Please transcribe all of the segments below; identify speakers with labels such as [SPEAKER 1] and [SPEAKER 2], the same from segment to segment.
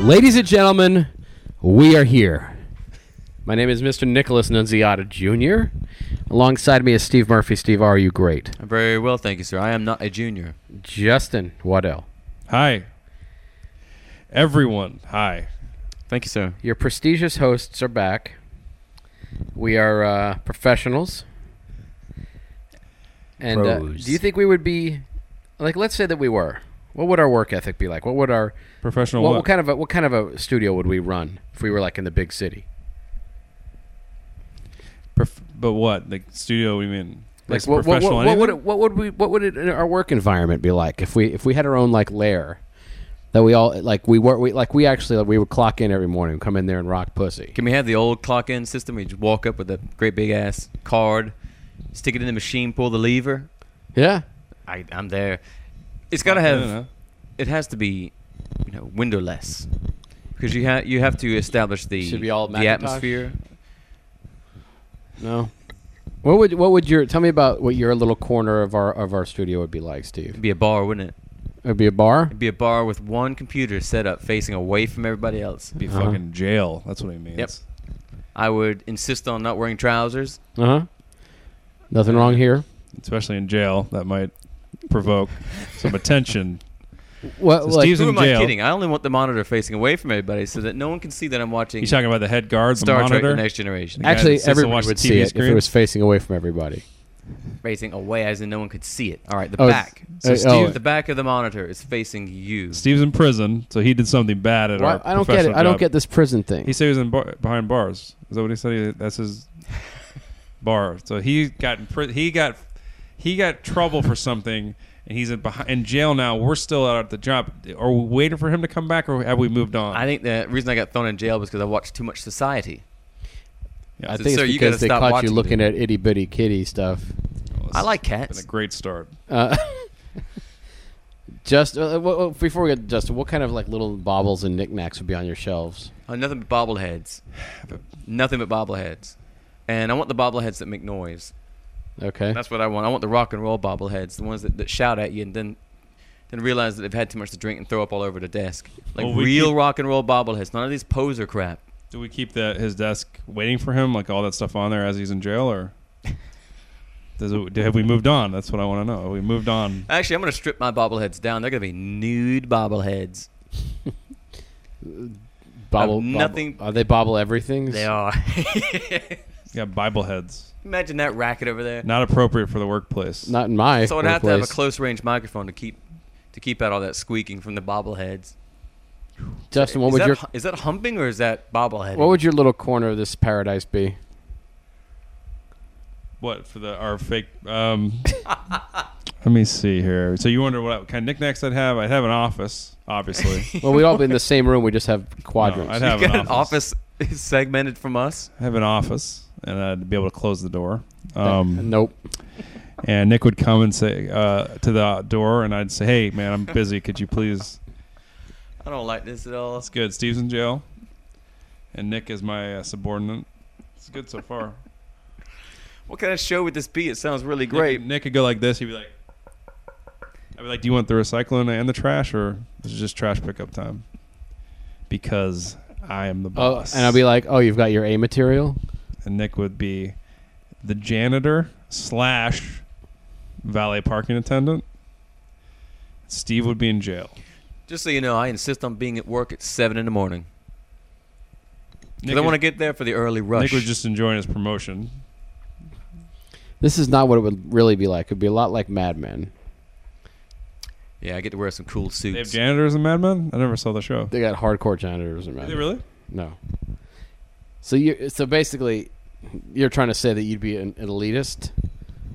[SPEAKER 1] Ladies and gentlemen, we are here. My name is Mr. Nicholas Nunziata Jr. Alongside me is Steve Murphy. Steve, how are you great?
[SPEAKER 2] Very well, thank you, sir. I am not a junior.
[SPEAKER 1] Justin Waddell.
[SPEAKER 3] Hi. Everyone, hi.
[SPEAKER 2] Thank you, sir.
[SPEAKER 1] Your prestigious hosts are back. We are uh, professionals. And uh,
[SPEAKER 4] Pros.
[SPEAKER 1] do you think we would be like? Let's say that we were. What would our work ethic be like? What would our
[SPEAKER 3] Professional
[SPEAKER 1] what,
[SPEAKER 3] what?
[SPEAKER 1] what kind of a, what kind of a studio would we run if we were like in the big city?
[SPEAKER 3] Prof- but what? Like studio we mean?
[SPEAKER 1] Like
[SPEAKER 3] That's
[SPEAKER 1] what, what,
[SPEAKER 3] professional
[SPEAKER 1] what, what would
[SPEAKER 3] anything?
[SPEAKER 1] it, what would we what would it, our work environment be like if we if we had our own like lair that we all like we were we like we actually like, we would clock in every morning, come in there and rock pussy.
[SPEAKER 2] Can we have the old clock in system? We just walk up with a great big ass card, stick it in the machine, pull the lever.
[SPEAKER 1] Yeah,
[SPEAKER 2] I, I'm there. It's got to
[SPEAKER 3] I
[SPEAKER 2] have.
[SPEAKER 3] don't know.
[SPEAKER 2] It has to be, you know, windowless, because you have you have to establish the
[SPEAKER 1] Should be all
[SPEAKER 2] the
[SPEAKER 1] Macintosh?
[SPEAKER 2] atmosphere.
[SPEAKER 1] no. What would what would your tell me about what your little corner of our of our studio would be like, Steve?
[SPEAKER 2] It'd be a bar, wouldn't it?
[SPEAKER 1] It'd be a bar.
[SPEAKER 2] It'd be a bar with one computer set up facing away from everybody else.
[SPEAKER 3] be fucking jail. That's what it means.
[SPEAKER 2] Yep. I would insist on not wearing trousers.
[SPEAKER 1] Uh huh. Nothing wrong here.
[SPEAKER 3] Especially in jail, that might provoke some attention.
[SPEAKER 1] What?
[SPEAKER 3] So
[SPEAKER 1] like,
[SPEAKER 3] Steve's
[SPEAKER 2] Who
[SPEAKER 3] in
[SPEAKER 2] am
[SPEAKER 3] jail.
[SPEAKER 2] I kidding? I only want the monitor facing away from everybody so that no one can see that I'm watching
[SPEAKER 3] You talking about the head guard, the
[SPEAKER 2] Star Trek:
[SPEAKER 3] monitor?
[SPEAKER 2] The Next Generation.
[SPEAKER 3] guy that
[SPEAKER 1] actually,
[SPEAKER 3] sits and
[SPEAKER 1] everyone
[SPEAKER 3] watches
[SPEAKER 1] would
[SPEAKER 3] the
[SPEAKER 1] see
[SPEAKER 3] TV
[SPEAKER 1] it if
[SPEAKER 3] screen?
[SPEAKER 1] it was facing away from everybody.
[SPEAKER 2] facing away, as in no one could see it. All right, the
[SPEAKER 1] Oh, it's-
[SPEAKER 2] back.
[SPEAKER 1] So
[SPEAKER 3] So
[SPEAKER 1] uh,
[SPEAKER 3] Steve-
[SPEAKER 1] oh,
[SPEAKER 2] The back of the monitor is facing you.
[SPEAKER 3] Steve's in prison, so he did something bad at
[SPEAKER 1] why-
[SPEAKER 3] our
[SPEAKER 1] I don't get it.
[SPEAKER 3] professional
[SPEAKER 1] I don't
[SPEAKER 3] job.
[SPEAKER 1] get this prison thing.
[SPEAKER 3] He said he was in bar, behind bars. Is that what he said? He, that's his bar. So he got in pri- he got he got trouble for something, and he's in, behind, in jail now. We're still out at the job. Are we waiting for him to come back, or have we moved on?
[SPEAKER 2] I think the reason I got thrown in jail was because I watched too much Society.
[SPEAKER 1] I
[SPEAKER 2] So,
[SPEAKER 1] think
[SPEAKER 2] sir,
[SPEAKER 1] it's
[SPEAKER 2] you gotta
[SPEAKER 1] because they
[SPEAKER 2] stop
[SPEAKER 1] caught you
[SPEAKER 2] watching
[SPEAKER 1] looking
[SPEAKER 2] me.
[SPEAKER 1] at itty bitty kitty stuff.
[SPEAKER 3] Well, this
[SPEAKER 2] I like
[SPEAKER 3] has
[SPEAKER 2] cats.
[SPEAKER 3] been a great start.
[SPEAKER 1] Uh, just uh, what, what- before we get to Justin, what kind of like little baubles and knickknacks would be on your shelves?
[SPEAKER 2] Oh, nothing but bobbleheads. nothing but bobbleheads. And I want the bobbleheads that make noise.
[SPEAKER 1] Okay.
[SPEAKER 2] That's what I want. I want the rock and roll bobbleheads, the ones that, that shout at you and then then realize that they've had too much to drink and throw up all over the desk. Like
[SPEAKER 3] Well, we
[SPEAKER 2] real
[SPEAKER 3] keep-
[SPEAKER 2] rock and roll bobbleheads, none of these poser crap.
[SPEAKER 3] Do we keep the, his desk waiting for him, like all that stuff on there as he's in jail, or does it, have we moved on? That's what I want to know. Have we moved on?
[SPEAKER 2] Actually, I'm going to strip my bobbleheads down. They're going to be nude bobbleheads.
[SPEAKER 1] Bobble,
[SPEAKER 2] I've
[SPEAKER 1] bobble-
[SPEAKER 2] nothing-
[SPEAKER 1] Are they bobble everything?
[SPEAKER 2] They are.
[SPEAKER 3] He's got Bible heads.
[SPEAKER 2] Imagine that racket over there.
[SPEAKER 3] Not appropriate for the workplace.
[SPEAKER 1] Not in my.
[SPEAKER 2] So I'd have to have a
[SPEAKER 1] workplace.
[SPEAKER 2] close range microphone to keep to keep out all that squeaking from the bobbleheads.
[SPEAKER 1] Justin, what
[SPEAKER 2] is,
[SPEAKER 1] would
[SPEAKER 2] that,
[SPEAKER 1] your
[SPEAKER 2] hu- is that humping or is that bobblehead?
[SPEAKER 1] what would your little corner of this paradise be?
[SPEAKER 3] What for the our fake? Um, let me see here. So you wonder what kind of knickknacks I'd have? I'd have an office, obviously.
[SPEAKER 1] Well, we'd all be in the same room. We just have quadrants.
[SPEAKER 3] I'd have
[SPEAKER 2] you
[SPEAKER 3] an
[SPEAKER 2] got an office segmented from us?
[SPEAKER 3] I have an office, and I'd be able to close the door.
[SPEAKER 1] Uh,
[SPEAKER 3] Um,
[SPEAKER 1] nope.
[SPEAKER 3] and Nick would come and say uh, to the door, and I'd say, "Hey, man, I'm busy. Could you please?"
[SPEAKER 2] I don't like this at all.
[SPEAKER 3] That's good. Steve's in jail, and Nick is my uh, subordinate. It's good so far.
[SPEAKER 2] What kind of show would this be? It sounds really
[SPEAKER 3] Nick-
[SPEAKER 2] great.
[SPEAKER 3] Nick, could go like this. He'd be like, I'd be like, do you want the recycling and the trash, or is it just trash pickup time? Because I am the
[SPEAKER 1] Oh,
[SPEAKER 3] boss.
[SPEAKER 1] and I'll be like, oh, you've got your A material.
[SPEAKER 3] and Nick would be the janitor slash valet parking attendant. Steve would be in jail.
[SPEAKER 2] Just so you know, I insist on being at work at seven in the morning. 'Cause
[SPEAKER 3] Nick,
[SPEAKER 2] I want to
[SPEAKER 3] is-
[SPEAKER 2] get there for the early rush.
[SPEAKER 3] Nick was just enjoying his promotion.
[SPEAKER 1] This is not what it would really be like. It'd be a lot like Mad Men.
[SPEAKER 2] yeah, I get to wear some cool
[SPEAKER 3] They have
[SPEAKER 2] suits.
[SPEAKER 3] janitors in Mad Men. I never saw the show.
[SPEAKER 1] They got hardcore janitors in Mad
[SPEAKER 3] They,
[SPEAKER 1] Men.
[SPEAKER 3] really?
[SPEAKER 1] No. So you so basically, you're trying to say that you'd be an, an elitist.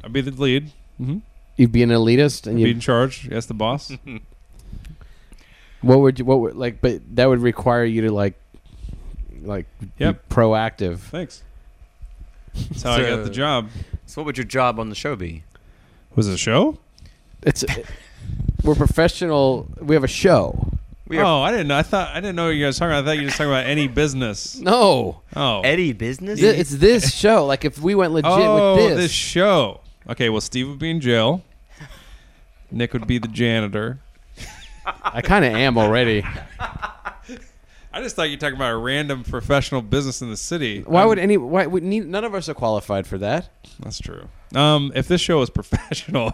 [SPEAKER 3] I'd be the lead. Mm-hmm.
[SPEAKER 1] You'd be an elitist, and
[SPEAKER 3] Be in
[SPEAKER 1] you
[SPEAKER 3] charge. Yes, the boss.
[SPEAKER 1] what would you what would like? But that would require you to like, like
[SPEAKER 3] Yep.
[SPEAKER 1] be proactive.
[SPEAKER 3] Thanks. That's how I got the
[SPEAKER 2] So-
[SPEAKER 3] job.
[SPEAKER 2] so, what would your job on the show be?
[SPEAKER 3] Was it a show?
[SPEAKER 1] It's we're professional. We have a show.
[SPEAKER 2] We are-
[SPEAKER 3] oh, I didn't know. I thought I didn't know what you guys were talking about. I thought you were just talking about any business.
[SPEAKER 1] No,
[SPEAKER 3] Oh,
[SPEAKER 2] Eddie Business?
[SPEAKER 1] Thi- it's this show. Like if we went legit
[SPEAKER 3] oh,
[SPEAKER 1] with this,
[SPEAKER 3] show. Okay, well, Steve would be in jail. Nick would be the janitor.
[SPEAKER 1] I kind of am already.
[SPEAKER 3] I I just thought you were talking about a random professional business in the city.
[SPEAKER 1] Why
[SPEAKER 3] Um,
[SPEAKER 1] would any? Why would need, none of us are qualified for that?
[SPEAKER 3] That's true. Um, if this show was professional,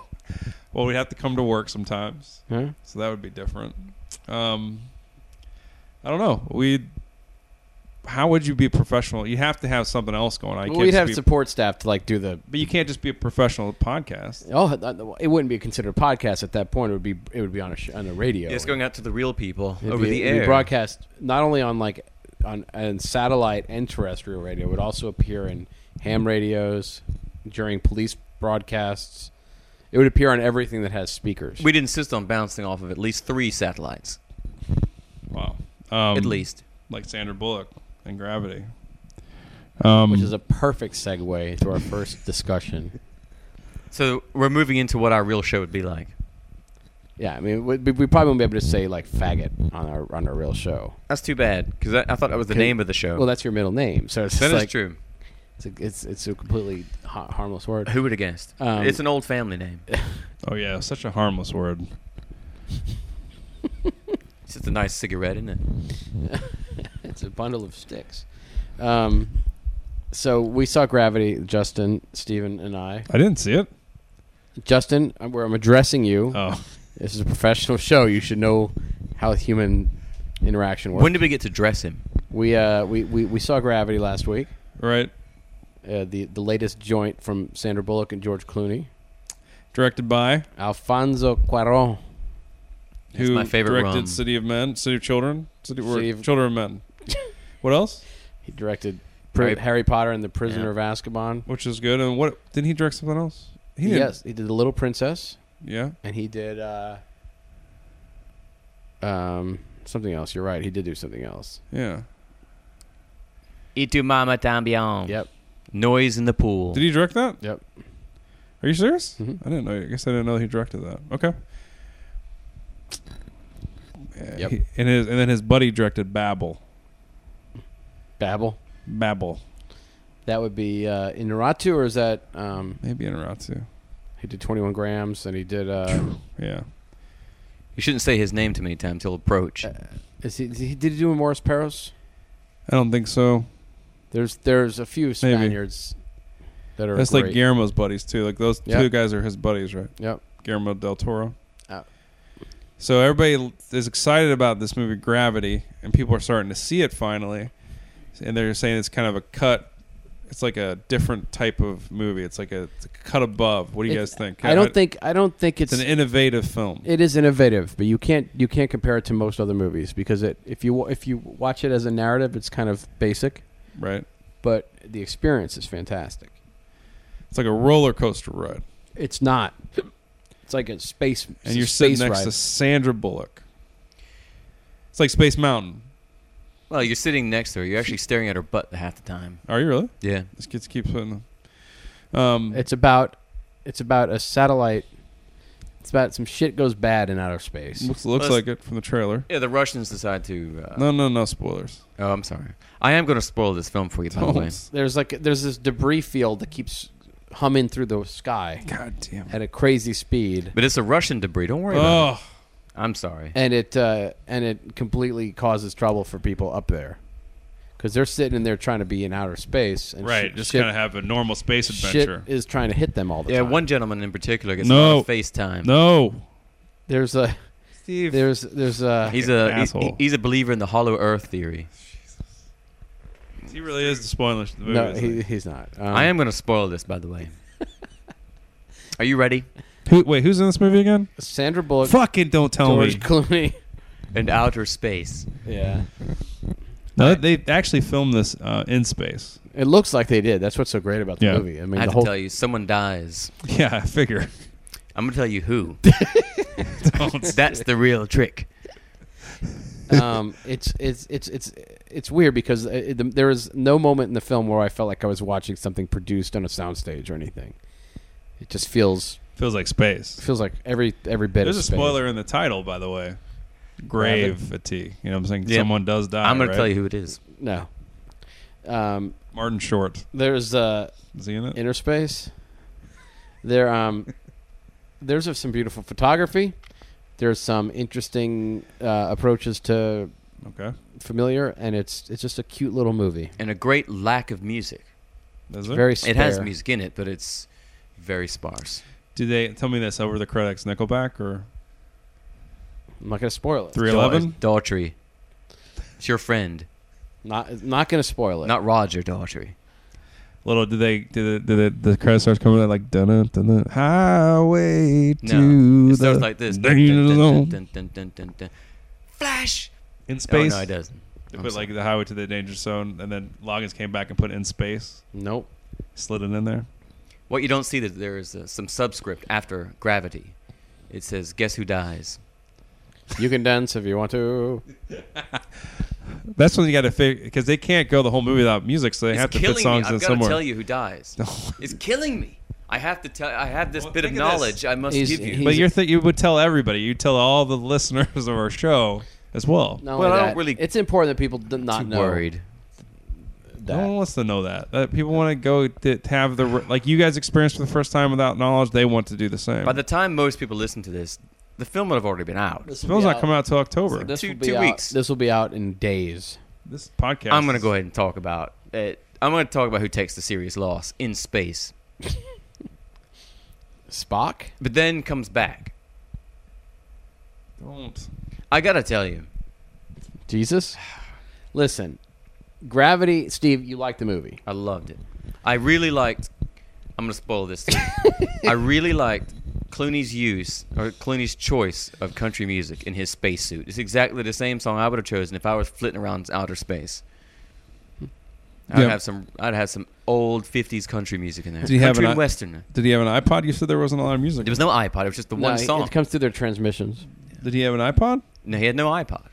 [SPEAKER 3] well, we'd have to come to work sometimes,
[SPEAKER 1] Huh?
[SPEAKER 3] so that would be different. Um, I don't know. We, how would you be professional? You have to have something else going on. You
[SPEAKER 1] Well,
[SPEAKER 3] can't
[SPEAKER 1] we'd
[SPEAKER 3] just
[SPEAKER 1] have
[SPEAKER 3] be-
[SPEAKER 1] support staff to like do the.
[SPEAKER 3] but you can't just be a professional podcast.
[SPEAKER 1] Oh, uh, it wouldn't be considered a podcast at that point. It would be. It would be on a sh- on the radio.
[SPEAKER 2] It's going out to the real people
[SPEAKER 1] It'd
[SPEAKER 2] over
[SPEAKER 1] be-
[SPEAKER 2] the
[SPEAKER 1] it'd be
[SPEAKER 2] air.
[SPEAKER 1] broadcast not only on like on, on satellite and terrestrial radio, it would also appear in ham radios during police broadcasts. It would appear on everything that has speakers.
[SPEAKER 2] We'd insist on bouncing off of at least three satellites,
[SPEAKER 3] Wow. Um,
[SPEAKER 2] at least.
[SPEAKER 3] like Sandra Bullock and Gravity. Um,
[SPEAKER 1] which is a perfect segue to our first discussion.
[SPEAKER 2] So we're moving into what our real show would be like.
[SPEAKER 1] Yeah, I mean, we, we probably won't be able to say like faggot on our on our real show.
[SPEAKER 2] That's too bad because I, I thought that was the
[SPEAKER 1] Can-
[SPEAKER 2] name of the show.
[SPEAKER 1] Well, that's your middle name, so it's
[SPEAKER 2] That
[SPEAKER 1] just
[SPEAKER 2] is
[SPEAKER 1] like,
[SPEAKER 2] true.
[SPEAKER 1] It's a, it's it's a completely ha- harmless word.
[SPEAKER 2] Who would have guessed?
[SPEAKER 1] Um,
[SPEAKER 2] it's an old family name.
[SPEAKER 3] oh yeah, such a harmless word.
[SPEAKER 2] It's just a nice cigarette, isn't it?
[SPEAKER 1] it's a bundle of sticks. Um, so we saw Gravity, Justin, Steven, and I.
[SPEAKER 3] I didn't see it.
[SPEAKER 1] Justin, I'm- where I'm addressing you.
[SPEAKER 3] Oh,
[SPEAKER 1] This is a professional show. You should know how human interaction works.
[SPEAKER 2] When did we get to dress him?
[SPEAKER 1] we, uh, we we we saw Gravity last week.
[SPEAKER 3] right.
[SPEAKER 1] Uh, the the latest joint from Sandra Bullock and George Clooney.
[SPEAKER 3] Directed by
[SPEAKER 1] Alfonso Cuarón.
[SPEAKER 2] That's
[SPEAKER 3] who
[SPEAKER 2] my favorite
[SPEAKER 3] directed
[SPEAKER 2] rum.
[SPEAKER 3] City of Men, City of Children, City, or
[SPEAKER 1] City of-
[SPEAKER 3] Children of Men. what else?
[SPEAKER 1] He directed Pri-
[SPEAKER 2] Right.
[SPEAKER 1] Harry Potter and the Prisoner of Azkaban.
[SPEAKER 3] Which is good. And what didn't he direct something else? He didn't-
[SPEAKER 1] yes, he did The Little Princess.
[SPEAKER 3] Yeah.
[SPEAKER 1] and he did uh, um, something else. You're right. He did do something else.
[SPEAKER 3] Yeah.
[SPEAKER 2] Et tu mama
[SPEAKER 3] Oh.
[SPEAKER 2] tambion.
[SPEAKER 1] Yep.
[SPEAKER 2] Noise in the pool.
[SPEAKER 3] Did he direct that?
[SPEAKER 1] Yep.
[SPEAKER 3] Are you serious?
[SPEAKER 1] Mhm.
[SPEAKER 3] I didn't know. I guess I didn't know he directed that. Okay. Yeah,
[SPEAKER 1] Yep.
[SPEAKER 3] he- and his and then his buddy directed Babel.
[SPEAKER 1] Babel.
[SPEAKER 3] Babel.
[SPEAKER 1] That would be uh, Inarritu, or is that um,
[SPEAKER 3] Maybe Inoratsu.
[SPEAKER 1] he did 21 grams and he did uh,
[SPEAKER 3] Yeah.
[SPEAKER 2] you shouldn't say his name too many times. He'll approach.
[SPEAKER 1] Uh, is he, did he did he do Morris Peros?
[SPEAKER 3] I don't think so.
[SPEAKER 1] There's there's a few Spaniards that are
[SPEAKER 3] That's
[SPEAKER 1] great.
[SPEAKER 3] like Guillermo's buddies too. Like those
[SPEAKER 1] Yeah.
[SPEAKER 3] two guys are his buddies, right?
[SPEAKER 1] Yep.
[SPEAKER 3] Guillermo del Toro.
[SPEAKER 1] Oh.
[SPEAKER 3] So everybody l- is excited about this movie Gravity, and people are starting to see it finally, and they're saying it's kind of a cut. It's like a different type of movie. It's like a, it's a cut above. What do you
[SPEAKER 1] It's-
[SPEAKER 3] guys think?
[SPEAKER 1] I don't think I don't think it's
[SPEAKER 3] it's an innovative film.
[SPEAKER 1] it is innovative, but you can't you can't compare it to most other movies because it if you wa- if you watch it as a narrative, it's kind of basic,
[SPEAKER 3] right?
[SPEAKER 1] but the experience is fantastic.
[SPEAKER 3] It's like a roller coaster ride,
[SPEAKER 1] It's not. It's like a space.
[SPEAKER 3] and you're sitting
[SPEAKER 1] space
[SPEAKER 3] next
[SPEAKER 1] ride.
[SPEAKER 3] to Sandra Bullock. It's like Space Mountain.
[SPEAKER 2] well, you're sitting next to her. You're actually staring at her butt half the time.
[SPEAKER 3] Are you really?
[SPEAKER 2] Yeah.
[SPEAKER 3] This kids keep putting them. Um,
[SPEAKER 1] It's about. It's about a satellite. It's about some shit goes bad in outer space.
[SPEAKER 3] looks looks
[SPEAKER 2] Let's-
[SPEAKER 3] like it from the trailer.
[SPEAKER 2] Yeah, the Russians decide to. Uh,
[SPEAKER 3] No, no, no spoilers.
[SPEAKER 2] Oh, I'm sorry. I am going to spoil this film for you, by the way.
[SPEAKER 3] Don't.
[SPEAKER 1] Oh, There's like there's this debris field that keeps humming through the sky
[SPEAKER 3] God damn.
[SPEAKER 1] at a crazy speed,
[SPEAKER 2] But it's a Russian debris. Don't worry about
[SPEAKER 3] Oh,
[SPEAKER 2] it. I'm sorry.
[SPEAKER 1] and it uh, and it completely causes trouble for people up there because they're sitting in there trying to be in outer space, and
[SPEAKER 3] right.
[SPEAKER 1] shit-
[SPEAKER 3] Just
[SPEAKER 1] shit-
[SPEAKER 3] kind of have a normal space
[SPEAKER 1] shit
[SPEAKER 3] adventure.
[SPEAKER 1] is trying to hit them all the
[SPEAKER 2] Yeah,
[SPEAKER 1] time.
[SPEAKER 2] one gentleman in particular gets a lot
[SPEAKER 3] No.
[SPEAKER 2] of FaceTime.
[SPEAKER 3] No,
[SPEAKER 1] there's a
[SPEAKER 3] Steve.
[SPEAKER 1] there's there's a
[SPEAKER 2] He's a he's,
[SPEAKER 3] Asshole.
[SPEAKER 2] he's a believer in the hollow earth theory.
[SPEAKER 3] he really is the spoiler. to The movie,
[SPEAKER 1] no
[SPEAKER 3] isn't he?
[SPEAKER 1] he, he's not. Um,
[SPEAKER 2] I am going to spoil this, by the way. Are you ready?
[SPEAKER 3] Who, wait, who's in this movie again?
[SPEAKER 1] Sandra Bullock,
[SPEAKER 3] Fucking don't tell
[SPEAKER 1] George
[SPEAKER 3] me.
[SPEAKER 1] Clooney.
[SPEAKER 2] In outer space.
[SPEAKER 1] Yeah,
[SPEAKER 3] No, they actually filmed this uh, in space.
[SPEAKER 1] it looks like they did. That's what's so great about the
[SPEAKER 3] Yeah.
[SPEAKER 1] movie. I
[SPEAKER 2] I,
[SPEAKER 1] mean,
[SPEAKER 2] have
[SPEAKER 1] the whole
[SPEAKER 2] to tell you, someone dies.
[SPEAKER 3] Yeah, I figure.
[SPEAKER 2] I'm going to tell you who.
[SPEAKER 3] Don't.
[SPEAKER 2] That's the real trick.
[SPEAKER 1] um, it's it's it's it's it's weird because uh, it, the, there is no moment in the film where I felt like I was watching something produced on a soundstage or anything. It just feels
[SPEAKER 3] Feels like space.
[SPEAKER 1] feels like every every bit.
[SPEAKER 3] There's
[SPEAKER 1] of
[SPEAKER 3] a
[SPEAKER 1] space.
[SPEAKER 3] spoiler in the title, by the way. Grave a T. You know what I'm saying?
[SPEAKER 2] Yeah.
[SPEAKER 3] Someone does die.
[SPEAKER 2] I'm going
[SPEAKER 3] right?
[SPEAKER 2] to tell you who it is.
[SPEAKER 1] No, um,
[SPEAKER 3] Martin Short.
[SPEAKER 1] there's uh,
[SPEAKER 3] Is he in it?
[SPEAKER 1] inner space. There um, there's uh, some beautiful photography. There's some interesting uh, approaches to
[SPEAKER 3] Okay.
[SPEAKER 1] familiar, and it's it's just a cute little movie.
[SPEAKER 2] and a great lack of music.
[SPEAKER 3] Is it?
[SPEAKER 1] Very spare.
[SPEAKER 2] It has music in it, but it's very sparse.
[SPEAKER 3] Do they tell me this over the credits? Nickelback or
[SPEAKER 1] I'm not gonna spoil it.
[SPEAKER 3] Three Eleven?
[SPEAKER 2] Dau- Daughtry. It's your friend,
[SPEAKER 1] Not not gonna spoil it.
[SPEAKER 2] not Roger Daughtry.
[SPEAKER 3] Little did they did the did the, the credit starts coming out like dun dun highway
[SPEAKER 2] No,
[SPEAKER 3] to
[SPEAKER 2] it starts
[SPEAKER 3] the
[SPEAKER 2] like this. Dun, dun, dun,
[SPEAKER 3] danger
[SPEAKER 2] dun, dun, dun, dun, dun. Flash.
[SPEAKER 3] in space.
[SPEAKER 2] Oh, no, it doesn't.
[SPEAKER 3] They
[SPEAKER 2] I'm
[SPEAKER 3] put
[SPEAKER 2] sorry.
[SPEAKER 3] like the highway to the danger zone, and then Loggins came back and put in space,
[SPEAKER 1] Nope.
[SPEAKER 3] slid it in there.
[SPEAKER 2] What you don't see that there is uh, some subscript after gravity. It says, "Guess who dies?"
[SPEAKER 1] You can dance if you want to.
[SPEAKER 3] That's when you got to figure because they can't go the whole movie without music, so they
[SPEAKER 2] it's
[SPEAKER 3] have to
[SPEAKER 2] killing
[SPEAKER 3] put songs
[SPEAKER 2] me. I've
[SPEAKER 3] in
[SPEAKER 2] got
[SPEAKER 3] somewhere.
[SPEAKER 2] to tell you who dies. it's killing me. I have to tell. I have this
[SPEAKER 3] Well,
[SPEAKER 2] bit of
[SPEAKER 3] think of this.
[SPEAKER 2] knowledge I must
[SPEAKER 1] He's-
[SPEAKER 2] give you.
[SPEAKER 1] he's-
[SPEAKER 3] but you're th- you would tell everybody. You tell all the listeners of our show as well.
[SPEAKER 1] Not
[SPEAKER 2] Well,
[SPEAKER 1] only
[SPEAKER 2] I don't
[SPEAKER 1] that,
[SPEAKER 2] really-
[SPEAKER 1] It's important that people do not
[SPEAKER 2] too
[SPEAKER 1] know
[SPEAKER 2] worried.
[SPEAKER 1] that.
[SPEAKER 3] No one wants to know that. Uh, people want to go to, to have the re- like you guys experienced for the first time without knowledge. They want to do the same.
[SPEAKER 2] By the time most people listen to this, the film would have already been out.
[SPEAKER 1] This will
[SPEAKER 3] film's
[SPEAKER 1] be
[SPEAKER 3] not coming out till October.
[SPEAKER 1] This
[SPEAKER 2] Two-
[SPEAKER 1] will be
[SPEAKER 2] two
[SPEAKER 1] out-
[SPEAKER 2] weeks.
[SPEAKER 1] This will be out in days.
[SPEAKER 3] this podcast.
[SPEAKER 2] I'm going to
[SPEAKER 3] is-
[SPEAKER 2] go ahead and talk about it. I'm going to talk about who takes the serious loss in space,
[SPEAKER 1] Spock.
[SPEAKER 2] but then comes back.
[SPEAKER 3] Don't.
[SPEAKER 2] I got to tell you,
[SPEAKER 1] Jesus. Listen, Gravity. Steve, you like the movie?
[SPEAKER 2] I loved it. I really liked. I'm going to spoil this. Too. I really liked Clooney's use or Clooney's choice of country music in his spacesuit. It's exactly the same song I would have chosen if I was flitting around outer space. I'd
[SPEAKER 3] Yeah.
[SPEAKER 2] have some. I'd have some old '50s country music in there.
[SPEAKER 3] Do you
[SPEAKER 2] country
[SPEAKER 3] have an
[SPEAKER 2] and
[SPEAKER 3] i-
[SPEAKER 2] western.
[SPEAKER 3] Did he have an iPod? You said there wasn't a lot of music.
[SPEAKER 2] There was no iPod. It was just the
[SPEAKER 1] No,
[SPEAKER 2] one
[SPEAKER 1] it-
[SPEAKER 2] song.
[SPEAKER 1] It comes through their transmissions.
[SPEAKER 3] Did he have an iPod?
[SPEAKER 2] No, he had no iPod.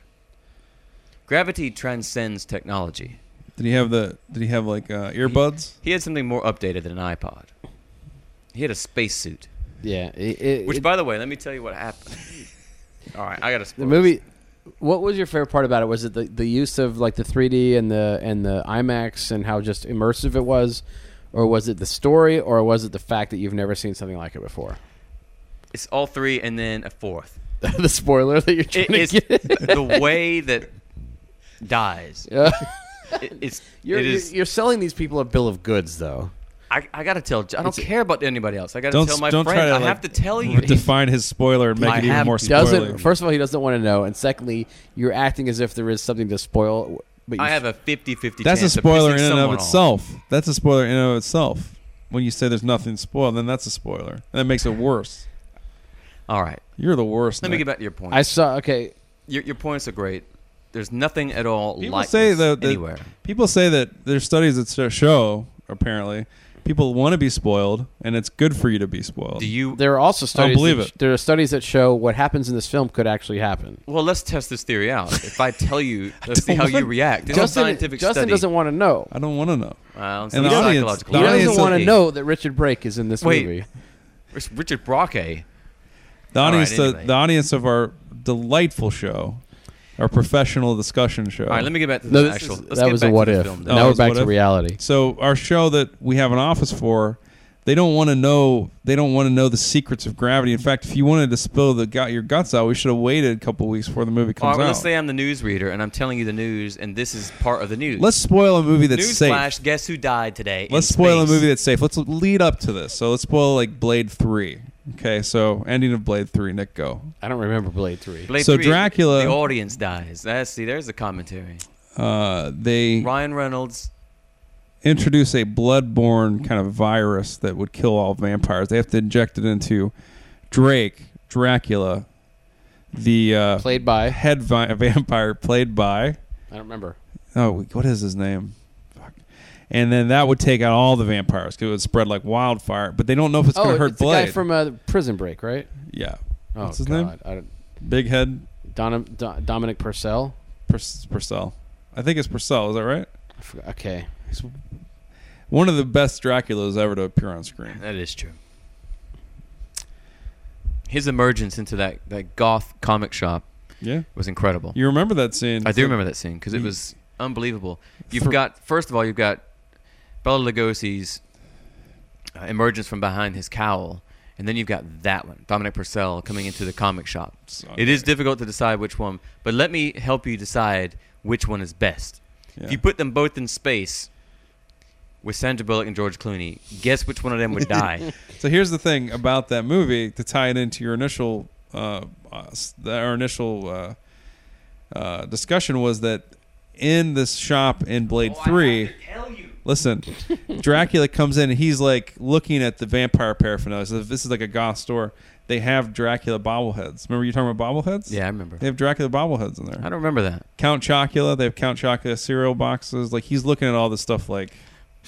[SPEAKER 2] Gravity transcends technology.
[SPEAKER 3] Did he have the? Did he have like uh, earbuds?
[SPEAKER 2] He had something more updated than an iPod. He had a spacesuit.
[SPEAKER 1] Yeah. It, it,
[SPEAKER 2] Which,
[SPEAKER 1] it-
[SPEAKER 2] by the way, let me tell you what happened. All right, I got to.
[SPEAKER 1] the movie. What was your favorite part about it? Was it the, the use of like the 3D and the and the IMAX and how just immersive it was, or was it the story, or was it the fact that you've never seen something like it before?
[SPEAKER 2] It's all three, and then a fourth.
[SPEAKER 1] the spoiler that you're trying
[SPEAKER 2] It is
[SPEAKER 1] to get.
[SPEAKER 2] the way that dies.
[SPEAKER 1] Yeah.
[SPEAKER 2] It- it's.
[SPEAKER 1] You're,
[SPEAKER 2] it is-
[SPEAKER 1] you're, you're selling these people a bill of goods, though.
[SPEAKER 2] I, I got to tell. I don't care about anybody else. I got to
[SPEAKER 3] Don't
[SPEAKER 2] tell
[SPEAKER 3] s-
[SPEAKER 2] my
[SPEAKER 3] don't
[SPEAKER 2] friend.
[SPEAKER 3] try to,
[SPEAKER 2] I
[SPEAKER 3] like,
[SPEAKER 2] have to tell you.
[SPEAKER 3] Define his spoiler and make
[SPEAKER 2] I
[SPEAKER 3] it even
[SPEAKER 2] have
[SPEAKER 3] more
[SPEAKER 2] to.
[SPEAKER 3] spoiler.
[SPEAKER 1] Doesn't first of all, he doesn't want to know, and secondly, you're acting as if there is something to spoil. But you
[SPEAKER 2] I have a 50-50
[SPEAKER 3] that's a
[SPEAKER 2] chance
[SPEAKER 3] spoiler
[SPEAKER 2] of pissing
[SPEAKER 3] in and of
[SPEAKER 2] someone off.
[SPEAKER 3] itself. That's a spoiler in and of itself. When you say there's nothing spoiled, then that's a spoiler. And that makes it worse.
[SPEAKER 2] All right,
[SPEAKER 3] You're the worst.
[SPEAKER 2] let me
[SPEAKER 3] Nick.
[SPEAKER 2] get back to your point.
[SPEAKER 1] I saw. Okay,
[SPEAKER 2] Your, your points are great. There's nothing at all
[SPEAKER 3] People
[SPEAKER 2] like
[SPEAKER 3] say
[SPEAKER 2] this
[SPEAKER 3] though that-
[SPEAKER 2] anywhere.
[SPEAKER 3] People say that there's studies that so- show apparently people want to be spoiled, and it's good for you to be spoiled.
[SPEAKER 2] Do you?
[SPEAKER 1] there are also studies.
[SPEAKER 3] believe
[SPEAKER 1] that,
[SPEAKER 3] it.
[SPEAKER 1] There are studies that show what happens in this film could actually happen.
[SPEAKER 2] Well, let's test this theory out. If I tell you, let's see how
[SPEAKER 3] don't
[SPEAKER 2] you
[SPEAKER 3] want-
[SPEAKER 2] react. It's a
[SPEAKER 1] Justin,
[SPEAKER 2] scientific
[SPEAKER 1] Justin
[SPEAKER 2] study.
[SPEAKER 1] doesn't want to know.
[SPEAKER 3] I don't want to know.
[SPEAKER 2] Well, it's
[SPEAKER 3] And
[SPEAKER 2] a
[SPEAKER 3] the audience-
[SPEAKER 2] psychological
[SPEAKER 3] the
[SPEAKER 1] He
[SPEAKER 3] audience
[SPEAKER 1] doesn't want to
[SPEAKER 3] Honestly-
[SPEAKER 1] know that Richard Brake is in this
[SPEAKER 2] Wait.
[SPEAKER 1] movie.
[SPEAKER 2] It's Richard eh? Brocke.
[SPEAKER 3] The
[SPEAKER 2] All
[SPEAKER 3] audience,
[SPEAKER 2] right,
[SPEAKER 3] the-
[SPEAKER 2] anyway.
[SPEAKER 3] the audience of our delightful show, our professional discussion show.
[SPEAKER 2] All right, let me get back to the
[SPEAKER 1] No, this
[SPEAKER 2] actual.
[SPEAKER 1] is,
[SPEAKER 2] let's
[SPEAKER 1] that
[SPEAKER 2] get
[SPEAKER 1] was
[SPEAKER 2] back
[SPEAKER 1] a
[SPEAKER 2] to
[SPEAKER 1] what
[SPEAKER 2] the
[SPEAKER 1] if.
[SPEAKER 2] Film,
[SPEAKER 3] Oh,
[SPEAKER 1] now we're
[SPEAKER 3] it's
[SPEAKER 1] back
[SPEAKER 3] what
[SPEAKER 1] to
[SPEAKER 3] if?
[SPEAKER 1] reality.
[SPEAKER 3] So our show that we have an office for, they don't want to know. They don't want to know the secrets of gravity. In fact, if you wanted to spill the gut, your guts out, we should have waited a couple weeks before the movie
[SPEAKER 2] All
[SPEAKER 3] comes
[SPEAKER 2] right, well,
[SPEAKER 3] out.
[SPEAKER 2] let's say I'm the newsreader and I'm telling you the news, and this is part of the news.
[SPEAKER 3] Let's spoil a movie that's safe.
[SPEAKER 2] Newsflash, guess who died today? in
[SPEAKER 3] Let's spoil
[SPEAKER 2] space?
[SPEAKER 3] a movie that's safe. Let's lead up to this. So let's spoil like Blade Three. Okay, so ending of Blade Three. Nick, go.
[SPEAKER 1] I don't remember Blade Three.
[SPEAKER 2] Blade
[SPEAKER 3] So
[SPEAKER 2] three,
[SPEAKER 3] Dracula-
[SPEAKER 2] The audience dies. That's, see, there's the commentary.
[SPEAKER 3] Uh, they
[SPEAKER 2] Ryan Reynolds.
[SPEAKER 3] introduce a bloodborne kind of virus that would kill all vampires. They have to inject it into Drake, Dracula, the uh,
[SPEAKER 1] Played by I
[SPEAKER 3] head vi- vampire played by
[SPEAKER 1] don't remember.
[SPEAKER 3] oh what is his name Fuck. and then that would take out all the vampires because it would spread like wildfire but they don't know if it's
[SPEAKER 1] oh,
[SPEAKER 3] going to hurt
[SPEAKER 1] it's the
[SPEAKER 3] Blade
[SPEAKER 1] guy from uh, Prison Break, right?
[SPEAKER 3] yeah
[SPEAKER 1] Oh,
[SPEAKER 3] What's his
[SPEAKER 1] God.
[SPEAKER 3] name?
[SPEAKER 1] I don't,
[SPEAKER 3] big head
[SPEAKER 1] Donna, Do- Dominic Purcell.
[SPEAKER 3] Pur- Purcell I think it's Purcell is that right
[SPEAKER 1] I forgot- Okay.
[SPEAKER 3] one of the best Draculas ever to appear on screen
[SPEAKER 2] That is true. His emergence into that, that goth comic shop
[SPEAKER 3] yeah
[SPEAKER 2] was incredible.
[SPEAKER 3] you remember that scene
[SPEAKER 2] I do remember that scene because it
[SPEAKER 3] You-
[SPEAKER 2] was unbelievable. You've
[SPEAKER 3] For-
[SPEAKER 2] got first of all, you've got Bela Lugosi's uh, emergence from behind his cowl, and then you've got that one, Dominic Purcell coming into the comic shop.
[SPEAKER 3] So-
[SPEAKER 2] It is difficult to decide which one, but let me help you decide which one is best.
[SPEAKER 3] Yeah.
[SPEAKER 2] If you put them both in space with Sandra Bullock and George Clooney, guess which one of them would die?
[SPEAKER 3] So here's the thing about that movie to tie it into your initial, uh, uh, s- the- our initial uh, uh, discussion was that in this shop in Blade
[SPEAKER 2] Oh,
[SPEAKER 3] Three, listen, Dracula comes in and he's like looking at the vampire paraphernalia. So this is like a goth store. They have Dracula bobbleheads. Remember you talking about bobbleheads?
[SPEAKER 2] Yeah, I remember.
[SPEAKER 3] They have Dracula bobbleheads in
[SPEAKER 2] I
[SPEAKER 3] there.
[SPEAKER 2] don't remember that.
[SPEAKER 3] Count Chocula. They have Count Chocula cereal boxes. Like he's looking at all this stuff. Like,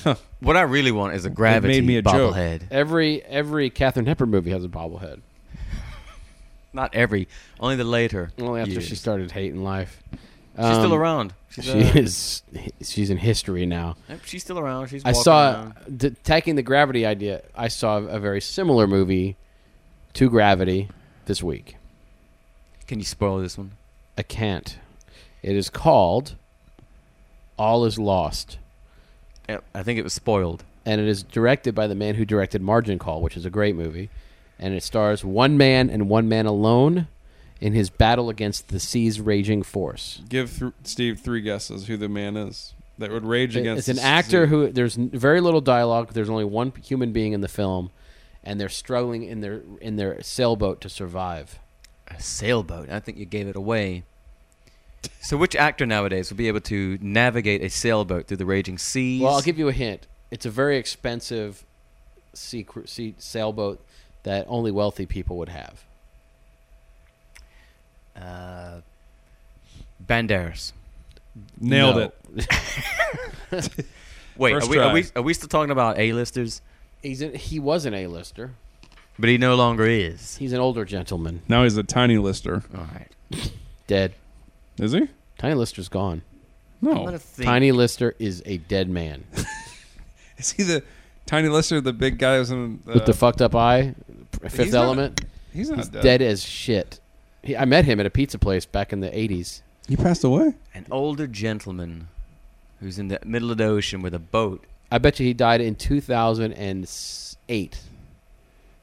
[SPEAKER 3] huh,
[SPEAKER 2] What I really want is a gravity
[SPEAKER 3] me a joke.
[SPEAKER 2] bobblehead.
[SPEAKER 1] Every every Catherine Hepburn movie has a bobblehead.
[SPEAKER 2] Not every, only the later.
[SPEAKER 1] Only after
[SPEAKER 2] years.
[SPEAKER 1] she
[SPEAKER 2] she's
[SPEAKER 1] started hating life.
[SPEAKER 2] still
[SPEAKER 1] Um,
[SPEAKER 2] around. She's,
[SPEAKER 1] She
[SPEAKER 2] uh,
[SPEAKER 1] is. She's in history now.
[SPEAKER 2] Nope, she's still around. She's.
[SPEAKER 1] I
[SPEAKER 2] walking
[SPEAKER 1] saw
[SPEAKER 2] around.
[SPEAKER 1] d- taking the gravity idea. I saw a very similar movie to Gravity this week.
[SPEAKER 2] Can you spoil this one?
[SPEAKER 1] I can't. It is called All Is Lost,
[SPEAKER 2] Yep, I think it was spoiled.
[SPEAKER 1] and it is directed by the man who directed Margin Call, which is a great movie, and it stars one man and one man alone in his battle against the sea's raging force.
[SPEAKER 3] give th- Steve three guesses who the man is that would rage
[SPEAKER 1] It-
[SPEAKER 3] against.
[SPEAKER 1] It's an
[SPEAKER 3] the-
[SPEAKER 1] actor who there's n- very little dialogue. There's only one human being in the film, and they're struggling in their in their sailboat to survive.
[SPEAKER 2] A sailboat. I think you gave it away. So, which actor nowadays would be able to navigate a sailboat through the raging seas?
[SPEAKER 1] Well, I'll give you a hint. It's a very expensive sea, cru- sea sailboat that only wealthy people would have.
[SPEAKER 2] uh, Banderas.
[SPEAKER 3] nailed
[SPEAKER 1] No.
[SPEAKER 3] it.
[SPEAKER 2] Wait,
[SPEAKER 3] First
[SPEAKER 2] are we, are
[SPEAKER 3] try.
[SPEAKER 2] we are we still talking about A-listers?
[SPEAKER 1] He's an, he was an A-lister.
[SPEAKER 2] But he no longer is.
[SPEAKER 1] He's an older gentleman,
[SPEAKER 3] Now he's a tiny lister.
[SPEAKER 2] All right.
[SPEAKER 1] dead.
[SPEAKER 3] Is he?
[SPEAKER 1] Tiny Lister's gone.
[SPEAKER 2] I'm gonna
[SPEAKER 3] No.
[SPEAKER 2] think-
[SPEAKER 1] Tiny Lister is a dead man
[SPEAKER 3] Is he the tiny lister? The big guy who's in the,
[SPEAKER 1] with the fucked up eye. Fifth
[SPEAKER 3] Uh. not-
[SPEAKER 1] Element.
[SPEAKER 3] He's not
[SPEAKER 1] He's
[SPEAKER 3] dead.
[SPEAKER 1] dead as shit. He, I met him at a pizza place back in the '80s.
[SPEAKER 3] He passed away.
[SPEAKER 2] An older gentleman who's in the middle of the ocean with a boat.
[SPEAKER 1] I bet you he died in 2008.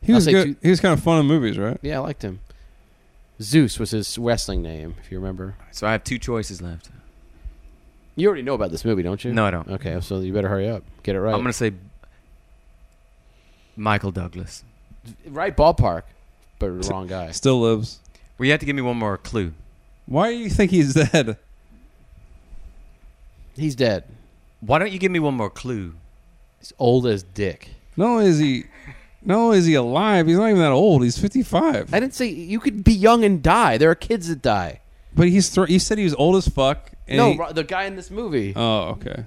[SPEAKER 3] He
[SPEAKER 1] I'll
[SPEAKER 3] was
[SPEAKER 1] say
[SPEAKER 3] good.
[SPEAKER 1] two-
[SPEAKER 3] he was kind of fun in movies, right?
[SPEAKER 1] Yeah, I liked him. Zeus was his wrestling name, if you remember.
[SPEAKER 2] So I have two choices left.
[SPEAKER 1] You already know about this movie, don't you?
[SPEAKER 2] No, I don't.
[SPEAKER 1] Okay, so you better hurry up. Get it right.
[SPEAKER 2] I'm gonna say Michael Douglas.
[SPEAKER 1] right ballpark, but wrong guy.
[SPEAKER 3] Still lives.
[SPEAKER 2] Well, you have to give me one more clue.
[SPEAKER 3] Why do you think he's dead?
[SPEAKER 1] He's dead.
[SPEAKER 2] Why don't you give me one more clue?
[SPEAKER 1] He's old as dick.
[SPEAKER 3] No, is he? No, is he alive? He's not even that old. He's fifty-five.
[SPEAKER 1] I didn't say you could be young and die. There are kids that die.
[SPEAKER 3] But he's. Th- you said he was old as fuck. And
[SPEAKER 1] no,
[SPEAKER 3] he-
[SPEAKER 1] Ro- the guy in this movie.
[SPEAKER 3] oh, okay.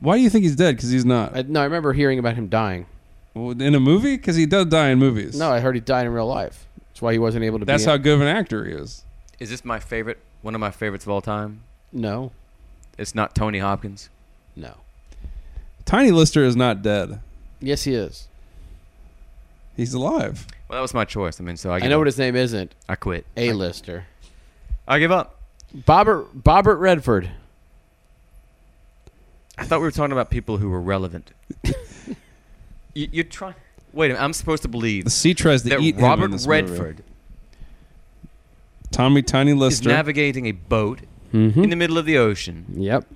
[SPEAKER 3] Why do you think he's dead? Because he's not
[SPEAKER 1] I, no, I remember hearing about him dying.
[SPEAKER 3] in a movie. Because he does die in movies.
[SPEAKER 1] No, I heard he died in real life. That's why he wasn't able to.
[SPEAKER 3] that's
[SPEAKER 1] be
[SPEAKER 3] how
[SPEAKER 1] in-
[SPEAKER 3] good of an actor he is.
[SPEAKER 2] Is this my favorite? One of my favorites of all time?
[SPEAKER 1] No,
[SPEAKER 2] It's not Tony Hopkins.
[SPEAKER 1] no.
[SPEAKER 3] Tiny Lister is not dead.
[SPEAKER 1] Yes, he is.
[SPEAKER 3] He's alive.
[SPEAKER 2] Well, that was my choice. I mean, so I,
[SPEAKER 1] I,
[SPEAKER 2] give
[SPEAKER 1] know
[SPEAKER 2] up.
[SPEAKER 1] what his name isn't.
[SPEAKER 2] I quit.
[SPEAKER 1] A lister.
[SPEAKER 2] I give up.
[SPEAKER 1] Bobbert Bobbert Redford.
[SPEAKER 2] I thought we were talking about people who were relevant. you, you're trying. Wait a minute. I'm supposed to believe
[SPEAKER 3] The sea tries to
[SPEAKER 2] that
[SPEAKER 3] eat him in
[SPEAKER 2] Robert
[SPEAKER 3] this movie.
[SPEAKER 2] Redford
[SPEAKER 3] Tommy Tiny
[SPEAKER 2] is
[SPEAKER 3] Lister.
[SPEAKER 2] navigating a boat
[SPEAKER 1] Mm-hmm.
[SPEAKER 2] in the middle of the ocean.
[SPEAKER 1] Yep.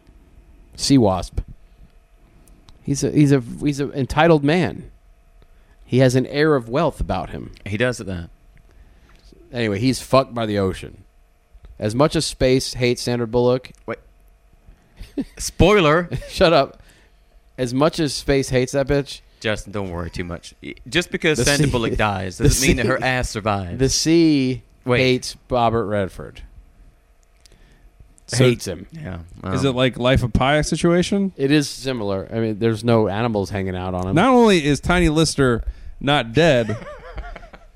[SPEAKER 1] Sea wasp. He's a he's a he's an entitled man. He has an air of wealth about him.
[SPEAKER 2] He does it that.
[SPEAKER 1] Anyway, he's fucked by the ocean. As much as space hates Sandra Bullock,
[SPEAKER 2] Spoiler.
[SPEAKER 1] shut up. As much as space hates that bitch,
[SPEAKER 2] Justin, don't worry too much. Just because
[SPEAKER 1] The
[SPEAKER 2] Sandra
[SPEAKER 1] sea-
[SPEAKER 2] Bullock dies
[SPEAKER 1] the
[SPEAKER 2] doesn't mean that her
[SPEAKER 1] sea-
[SPEAKER 2] ass survives.
[SPEAKER 1] the sea
[SPEAKER 2] Wait.
[SPEAKER 1] hates Bobbert Redford.
[SPEAKER 3] So-
[SPEAKER 1] hates him.
[SPEAKER 2] yeah.
[SPEAKER 3] Is
[SPEAKER 2] um,
[SPEAKER 3] it like Life of Pi situation?
[SPEAKER 1] It is similar. I mean, there's no animals hanging out on him.
[SPEAKER 3] Not only is Tiny Lister not dead,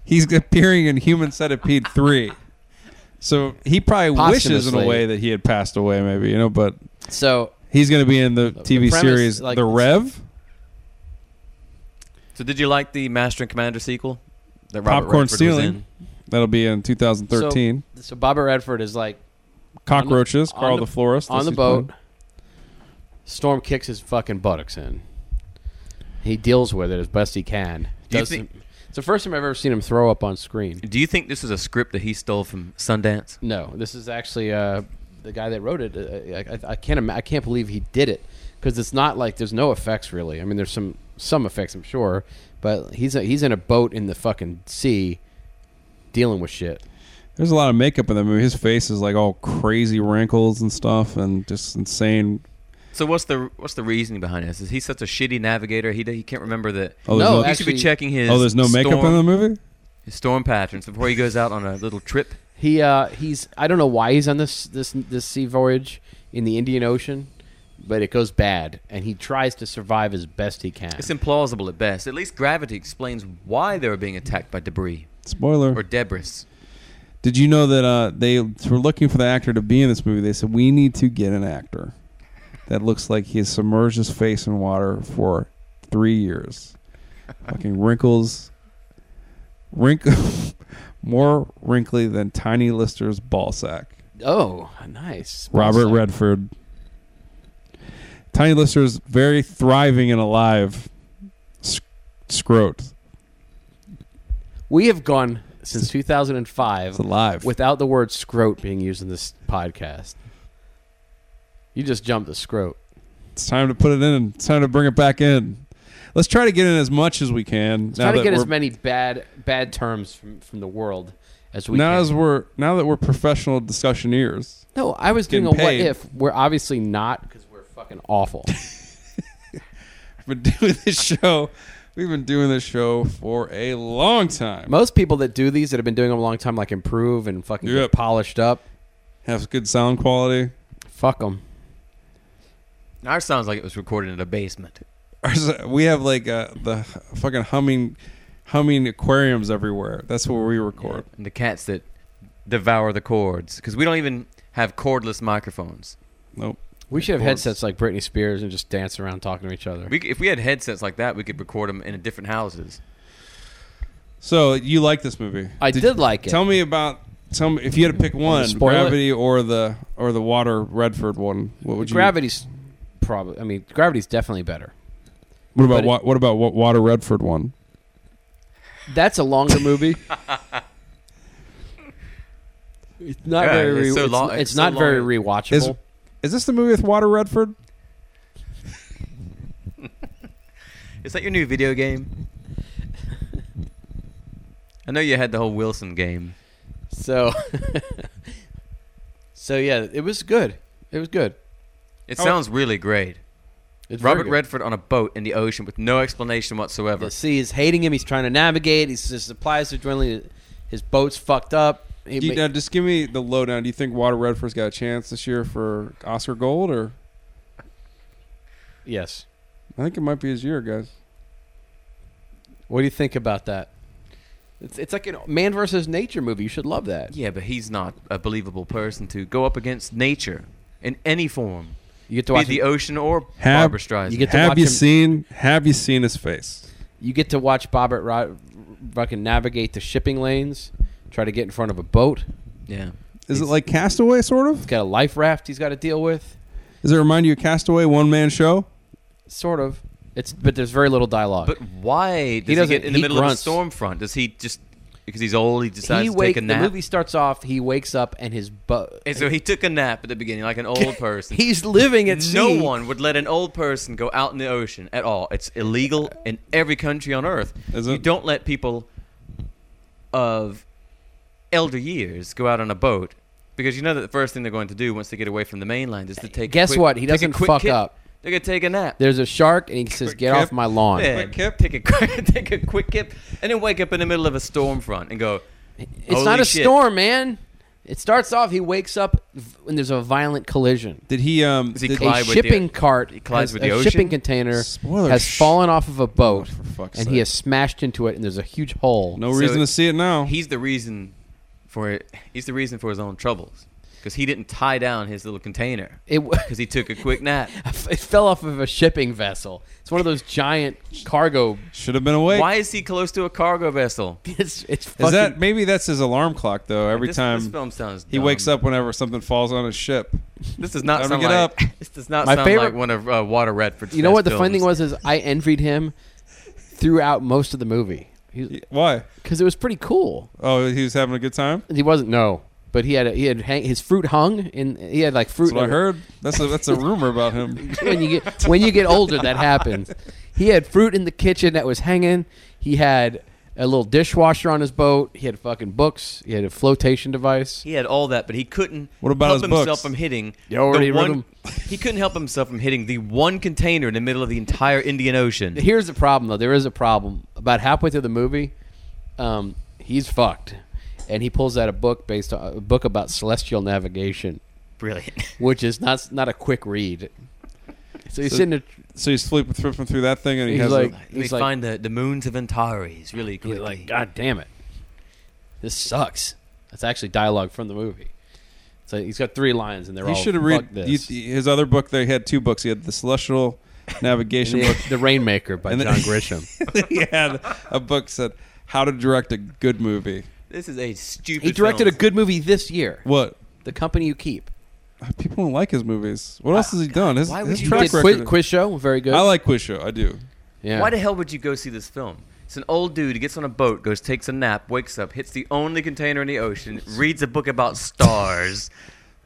[SPEAKER 3] he's appearing in Human Centipede 3. So he probably wishes in a
[SPEAKER 1] Posthumously.
[SPEAKER 3] way that he had passed away, maybe, you know, but
[SPEAKER 1] So
[SPEAKER 3] he's going to be in the TV
[SPEAKER 1] premise,
[SPEAKER 3] series
[SPEAKER 1] like-
[SPEAKER 3] The Rev.
[SPEAKER 2] So did you like the Master and Commander sequel? That
[SPEAKER 3] Popcorn
[SPEAKER 2] Redford was
[SPEAKER 3] Stealing.
[SPEAKER 2] in?
[SPEAKER 3] That'll be in 2013.
[SPEAKER 1] so Bobbert Redford is like
[SPEAKER 3] Cockroaches,
[SPEAKER 1] on
[SPEAKER 3] Carl
[SPEAKER 1] the-
[SPEAKER 3] the, Florist.
[SPEAKER 1] on
[SPEAKER 3] that's
[SPEAKER 1] the
[SPEAKER 3] his
[SPEAKER 1] boat.
[SPEAKER 3] plan.
[SPEAKER 1] Storm kicks his fucking buttocks in. He deals with it as best he can.
[SPEAKER 2] Do you
[SPEAKER 1] does
[SPEAKER 2] think-
[SPEAKER 1] some- it's the first time I've ever seen him throw up on screen.
[SPEAKER 2] Do you think this is a script that he stole from Sundance?
[SPEAKER 1] No, this is actually uh, the guy that wrote it. uh, I, I, I can't ima- I can't believe he did it because it's not like there's no effects really. I mean, there's some some effects I'm sure, but he's a, he's in a boat in the fucking sea, dealing with shit.
[SPEAKER 3] There's a lot of makeup in the movie. His face is like all crazy wrinkles and stuff, and just insane.
[SPEAKER 2] So what's the what's the reasoning behind this? Is he such a shitty navigator? He he can't remember that.
[SPEAKER 3] Oh, there's
[SPEAKER 1] No,
[SPEAKER 3] no,
[SPEAKER 2] he should be
[SPEAKER 1] actually-
[SPEAKER 2] checking his.
[SPEAKER 3] oh, there's no makeup
[SPEAKER 2] storm,
[SPEAKER 3] in the movie.
[SPEAKER 2] his storm patterns before he goes out on a little trip.
[SPEAKER 1] He uh, he's I don't know why he's on this this this sea voyage in the Indian Ocean, but it goes bad, and he tries to survive as best he can.
[SPEAKER 2] It's implausible at best. At least gravity explains why they were being attacked by debris
[SPEAKER 3] Spoiler.
[SPEAKER 2] or debris.
[SPEAKER 3] Did you know that uh, they were looking for the actor to be in this movie? They said we need to get an actor that looks like he has submerged his face in water for three years. Fucking wrinkles, wrinkle, more wrinkly than Tiny Lister's ball sack.
[SPEAKER 1] oh, nice,
[SPEAKER 3] Robert
[SPEAKER 1] Awesome.
[SPEAKER 3] Redford. Tiny Lister's very thriving and alive. Sc- scrote.
[SPEAKER 1] We have gone since 2005
[SPEAKER 3] It's alive.
[SPEAKER 1] without the word scrote being used in this podcast. You just jumped the scrote.
[SPEAKER 3] It's time to put it in. It's time to bring it back in. Let's try to get in as much as we can.
[SPEAKER 1] Let's try to
[SPEAKER 3] that
[SPEAKER 1] get as
[SPEAKER 3] we're-
[SPEAKER 1] many bad bad terms from, from the world as we
[SPEAKER 3] now
[SPEAKER 1] can.
[SPEAKER 3] as we're now that we're professional discussioneers.
[SPEAKER 1] no, I was doing a
[SPEAKER 3] getting
[SPEAKER 1] what
[SPEAKER 3] paid.
[SPEAKER 1] if. We're obviously not because we're fucking awful.
[SPEAKER 3] We've been doing this show. We've been doing this show for a long time.
[SPEAKER 1] Most people that do these that have been doing them a long time like improve and fucking get
[SPEAKER 3] Yep.
[SPEAKER 1] polished up.
[SPEAKER 3] Have good sound quality.
[SPEAKER 1] Fuck them.
[SPEAKER 2] Ours sounds like it was recorded in a basement.
[SPEAKER 3] Ours- We have like uh, the fucking humming, humming aquariums everywhere. That's where we record.
[SPEAKER 2] And the cats that devour the cords because we don't even have cordless microphones.
[SPEAKER 3] Nope.
[SPEAKER 1] We should have
[SPEAKER 3] course.
[SPEAKER 1] headsets like Britney Spears and just dance around talking to each other.
[SPEAKER 2] We, c- if we had headsets like that, we could record them in different houses.
[SPEAKER 3] So you like this movie?
[SPEAKER 1] I did, like it.
[SPEAKER 3] Tell me about. Tell me if you had to pick one,
[SPEAKER 1] spoil it?
[SPEAKER 3] Gravity or the or the Water Redford one. What would you?
[SPEAKER 1] gravity's probably. I mean, gravity's definitely better.
[SPEAKER 3] What about
[SPEAKER 1] but it-
[SPEAKER 3] wa- what about what Water Redford one?
[SPEAKER 1] That's a longer movie. it's not
[SPEAKER 2] Yeah,
[SPEAKER 1] very.
[SPEAKER 2] it's
[SPEAKER 1] Re- it's,
[SPEAKER 2] so long-
[SPEAKER 1] it's
[SPEAKER 2] it's so
[SPEAKER 1] not very
[SPEAKER 2] long.
[SPEAKER 1] rewatchable.
[SPEAKER 3] Is is this the movie with Water Redford?
[SPEAKER 2] Is that your new video game? I know you had the whole Wilson game.
[SPEAKER 1] so, so yeah, it was good. It was good.
[SPEAKER 2] It
[SPEAKER 3] Oh.
[SPEAKER 2] sounds really great.
[SPEAKER 1] It's very
[SPEAKER 2] Robert
[SPEAKER 1] good.
[SPEAKER 2] Redford on a boat in the ocean with no explanation whatsoever.
[SPEAKER 1] The sea is hating him. He's trying to navigate. He's his supplies are dwindling. His boat's fucked up. He
[SPEAKER 3] Do you,
[SPEAKER 1] ma-
[SPEAKER 3] now, just give me the lowdown. Do you think Water Redford's got a chance this year for Oscar Gold, or
[SPEAKER 1] yes.
[SPEAKER 3] I think it might be his year, guys.
[SPEAKER 1] What do you think about that? It's, it's like a man versus nature movie. You should love that.
[SPEAKER 2] Yeah, but he's not a believable person to go up against nature in any form,
[SPEAKER 1] You get to
[SPEAKER 2] be
[SPEAKER 1] watch
[SPEAKER 2] it the
[SPEAKER 1] him-
[SPEAKER 2] ocean or
[SPEAKER 3] Have-
[SPEAKER 2] Barbra Streisand.
[SPEAKER 1] you get to watch
[SPEAKER 3] have you
[SPEAKER 1] him-
[SPEAKER 3] seen Have you seen his face?
[SPEAKER 1] You get to watch Bobbert Rod fucking navigate the shipping lanes, try to get in front of a boat.
[SPEAKER 2] yeah,
[SPEAKER 3] Is it like Castaway, sort of?
[SPEAKER 1] He's got a life raft he's got to deal with.
[SPEAKER 3] Does it remind you of Castaway, one man show?
[SPEAKER 1] Sort of. It's but there's very little dialogue.
[SPEAKER 2] But why does he,
[SPEAKER 1] doesn't-
[SPEAKER 2] get in the
[SPEAKER 1] he
[SPEAKER 2] middle
[SPEAKER 1] grunts.
[SPEAKER 2] of a storm front? Does he just because he's old, he decides
[SPEAKER 1] he
[SPEAKER 2] to
[SPEAKER 1] wake,
[SPEAKER 2] take a
[SPEAKER 1] The
[SPEAKER 2] nap?
[SPEAKER 1] movie starts off. He wakes up and his boat.
[SPEAKER 2] And so he took a nap at the beginning, like an old person.
[SPEAKER 1] He's living at
[SPEAKER 2] no
[SPEAKER 1] sea.
[SPEAKER 2] one would let an old person go out in the ocean at all. It's illegal in every country on earth.
[SPEAKER 3] Is
[SPEAKER 2] you
[SPEAKER 3] it?
[SPEAKER 2] don't let people of elder years go out on a boat because you know that the first thing they're going to do once they get away from the mainland is to take.
[SPEAKER 1] Guess
[SPEAKER 2] a quick,
[SPEAKER 1] what? He
[SPEAKER 2] take a
[SPEAKER 1] doesn't
[SPEAKER 2] quick
[SPEAKER 1] fuck
[SPEAKER 2] kip.
[SPEAKER 1] up.
[SPEAKER 2] They're gonna take a nap.
[SPEAKER 1] There's a shark and he says, "Get
[SPEAKER 3] kip.
[SPEAKER 1] off my lawn."
[SPEAKER 2] yeah,
[SPEAKER 3] Quick kip.
[SPEAKER 2] Take a quick, take a quick kip, and then wake up in the middle of a storm front and go.
[SPEAKER 1] It's
[SPEAKER 2] "Holy
[SPEAKER 1] not a
[SPEAKER 2] shit."
[SPEAKER 1] storm, man. It starts off. He wakes up v- when there's a violent collision.
[SPEAKER 3] Did he? Um,
[SPEAKER 2] Does he
[SPEAKER 3] did-
[SPEAKER 2] collide
[SPEAKER 1] a
[SPEAKER 2] with the-
[SPEAKER 1] shipping cart,
[SPEAKER 2] it collides
[SPEAKER 1] has-
[SPEAKER 2] with
[SPEAKER 1] a
[SPEAKER 2] the ocean?
[SPEAKER 1] shipping container
[SPEAKER 3] Spoiler,
[SPEAKER 1] has
[SPEAKER 3] shh.
[SPEAKER 1] fallen off of a boat,
[SPEAKER 3] Oh, for fuck's
[SPEAKER 1] and he
[SPEAKER 3] sake.
[SPEAKER 1] has smashed into it, and there's a huge hole.
[SPEAKER 3] no
[SPEAKER 2] So
[SPEAKER 3] reason
[SPEAKER 2] it-
[SPEAKER 3] to see it now.
[SPEAKER 2] He's the reason for it. He's the reason for his own troubles because he didn't tie down his little container
[SPEAKER 1] It w-
[SPEAKER 2] because he took a quick nap.
[SPEAKER 1] it fell off of a shipping vessel. It's one of those giant cargo.
[SPEAKER 3] Should have been awake.
[SPEAKER 2] Why is he close to a cargo vessel?
[SPEAKER 1] It's, it's fucking,
[SPEAKER 3] Is that maybe that's his alarm clock though? Every
[SPEAKER 2] This-
[SPEAKER 3] time
[SPEAKER 2] this film sounds,
[SPEAKER 3] he
[SPEAKER 2] dumb.
[SPEAKER 3] wakes up, whenever something falls on his ship.
[SPEAKER 2] This does not
[SPEAKER 3] Time to
[SPEAKER 2] sound
[SPEAKER 3] get
[SPEAKER 2] like.
[SPEAKER 3] up.
[SPEAKER 2] This does not
[SPEAKER 1] My
[SPEAKER 2] sound
[SPEAKER 1] favorite-
[SPEAKER 2] like one of uh, Water Redford's.
[SPEAKER 1] you know
[SPEAKER 2] best
[SPEAKER 1] what the funny
[SPEAKER 2] films.
[SPEAKER 1] thing was is I envied him throughout most of the movie
[SPEAKER 3] Why?
[SPEAKER 1] because it was pretty cool.
[SPEAKER 3] Oh, he was having a good time.
[SPEAKER 1] He wasn't no, but he had a, he had hang, his fruit hung in. He had like fruit.
[SPEAKER 3] That's what I heard. That's a that's a rumor about him.
[SPEAKER 1] when you get when you get older, that happens. He had fruit in the kitchen that was hanging. He had a little dishwasher on his boat. He had fucking books. He had a flotation device.
[SPEAKER 2] He had all that, but he couldn't
[SPEAKER 3] What about
[SPEAKER 2] help
[SPEAKER 3] his
[SPEAKER 2] himself
[SPEAKER 3] books?
[SPEAKER 2] from hitting
[SPEAKER 1] You already
[SPEAKER 2] the
[SPEAKER 1] read
[SPEAKER 2] one.
[SPEAKER 1] them?
[SPEAKER 2] He couldn't help himself from hitting the one container in the middle of the entire Indian Ocean.
[SPEAKER 1] Here's the problem, though. There is a problem. About halfway through the movie, um, he's fucked, and he pulls out a book based on a book about celestial navigation,
[SPEAKER 2] Brilliant.
[SPEAKER 1] which is not not a quick read. So he's sitting there.
[SPEAKER 3] So he's flipping, flipping through that thing, and he
[SPEAKER 1] He's
[SPEAKER 3] has
[SPEAKER 1] like-
[SPEAKER 3] a,
[SPEAKER 2] They
[SPEAKER 1] He's like-
[SPEAKER 2] find the, the moons of Antares really
[SPEAKER 1] He's
[SPEAKER 2] quickly.
[SPEAKER 1] like, God damn it, this sucks. That's actually dialogue from the movie. So he's got three lines, and they're
[SPEAKER 3] he
[SPEAKER 1] all.
[SPEAKER 3] should have
[SPEAKER 1] "Fuck
[SPEAKER 3] read
[SPEAKER 1] this.
[SPEAKER 3] you- his other book. There he had two books. He had the Celestial Navigation book.
[SPEAKER 1] the, the Rainmaker by
[SPEAKER 3] And then-
[SPEAKER 1] John Grisham.
[SPEAKER 3] he had a book said how to direct a good movie.
[SPEAKER 2] This is a stupid.
[SPEAKER 1] he directed a
[SPEAKER 2] film.
[SPEAKER 1] good movie this year,
[SPEAKER 3] What
[SPEAKER 1] The Company You Keep.
[SPEAKER 3] people don't like his movies. What
[SPEAKER 1] Uh,
[SPEAKER 3] else has he done? His,
[SPEAKER 2] why would
[SPEAKER 3] his
[SPEAKER 2] you
[SPEAKER 3] track
[SPEAKER 1] Did
[SPEAKER 3] record.
[SPEAKER 1] quiz, quiz show, very good.
[SPEAKER 3] I like Quiz Show. I do.
[SPEAKER 1] Yeah.
[SPEAKER 2] Why the hell would you go see this film? It's an old dude who gets on a boat, goes takes a nap, wakes up, hits the only container in the ocean, reads a book about stars,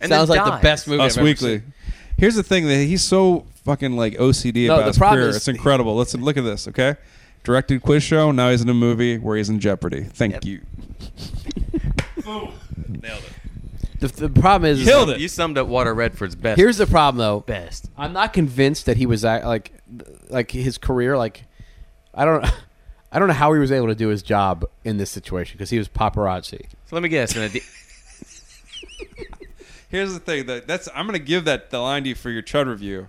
[SPEAKER 2] and
[SPEAKER 1] Sounds
[SPEAKER 2] then
[SPEAKER 1] like the
[SPEAKER 2] dies.
[SPEAKER 1] best movie.
[SPEAKER 3] Us
[SPEAKER 1] I've ever
[SPEAKER 3] Weekly.
[SPEAKER 1] seen.
[SPEAKER 3] Here's the thing that he's so fucking like OCD
[SPEAKER 1] No,
[SPEAKER 3] about
[SPEAKER 1] the
[SPEAKER 3] his
[SPEAKER 1] problem
[SPEAKER 3] career.
[SPEAKER 1] is-
[SPEAKER 3] it's incredible. Let's look at this, okay? Directed quiz show. Now he's in a movie where he's in jeopardy. Thank
[SPEAKER 2] Yep.
[SPEAKER 3] you.
[SPEAKER 1] The, the problem is,
[SPEAKER 3] Killed it.
[SPEAKER 2] You summed up Walter Redford's best.
[SPEAKER 1] here's the problem though.
[SPEAKER 2] best.
[SPEAKER 1] I'm not convinced that he was act- like, like his career. Like, I don't, I don't know how he was able to do his job in this situation because he was paparazzi.
[SPEAKER 2] So let me guess. And
[SPEAKER 3] Here's the thing that that's I'm gonna give that the line to you for your Chud review.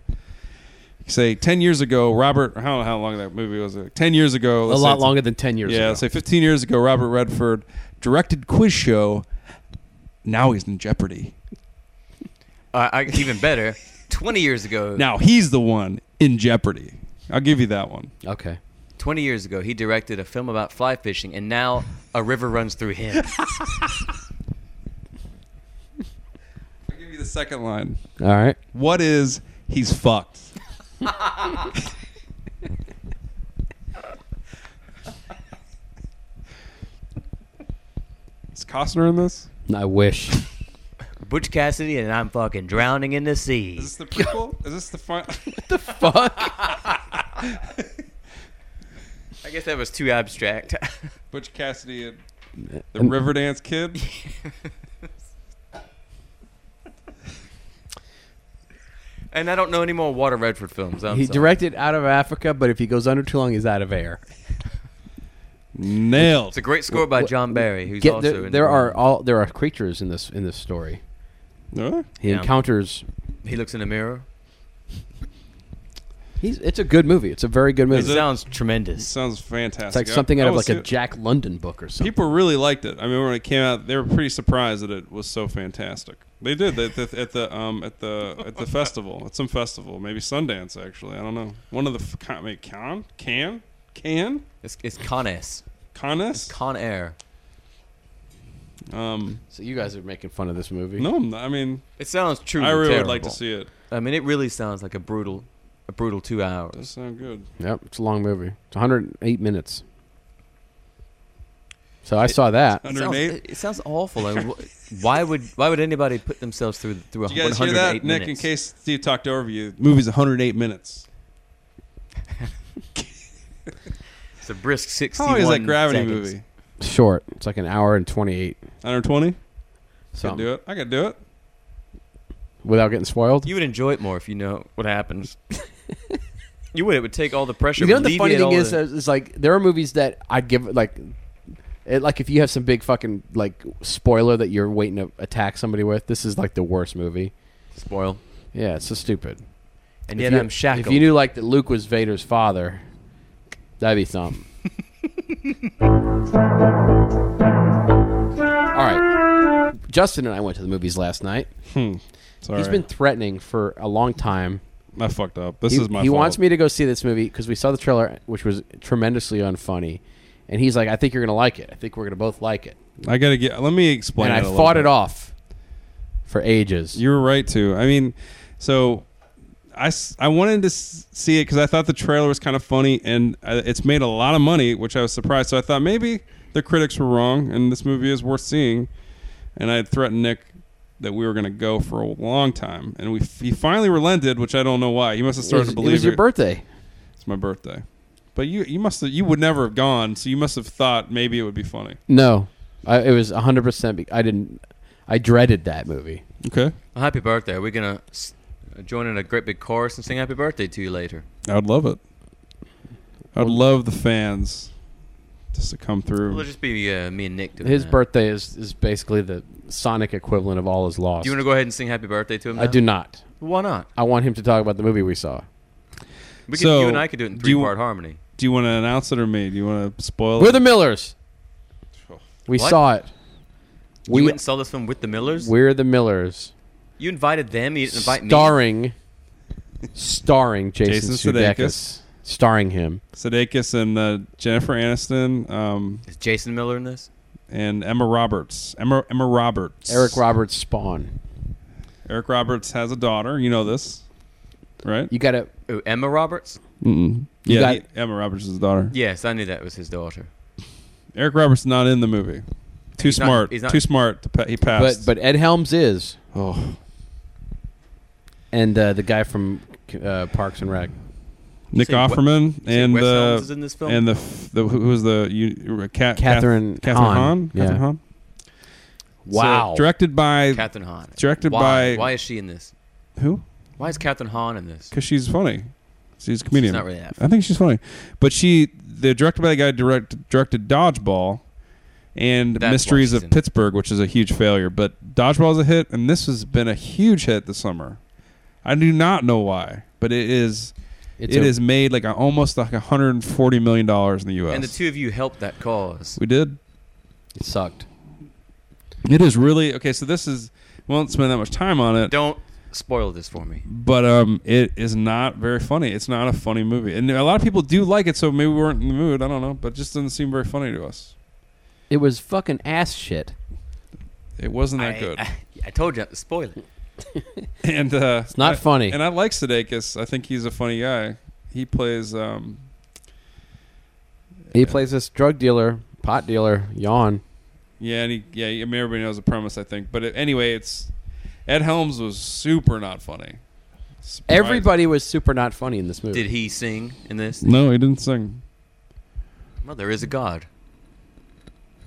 [SPEAKER 3] Say ten years ago, Robert. I don't know how long that movie was. uh, Ten years ago,
[SPEAKER 1] A
[SPEAKER 3] let's say
[SPEAKER 1] lot
[SPEAKER 3] it's-
[SPEAKER 1] longer than ten years.
[SPEAKER 3] Yeah,
[SPEAKER 1] ago.
[SPEAKER 3] let's say fifteen years ago, Robert Redford directed quiz show. Now he's in jeopardy.
[SPEAKER 2] uh, I, even better, 20 years ago.
[SPEAKER 3] Now he's the one in jeopardy. I'll give you that one.
[SPEAKER 1] okay.
[SPEAKER 2] 20 years ago, he directed a film about fly fishing, and now a river runs through him.
[SPEAKER 3] I'll give you the second line.
[SPEAKER 1] All right.
[SPEAKER 3] What is he's fucked? is Costner in this?
[SPEAKER 1] I wish.
[SPEAKER 2] Butch Cassidy and I'm fucking drowning in the sea.
[SPEAKER 3] Is this the prequel? is this the fun?
[SPEAKER 1] Fuck.
[SPEAKER 2] I guess that was too abstract.
[SPEAKER 3] Butch Cassidy and the Riverdance Kid?
[SPEAKER 2] and I don't know any more Walter Redford films. I'm
[SPEAKER 1] he
[SPEAKER 2] sorry.
[SPEAKER 1] directed Out of Africa, but if he goes under too long, he's out of air.
[SPEAKER 3] Nailed.
[SPEAKER 2] It's a great score by
[SPEAKER 1] What-
[SPEAKER 2] John Barry, who's
[SPEAKER 1] Get-
[SPEAKER 2] also
[SPEAKER 1] there,
[SPEAKER 2] in
[SPEAKER 1] there
[SPEAKER 2] the
[SPEAKER 1] are all there are creatures in this in this story.
[SPEAKER 3] Huh?
[SPEAKER 1] He
[SPEAKER 2] Yeah.
[SPEAKER 1] encounters.
[SPEAKER 2] He looks in the mirror.
[SPEAKER 1] He's. It's a good movie. It's a very good
[SPEAKER 2] It
[SPEAKER 1] movie. It's
[SPEAKER 2] sounds tremendous.
[SPEAKER 3] Sounds
[SPEAKER 1] like
[SPEAKER 3] fantastic.
[SPEAKER 1] something out of
[SPEAKER 3] will
[SPEAKER 1] like
[SPEAKER 3] see
[SPEAKER 1] a
[SPEAKER 3] it.
[SPEAKER 1] Jack London book or something.
[SPEAKER 3] People really liked it. I mean, when it came out, they were pretty surprised that it was so fantastic. They did at the at the um, at the at the festival at some festival, maybe Sundance actually. I don't know. One of the f- con, wait, con can can
[SPEAKER 2] It's, it's Con S.
[SPEAKER 3] Conus.
[SPEAKER 2] Con Air.
[SPEAKER 3] Um,
[SPEAKER 1] So you guys are making fun of this movie.
[SPEAKER 3] no, I'm not- I mean,
[SPEAKER 2] It sounds true.
[SPEAKER 3] I really would like to see it.
[SPEAKER 2] I mean, it really sounds like a brutal, a brutal two hours.
[SPEAKER 3] Does sound good.
[SPEAKER 1] Yep, it's a long movie. It's 108 minutes. So I saw that.
[SPEAKER 2] It sounds,
[SPEAKER 3] 108?
[SPEAKER 2] it- it sounds awful. and wh- why would why would anybody put themselves through through a
[SPEAKER 3] Did you guys
[SPEAKER 2] 108
[SPEAKER 3] hear that,
[SPEAKER 2] minutes?
[SPEAKER 3] Nick? In case Steve talked over you, the movie's 108 minutes.
[SPEAKER 2] It's a brisk 61
[SPEAKER 3] How long is that Gravity
[SPEAKER 2] seconds.
[SPEAKER 3] movie?
[SPEAKER 1] Short. It's like an hour and 28.
[SPEAKER 3] 120. I can
[SPEAKER 1] Something.
[SPEAKER 3] do it. I can do it.
[SPEAKER 1] Without getting spoiled.
[SPEAKER 2] You would enjoy it more if you know what happens. you would. It would take all the pressure.
[SPEAKER 1] You know the funny
[SPEAKER 2] alleviate
[SPEAKER 1] thing
[SPEAKER 2] all
[SPEAKER 1] is,
[SPEAKER 2] the-
[SPEAKER 1] is, is like there are movies that I'd give like, it, like if you have some big fucking like spoiler that you're waiting to attack somebody with, this is like the worst movie.
[SPEAKER 2] spoil.
[SPEAKER 1] Yeah, it's so stupid.
[SPEAKER 2] And
[SPEAKER 1] If
[SPEAKER 2] yet
[SPEAKER 1] you-
[SPEAKER 2] I'm shackled.
[SPEAKER 1] If you knew like that Luke was Vader's father, that'd be something. All right. Justin and I went to the movies last night.
[SPEAKER 3] Hmm. Sorry,
[SPEAKER 1] He's been threatening for a long time.
[SPEAKER 3] I fucked up. This
[SPEAKER 1] he
[SPEAKER 3] is my.
[SPEAKER 1] he
[SPEAKER 3] fault.
[SPEAKER 1] wants me to go see this movie because we saw the trailer, which was tremendously unfunny. And he's like, I think you're going to like it. I think we're going to both like it.
[SPEAKER 3] I gotta get. Let me explain.
[SPEAKER 1] and I
[SPEAKER 3] it a little
[SPEAKER 1] fought
[SPEAKER 3] bit.
[SPEAKER 1] it off for ages.
[SPEAKER 3] You were right too. I mean, so I, s- I wanted to s- see it because I thought the trailer was kind of funny and uh, it's made a lot of money, which I was surprised. So I thought maybe the critics were wrong and this movie is worth seeing. And I had threatened Nick that we were going to go for a long time, and we f- he finally relented, which I don't know why. He must have
[SPEAKER 1] It
[SPEAKER 3] started
[SPEAKER 1] was,
[SPEAKER 3] to
[SPEAKER 1] it
[SPEAKER 3] believe
[SPEAKER 1] was your
[SPEAKER 3] it.
[SPEAKER 1] birthday.
[SPEAKER 3] It's my birthday. But you you must have, you would never have gone, so you must have thought maybe it would be funny.
[SPEAKER 1] No, I, it was 100. percent I didn't. I dreaded that movie.
[SPEAKER 3] Okay,
[SPEAKER 2] Well, happy birthday. Are we going to join in a great big chorus and sing happy birthday to you later?
[SPEAKER 3] I would love it. I would love the fans just to come through.
[SPEAKER 2] Well, it'll just be uh, me and Nick doing
[SPEAKER 1] His
[SPEAKER 2] that.
[SPEAKER 1] birthday is is basically the sonic equivalent of all is lost.
[SPEAKER 2] Do you want to go ahead and sing happy birthday to him?
[SPEAKER 1] I
[SPEAKER 2] now?
[SPEAKER 1] do not.
[SPEAKER 2] Why not?
[SPEAKER 1] I want him to talk about the movie we saw.
[SPEAKER 2] We could,
[SPEAKER 3] So,
[SPEAKER 2] you and I could do it in
[SPEAKER 3] do you-
[SPEAKER 2] three part harmony.
[SPEAKER 3] Do you want to announce it or me? Do you want to spoil
[SPEAKER 1] We're
[SPEAKER 3] it?
[SPEAKER 1] the Millers. We
[SPEAKER 2] Oh. What?
[SPEAKER 1] saw it.
[SPEAKER 2] We
[SPEAKER 1] We
[SPEAKER 2] you went and saw this film with the Millers.
[SPEAKER 1] we're the Millers.
[SPEAKER 2] You invited them. You didn't invite me.
[SPEAKER 1] starring, starring Jason,
[SPEAKER 3] Jason
[SPEAKER 1] Sudeikis,
[SPEAKER 3] Sudeikis.
[SPEAKER 1] starring him.
[SPEAKER 3] Sudeikis and uh, Jennifer Aniston um,
[SPEAKER 2] Is Jason Miller in this?
[SPEAKER 3] and Emma Roberts. Emma Emma Roberts.
[SPEAKER 1] Eric Roberts Spawn.
[SPEAKER 3] Eric Roberts has a daughter. You know this, right?
[SPEAKER 1] You gotta.
[SPEAKER 2] Oh, Emma Roberts.
[SPEAKER 3] Mm-mm.
[SPEAKER 1] You
[SPEAKER 3] Yeah,
[SPEAKER 1] got-
[SPEAKER 3] he- Emma Roberts is a daughter.
[SPEAKER 2] Yes, I knew that was his daughter.
[SPEAKER 3] Eric Roberts is not in the movie. Too
[SPEAKER 2] He's not-
[SPEAKER 3] smart.
[SPEAKER 2] he's not-
[SPEAKER 3] Too smart. To pa- he passed.
[SPEAKER 1] But but Ed Helms is,
[SPEAKER 3] oh,
[SPEAKER 1] and uh, the guy from uh, Parks and Rec.
[SPEAKER 3] Nick
[SPEAKER 2] say Wes-
[SPEAKER 3] Offerman
[SPEAKER 2] say
[SPEAKER 3] and uh,
[SPEAKER 2] Wes
[SPEAKER 3] the
[SPEAKER 2] Helms is in this film?
[SPEAKER 3] and the, f- the who who was the you, uh, Ca-
[SPEAKER 1] Catherine
[SPEAKER 3] Cath- Catherine
[SPEAKER 1] Hahn.
[SPEAKER 3] Hahn.
[SPEAKER 1] Yeah.
[SPEAKER 3] Catherine Hahn? So,
[SPEAKER 1] Wow.
[SPEAKER 3] directed by
[SPEAKER 2] Catherine Hahn.
[SPEAKER 3] directed
[SPEAKER 2] Why?
[SPEAKER 3] by-
[SPEAKER 2] Why is she in this?
[SPEAKER 3] who?
[SPEAKER 2] Why is Catherine Hahn in this?
[SPEAKER 3] Because she's funny. She's a comedian.
[SPEAKER 2] not really that
[SPEAKER 3] I think she's funny, but she the directed by the guy direct, directed Dodgeball and
[SPEAKER 2] That's why
[SPEAKER 3] Mysteries
[SPEAKER 2] she's
[SPEAKER 3] of
[SPEAKER 2] in it.
[SPEAKER 3] Pittsburgh, which is a huge failure. But Dodgeball's a hit, and this has been a huge hit this summer. I do not know why, but it is.
[SPEAKER 1] It's
[SPEAKER 3] it
[SPEAKER 1] a-
[SPEAKER 3] is made like a, almost like 140 million dollars in the U.S.
[SPEAKER 2] And the two of you helped that cause.
[SPEAKER 3] we did.
[SPEAKER 1] It sucked.
[SPEAKER 3] It is really okay. So this is. We won't spend that much time on it.
[SPEAKER 2] Don't spoil this for me.
[SPEAKER 3] but um, it is not very funny. It's not a funny movie, and a lot of people do like it. So maybe we weren't in the mood. I don't know, but it just doesn't seem very funny to us.
[SPEAKER 1] It was fucking ass shit.
[SPEAKER 3] It wasn't that
[SPEAKER 2] I,
[SPEAKER 3] good,
[SPEAKER 2] I, I told you not to spoil it.
[SPEAKER 3] and uh, it's
[SPEAKER 1] not funny.
[SPEAKER 3] And I like Sudeikis. I think he's a funny guy. He plays. Um,
[SPEAKER 1] He plays this drug dealer, pot dealer, yawn.
[SPEAKER 3] yeah, and he, yeah. I mean, everybody knows the premise, I think. But it, anyway, it's Ed Helms was super not funny. Surprised-
[SPEAKER 1] Everybody was super not funny in this movie.
[SPEAKER 2] Did he sing in this?
[SPEAKER 3] No, he didn't sing.
[SPEAKER 2] Well, there is a God.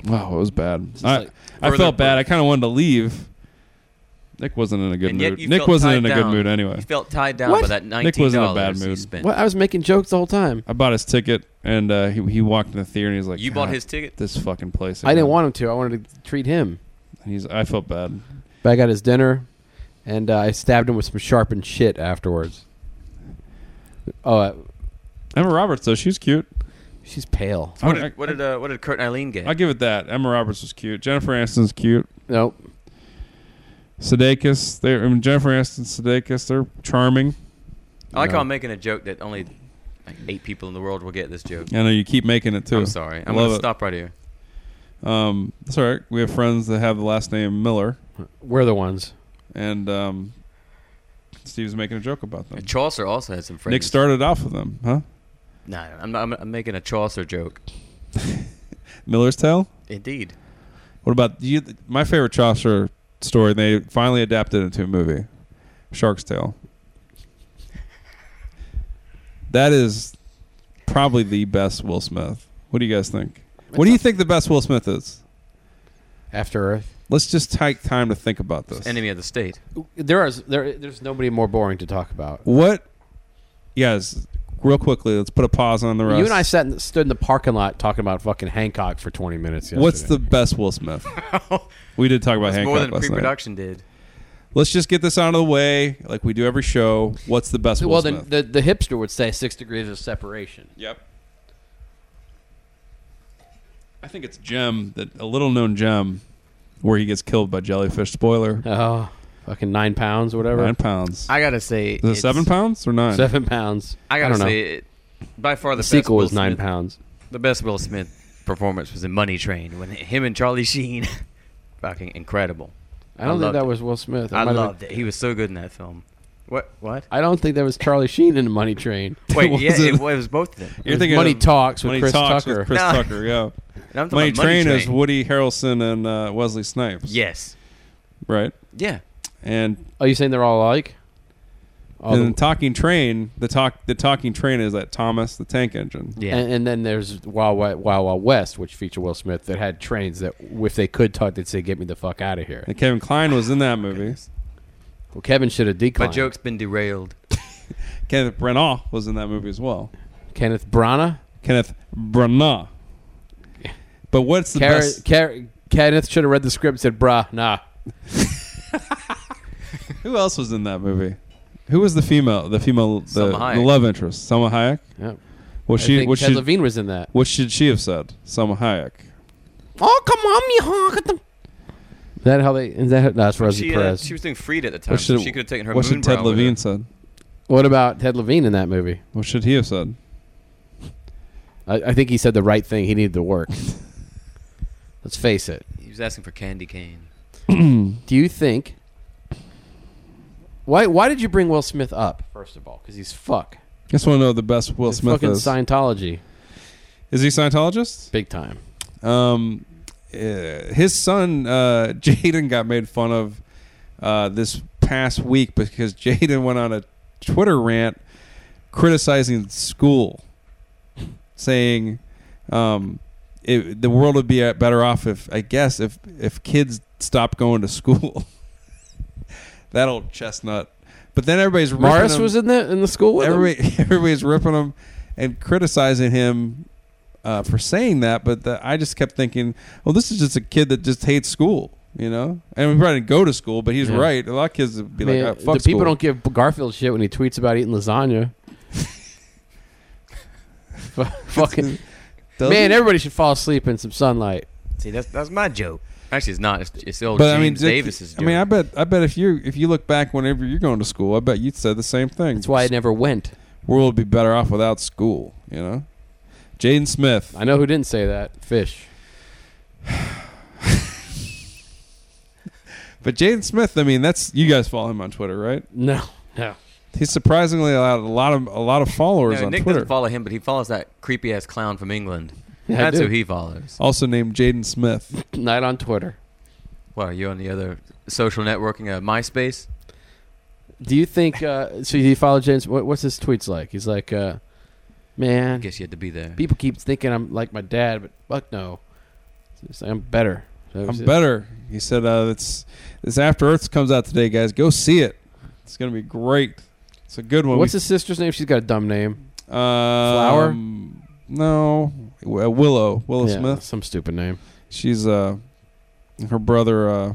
[SPEAKER 3] Wow, it was bad.
[SPEAKER 1] It's just
[SPEAKER 3] I,
[SPEAKER 1] like
[SPEAKER 3] I
[SPEAKER 2] further
[SPEAKER 3] felt bad. I
[SPEAKER 2] proof.
[SPEAKER 3] kind of wanted to leave. Nick wasn't in a good
[SPEAKER 2] and
[SPEAKER 3] mood.
[SPEAKER 2] yet you
[SPEAKER 3] Nick
[SPEAKER 2] felt
[SPEAKER 3] wasn't
[SPEAKER 2] tied
[SPEAKER 3] in a
[SPEAKER 2] down.
[SPEAKER 3] good mood
[SPEAKER 2] You
[SPEAKER 3] anyway.
[SPEAKER 2] felt tied down by
[SPEAKER 1] What?
[SPEAKER 2] that nineteen
[SPEAKER 3] Nick was in a bad
[SPEAKER 2] dollars you
[SPEAKER 3] mood.
[SPEAKER 2] spent.
[SPEAKER 1] What? I was making jokes the whole time.
[SPEAKER 3] I bought his ticket, and uh, he he walked in the theater, and he's like,
[SPEAKER 2] You bought
[SPEAKER 3] "God,
[SPEAKER 2] his ticket.
[SPEAKER 3] this fucking place."
[SPEAKER 1] I didn't
[SPEAKER 3] again."
[SPEAKER 1] want him to. I wanted to treat him.
[SPEAKER 3] And he's. I felt bad.
[SPEAKER 1] But I got his dinner, and uh, I stabbed him with some sharpened shit afterwards. Oh, uh,
[SPEAKER 3] Emma Roberts though, she's cute.
[SPEAKER 1] she's pale.
[SPEAKER 2] What
[SPEAKER 3] I-
[SPEAKER 2] did what did, uh, what did Kurt and Eileen get?
[SPEAKER 3] I'll give it that. Emma Roberts was cute. Jennifer Aniston's cute.
[SPEAKER 1] Nope.
[SPEAKER 3] Sudeikis, they I mean, Jennifer Aniston, Sudeikis, they're charming.
[SPEAKER 2] I like
[SPEAKER 1] No.
[SPEAKER 2] how I'm making a joke that only like eight people in the world will get this joke.
[SPEAKER 3] I know you keep making it too.
[SPEAKER 2] I'm sorry. I'm
[SPEAKER 3] Love
[SPEAKER 2] gonna
[SPEAKER 3] it.
[SPEAKER 2] stop right here.
[SPEAKER 3] Um, that's all right. We have friends that have the last name Miller,
[SPEAKER 1] We're the ones.
[SPEAKER 3] and um, Steve's making a joke about them.
[SPEAKER 2] Chaucer also had some friends.
[SPEAKER 3] Uh, Nick started off with them, huh?
[SPEAKER 2] No, no, I'm, not, I'm, I'm making a Chaucer joke.
[SPEAKER 3] Miller's Tale.
[SPEAKER 2] Indeed.
[SPEAKER 3] What about you? My favorite Chaucer story. They finally adapted it to a movie, Shark's Tale. That is probably the best Will Smith. What do you guys think? What do you think the best Will Smith is?
[SPEAKER 1] After Earth.
[SPEAKER 3] Let's just take time to think about this.
[SPEAKER 2] Enemy of the state.
[SPEAKER 1] There is there. There's nobody more boring to talk about.
[SPEAKER 3] What? Yes, real quickly. Let's put a pause on the rest.
[SPEAKER 1] You and I sat in, stood in the parking lot talking about fucking Hancock for 20 minutes. Yesterday.
[SPEAKER 3] What's the best Will Smith? we did talk about
[SPEAKER 2] It's
[SPEAKER 3] Hancock
[SPEAKER 2] more than
[SPEAKER 3] last night.
[SPEAKER 2] pre-production did.
[SPEAKER 3] Let's just get this out of the way, like we do every show. What's the best Will
[SPEAKER 1] well? The,
[SPEAKER 3] Smith?
[SPEAKER 1] the the hipster would say six degrees of separation.
[SPEAKER 3] Yep. I think it's Gem, that a little known gem, where he gets killed by jellyfish. Spoiler.
[SPEAKER 1] Oh, fucking nine pounds, or whatever.
[SPEAKER 3] Nine pounds.
[SPEAKER 2] I gotta say,
[SPEAKER 3] Is it
[SPEAKER 2] it's-
[SPEAKER 3] seven pounds or nine?
[SPEAKER 1] Seven pounds.
[SPEAKER 2] I gotta
[SPEAKER 1] don't know.
[SPEAKER 2] say, it, by far the
[SPEAKER 1] the sequel
[SPEAKER 2] best
[SPEAKER 1] was
[SPEAKER 2] Will
[SPEAKER 1] nine
[SPEAKER 2] Smith-
[SPEAKER 1] pounds.
[SPEAKER 2] The best Will Smith performance was in Money Train when him and Charlie Sheen, fucking incredible.
[SPEAKER 1] I don't think
[SPEAKER 2] loved
[SPEAKER 1] that
[SPEAKER 2] it.
[SPEAKER 1] was Will Smith. It
[SPEAKER 2] I
[SPEAKER 1] might have been-
[SPEAKER 2] loved it. He was so good in that film. What? What?
[SPEAKER 1] I don't think that was Charlie Sheen in Money Train.
[SPEAKER 2] Wait,
[SPEAKER 3] Was
[SPEAKER 2] yeah,
[SPEAKER 3] it-
[SPEAKER 2] it, it was both of them.
[SPEAKER 1] It was Money Talks with
[SPEAKER 3] Money
[SPEAKER 1] Chris
[SPEAKER 3] Talks
[SPEAKER 1] Tucker.
[SPEAKER 3] With Chris
[SPEAKER 2] No.
[SPEAKER 3] Tucker, yeah.
[SPEAKER 2] And I'm talking
[SPEAKER 3] Money
[SPEAKER 2] about
[SPEAKER 3] Train, is Woody Harrelson and uh, Wesley Snipes,
[SPEAKER 2] Yes.
[SPEAKER 3] right?
[SPEAKER 2] Yeah.
[SPEAKER 3] And
[SPEAKER 1] Are you saying they're all alike? All
[SPEAKER 3] and
[SPEAKER 1] the-
[SPEAKER 3] the Talking Train, the talk, the Talking Train is that Thomas the Tank Engine.
[SPEAKER 2] Yeah.
[SPEAKER 1] And, and then there's Wild, Wild Wild Wild West, which featured Will Smith, that had trains that, if they could talk, they'd say, "Get me the fuck out of here."
[SPEAKER 3] And Kevin Klein was in that movie.
[SPEAKER 1] Well, Kevin should have
[SPEAKER 2] My
[SPEAKER 1] declined.
[SPEAKER 2] joke's been derailed.
[SPEAKER 3] Kenneth Branagh was in that movie as well.
[SPEAKER 1] Kenneth Branagh.
[SPEAKER 3] Kenneth Branagh. But what's the
[SPEAKER 1] Car-
[SPEAKER 3] best?
[SPEAKER 1] Car- Kenneth should have read the script and said, "Bruh, nah."
[SPEAKER 3] Who else was in that movie? Who was the female? The female, the,
[SPEAKER 2] Salma Hayek.
[SPEAKER 3] the love interest, Selma Hayek.
[SPEAKER 1] Yeah.
[SPEAKER 3] What
[SPEAKER 1] I
[SPEAKER 3] she,
[SPEAKER 1] think
[SPEAKER 3] what
[SPEAKER 1] Ted
[SPEAKER 3] she,
[SPEAKER 1] Levine was in that.
[SPEAKER 3] what should she have said? Selma Hayek.
[SPEAKER 1] Oh come on, me honk at them. Is that how they? Is that how, no, that's Rosie
[SPEAKER 2] She, uh,
[SPEAKER 1] Perez.
[SPEAKER 2] she was doing Freed at the time.
[SPEAKER 3] What
[SPEAKER 2] so
[SPEAKER 3] should,
[SPEAKER 2] she could have taken her
[SPEAKER 3] What should
[SPEAKER 2] moon
[SPEAKER 3] Ted
[SPEAKER 2] brow with her.
[SPEAKER 3] Levine said?
[SPEAKER 1] what about Ted Levine in that movie?
[SPEAKER 3] What should he have said?
[SPEAKER 1] I, I think he said the right thing. He needed to work. Let's face it.
[SPEAKER 2] He was asking for candy cane.
[SPEAKER 1] Do you think? Why? Why did you bring Will Smith up? First of all, because he's fuck.
[SPEAKER 3] Just want to know the best Will
[SPEAKER 1] He's
[SPEAKER 3] Smith
[SPEAKER 1] fucking
[SPEAKER 3] is.
[SPEAKER 1] Scientology,
[SPEAKER 3] is he a Scientologist?
[SPEAKER 1] big time.
[SPEAKER 3] Um, uh, his son uh, Jaden got made fun of uh, this past week because Jaden went on a Twitter rant criticizing school, saying um, it, the world would be uh, better off if I guess if if kids stopped going to school. that old chestnut. But then everybody's ripping
[SPEAKER 1] Morris
[SPEAKER 3] him-
[SPEAKER 1] was in the in the school with him.
[SPEAKER 3] everybody, everybody's ripping him and criticizing him uh, for saying that. But the, I just kept thinking, well, this is just a kid that just hates school, you know. And we probably didn't go to school, but he's
[SPEAKER 1] Yeah.
[SPEAKER 3] right. A lot of kids would be
[SPEAKER 1] Man,
[SPEAKER 3] like, ah, fuck
[SPEAKER 1] the people
[SPEAKER 3] school.
[SPEAKER 1] don't give Garfield shit when he tweets about eating lasagna. Fu- fucking
[SPEAKER 3] Does
[SPEAKER 1] man,
[SPEAKER 3] it?
[SPEAKER 1] everybody should fall asleep in some sunlight.
[SPEAKER 2] See, that's that's my joke. Actually, it's not. It's, it's old
[SPEAKER 3] but
[SPEAKER 2] James
[SPEAKER 3] I mean, Dick,
[SPEAKER 2] Davis's
[SPEAKER 3] I
[SPEAKER 2] joke.
[SPEAKER 3] mean, I bet, I bet if you if you look back whenever you're going to school, I bet you'd say the same thing.
[SPEAKER 1] That's why I never went.
[SPEAKER 3] world would be better off without school, you know. Jaden Smith.
[SPEAKER 1] I know who didn't say that. Fish.
[SPEAKER 3] But Jaden Smith, I mean, that's you guys follow him on Twitter, right?
[SPEAKER 1] No, no.
[SPEAKER 3] He's surprisingly allowed a lot of a lot of followers
[SPEAKER 2] No,
[SPEAKER 3] on
[SPEAKER 2] Nick
[SPEAKER 3] Twitter.
[SPEAKER 2] doesn't follow him, but he follows that creepy ass clown from England.
[SPEAKER 1] Yeah, I
[SPEAKER 2] that's
[SPEAKER 1] do.
[SPEAKER 2] who he follows.
[SPEAKER 3] also named Jaden Smith.
[SPEAKER 1] Not on Twitter.
[SPEAKER 2] Why are you on the other social networking? Uh, MySpace.
[SPEAKER 1] Do you think? Uh, so you follow James? What, what's his tweets like? He's like, uh,
[SPEAKER 2] I
[SPEAKER 1] man,
[SPEAKER 2] guess you had to be there.
[SPEAKER 1] people keep thinking I'm like my dad, but fuck no. It's like, I'm better. That was
[SPEAKER 3] I'm
[SPEAKER 1] it.
[SPEAKER 3] better. He said, uh, "It's this After Earth comes out today, guys. Go see it. It's gonna be great. It's a good one.
[SPEAKER 1] What's
[SPEAKER 3] We-
[SPEAKER 1] his sister's name? She's got a dumb name.
[SPEAKER 3] uh, flower? No, W- uh, Willow. Willow
[SPEAKER 1] Yeah,
[SPEAKER 3] Smith.
[SPEAKER 1] Some stupid name.
[SPEAKER 3] She's uh, her brother uh,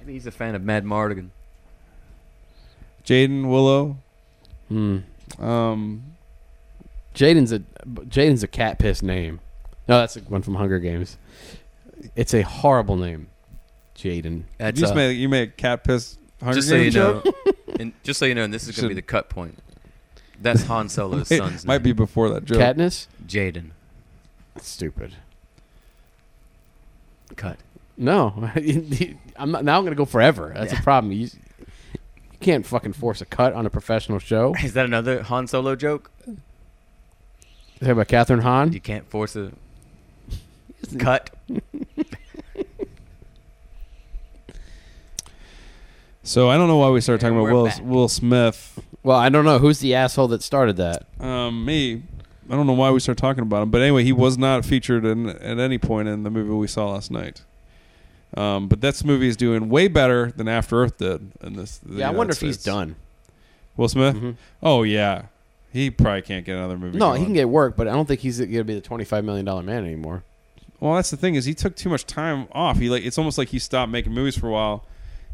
[SPEAKER 2] Maybe he's a fan of Mad Mardigan.
[SPEAKER 3] Jaden Willow.
[SPEAKER 1] Hmm.
[SPEAKER 3] Um,
[SPEAKER 1] Jaden's a Jaden's a cat piss name. No, that's the one from Hunger Games. It's a horrible name, Jaden.
[SPEAKER 2] That's
[SPEAKER 3] you just
[SPEAKER 2] uh,
[SPEAKER 3] made you made a cat piss. Hunger
[SPEAKER 2] just so you
[SPEAKER 3] Games
[SPEAKER 2] know,
[SPEAKER 3] joke?
[SPEAKER 2] and just so you know, and this is gonna be
[SPEAKER 3] Should-
[SPEAKER 2] the cut point. That's Han Solo's
[SPEAKER 3] It
[SPEAKER 2] son's
[SPEAKER 3] might be
[SPEAKER 2] name,
[SPEAKER 3] before that joke.
[SPEAKER 1] Katniss.
[SPEAKER 2] Jaden.
[SPEAKER 1] Stupid.
[SPEAKER 2] Cut.
[SPEAKER 1] No, I'm not. Now I'm gonna go forever. That's a problem. You, you can't fucking force a cut on a professional show.
[SPEAKER 2] Is that another Han Solo joke?
[SPEAKER 1] Talk about Catherine Hahn.
[SPEAKER 2] You can't force a cut.
[SPEAKER 3] So I don't know why we started
[SPEAKER 2] And
[SPEAKER 3] talking about
[SPEAKER 2] we're
[SPEAKER 3] Will
[SPEAKER 2] back.
[SPEAKER 3] Will Smith.
[SPEAKER 1] Well, I don't know who's the asshole that started that.
[SPEAKER 3] Um, me. I don't know why we started talking about him, but anyway, he was not featured in, at any point in the movie we saw last night. Um, but this movie is doing way better than After Earth did. In this, the
[SPEAKER 1] yeah, I
[SPEAKER 3] United
[SPEAKER 1] wonder if he's
[SPEAKER 3] States.
[SPEAKER 1] done.
[SPEAKER 3] Will Smith.
[SPEAKER 1] Mhm.
[SPEAKER 3] Oh yeah, he probably can't get another movie.
[SPEAKER 1] No, he
[SPEAKER 3] going.
[SPEAKER 1] can get work, but I don't think he's gonna be the 25 million dollar man anymore.
[SPEAKER 3] Well, that's the thing is he took too much time off. He like it's almost like he stopped making movies for a while,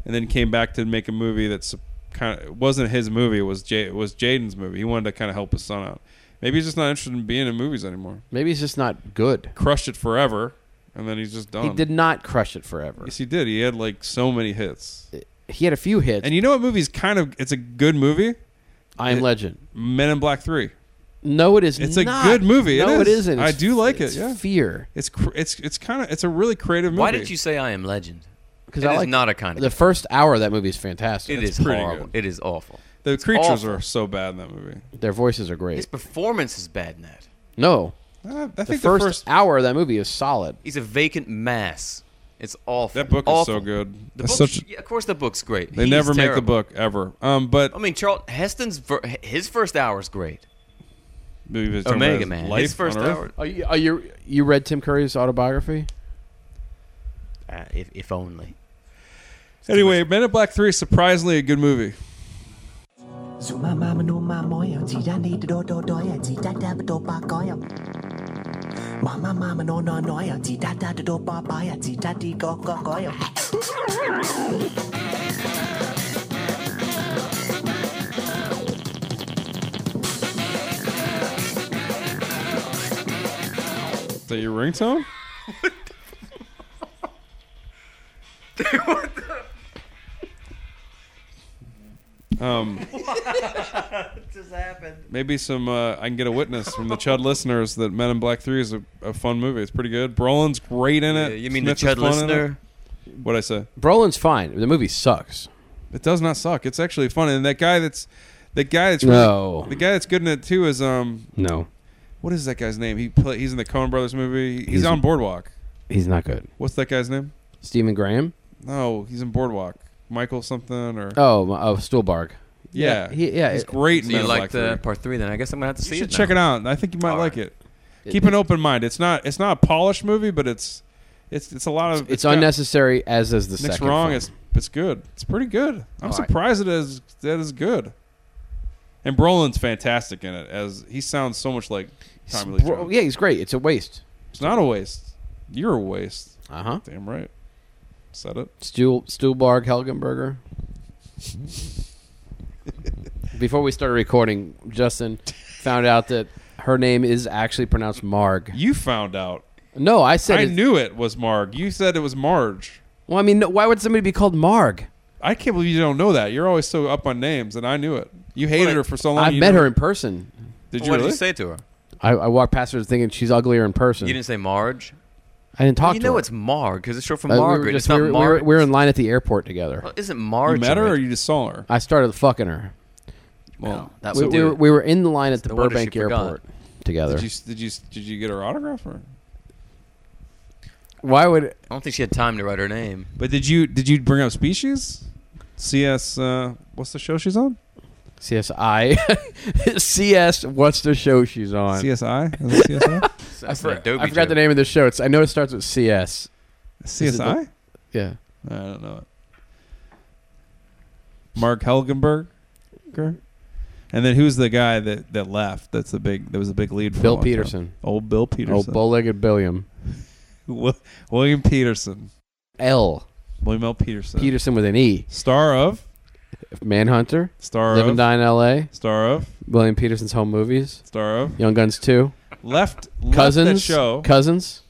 [SPEAKER 3] and then came back to make a movie that's kind of it wasn't his movie. It was Jay, it was Jaden's movie. He wanted to kind of help his son out. Maybe he's just not interested in being in movies anymore.
[SPEAKER 1] Maybe he's just not good.
[SPEAKER 3] crushed it forever, and then he's just done.
[SPEAKER 1] He did not crush it forever.
[SPEAKER 3] Yes, he did. He had like so many hits.
[SPEAKER 1] He had a few hits.
[SPEAKER 3] And you know what movie's kind of it's a good movie?
[SPEAKER 1] I am
[SPEAKER 3] it-
[SPEAKER 1] Legend.
[SPEAKER 3] Men in Black Three.
[SPEAKER 1] No, it is.
[SPEAKER 3] It's a
[SPEAKER 1] not.
[SPEAKER 3] good movie. It
[SPEAKER 1] No, it
[SPEAKER 3] is.
[SPEAKER 1] isn't.
[SPEAKER 3] I
[SPEAKER 1] It's-
[SPEAKER 3] do like it,
[SPEAKER 1] it's
[SPEAKER 3] yeah.
[SPEAKER 1] fear.
[SPEAKER 3] It's cr- it's it's kind of it's a really creative movie.
[SPEAKER 2] Why did you say I am legend?
[SPEAKER 1] because
[SPEAKER 2] It
[SPEAKER 1] I
[SPEAKER 2] is
[SPEAKER 1] like
[SPEAKER 2] not a kind of
[SPEAKER 1] the first hour of that movie is fantastic.
[SPEAKER 2] It is
[SPEAKER 3] pretty
[SPEAKER 2] horrible.
[SPEAKER 3] good.
[SPEAKER 2] It is awful.
[SPEAKER 3] The creatures
[SPEAKER 2] awful.
[SPEAKER 3] are so bad in that movie.
[SPEAKER 1] Their voices are great.
[SPEAKER 2] His performance is bad in that.
[SPEAKER 1] no,
[SPEAKER 3] I, I
[SPEAKER 1] the
[SPEAKER 3] think
[SPEAKER 1] first,
[SPEAKER 3] the first
[SPEAKER 1] hour of that movie is solid.
[SPEAKER 2] He's a vacant mass. It's awful.
[SPEAKER 3] that book is
[SPEAKER 2] awful.
[SPEAKER 3] so good.
[SPEAKER 2] The
[SPEAKER 3] That's
[SPEAKER 2] book's,
[SPEAKER 3] such
[SPEAKER 2] yeah, of course, the book's great.
[SPEAKER 3] they
[SPEAKER 2] He's
[SPEAKER 3] never make the
[SPEAKER 2] terrible.
[SPEAKER 3] book ever. Um, but
[SPEAKER 2] I mean, Charlton Heston's ver- his first hour is great.
[SPEAKER 3] maybe it's talking about
[SPEAKER 2] Omega
[SPEAKER 3] his
[SPEAKER 2] Man.
[SPEAKER 3] life
[SPEAKER 2] his first
[SPEAKER 3] on Earth.
[SPEAKER 2] hour.
[SPEAKER 1] Are you, are you you read Tim Curry's autobiography?
[SPEAKER 2] Uh, if, if only.
[SPEAKER 3] Anyway, Men in Black Three is surprisingly a good movie.
[SPEAKER 4] Dù ma ma mà nô ma mói à, chỉ ra đi đô đô đói à, chỉ ra ra đô ba gói à. Mà ma ma mà nô nó nói à, chỉ ra ra đô ba bái à, chỉ ra đi có có gói à.
[SPEAKER 3] Is that your ringtone? Um,
[SPEAKER 2] just happened.
[SPEAKER 3] maybe some uh, I can get a witness from the Chud listeners that Men in Black Three is a, a fun movie. It's pretty good. Brolin's great in it.
[SPEAKER 2] you mean
[SPEAKER 3] Smith
[SPEAKER 2] the
[SPEAKER 3] is
[SPEAKER 2] Chud
[SPEAKER 3] fun in
[SPEAKER 2] listener?
[SPEAKER 3] it. What I say?
[SPEAKER 1] Brolin's fine. The movie sucks.
[SPEAKER 3] It does not suck. It's actually fun. And that guy that's that guy that's
[SPEAKER 1] No.
[SPEAKER 3] the guy that's good in it too is um
[SPEAKER 1] No,
[SPEAKER 3] what is that guy's name? He play, he's in the Coen Brothers movie. He's,
[SPEAKER 1] He's-
[SPEAKER 3] on Boardwalk.
[SPEAKER 1] he's not good.
[SPEAKER 3] What's that guy's name?
[SPEAKER 1] Stephen Graham.
[SPEAKER 3] No, he's in Boardwalk. Michael something or
[SPEAKER 1] Oh, my- oh Stuhlbarg.
[SPEAKER 3] yeah,
[SPEAKER 1] yeah, he- yeah,
[SPEAKER 3] he's
[SPEAKER 1] it-
[SPEAKER 3] great.
[SPEAKER 2] So
[SPEAKER 3] in
[SPEAKER 2] you
[SPEAKER 3] Men in
[SPEAKER 2] like
[SPEAKER 3] Black
[SPEAKER 2] the
[SPEAKER 3] 3.
[SPEAKER 2] part three? Then I guess I'm gonna have to
[SPEAKER 3] You
[SPEAKER 2] see
[SPEAKER 3] should
[SPEAKER 2] it.
[SPEAKER 3] check
[SPEAKER 2] now.
[SPEAKER 3] it out. I think you might
[SPEAKER 2] All
[SPEAKER 3] like
[SPEAKER 2] right.
[SPEAKER 3] it. Keep an open mind. It's not it's not a polished movie, but it's it's it's a lot of
[SPEAKER 1] It's,
[SPEAKER 3] got-
[SPEAKER 1] unnecessary, as is the
[SPEAKER 3] Nick's
[SPEAKER 1] second.
[SPEAKER 3] wrong.
[SPEAKER 1] film.
[SPEAKER 3] It's it's good. It's pretty good. I'm
[SPEAKER 1] All right.
[SPEAKER 3] surprised it is that is good. And Brolin's fantastic in it as he sounds so much like Tommy Lee.
[SPEAKER 1] Bro-
[SPEAKER 3] Jones.
[SPEAKER 1] yeah, he's great. It's a waste.
[SPEAKER 3] It's not a waste. You're a waste.
[SPEAKER 1] Uh huh.
[SPEAKER 3] Damn right. Said it.
[SPEAKER 1] Stuhl Stuhlbarg Helgenberger. Before we started recording, Justin found out that her name is actually pronounced Marg.
[SPEAKER 3] You found out.
[SPEAKER 1] No, I said.
[SPEAKER 3] I
[SPEAKER 1] it-
[SPEAKER 3] knew it was Marg. You said it was Marge.
[SPEAKER 1] well, I mean, no- why would somebody be called Marg?
[SPEAKER 3] I can't believe you don't know that. You're always so up on names, and I knew it. You hated
[SPEAKER 2] Well,
[SPEAKER 3] her for so long.
[SPEAKER 1] I've
[SPEAKER 3] you
[SPEAKER 1] met
[SPEAKER 3] never-
[SPEAKER 1] her in person.
[SPEAKER 3] Did you
[SPEAKER 2] What did
[SPEAKER 3] really?
[SPEAKER 2] you say to her?
[SPEAKER 1] I, I walked past her thinking she's uglier in person.
[SPEAKER 2] You didn't say Marge.
[SPEAKER 1] I didn't talk
[SPEAKER 2] you
[SPEAKER 1] to
[SPEAKER 2] know
[SPEAKER 1] her.
[SPEAKER 2] it's Marg because it's short for
[SPEAKER 1] Uh, we were
[SPEAKER 2] Margaret.
[SPEAKER 1] just-
[SPEAKER 2] it's not
[SPEAKER 1] we were, we were-
[SPEAKER 2] Marg.
[SPEAKER 1] we were in line at the airport together.
[SPEAKER 2] Well, isn't
[SPEAKER 3] You
[SPEAKER 2] Marge?
[SPEAKER 3] met her,
[SPEAKER 2] in
[SPEAKER 3] or
[SPEAKER 2] it?
[SPEAKER 3] you just saw her?
[SPEAKER 1] I started fucking her.
[SPEAKER 3] Well,
[SPEAKER 2] That
[SPEAKER 1] We,
[SPEAKER 2] would
[SPEAKER 1] we,
[SPEAKER 2] do
[SPEAKER 1] were,
[SPEAKER 2] it.
[SPEAKER 1] we were in the line at the
[SPEAKER 2] No wonder she
[SPEAKER 1] Burbank
[SPEAKER 2] forgot.
[SPEAKER 1] airport together.
[SPEAKER 3] did you did you did you get her autograph? Or?
[SPEAKER 1] why would
[SPEAKER 2] I don't think she had time to write her name.
[SPEAKER 3] But did you did you bring up Species? CS. Uh, what's the show she's on?
[SPEAKER 1] CSI CS? What's the show she's on?
[SPEAKER 3] CSI. Is it CSI?
[SPEAKER 1] I,
[SPEAKER 2] That's
[SPEAKER 1] for-
[SPEAKER 2] an Adobe
[SPEAKER 1] I forgot the
[SPEAKER 2] joke.
[SPEAKER 1] name of the show. It's, I know it starts with CS.
[SPEAKER 3] CSI.
[SPEAKER 1] Yeah.
[SPEAKER 3] I don't know it. Mark Helgenberg. And then who's the guy that, that left? That's the big. That was the big lead. For a
[SPEAKER 1] Bill
[SPEAKER 3] long time?
[SPEAKER 1] Peterson.
[SPEAKER 3] Old Bill
[SPEAKER 1] Oh,
[SPEAKER 3] Peterson.
[SPEAKER 1] bow-legged Billiam.
[SPEAKER 3] Wi- William Peterson.
[SPEAKER 1] L.
[SPEAKER 3] William L. Peterson.
[SPEAKER 1] Peterson with an E.
[SPEAKER 3] Star of.
[SPEAKER 1] Manhunter.
[SPEAKER 3] Star
[SPEAKER 1] Live
[SPEAKER 3] of.
[SPEAKER 1] and Die in L.A.
[SPEAKER 3] Star of.
[SPEAKER 1] William Peterson's home movies.
[SPEAKER 3] Star of.
[SPEAKER 1] Young Guns 2.
[SPEAKER 3] Left.
[SPEAKER 1] Cousins.
[SPEAKER 3] Left that show.
[SPEAKER 1] Cousins.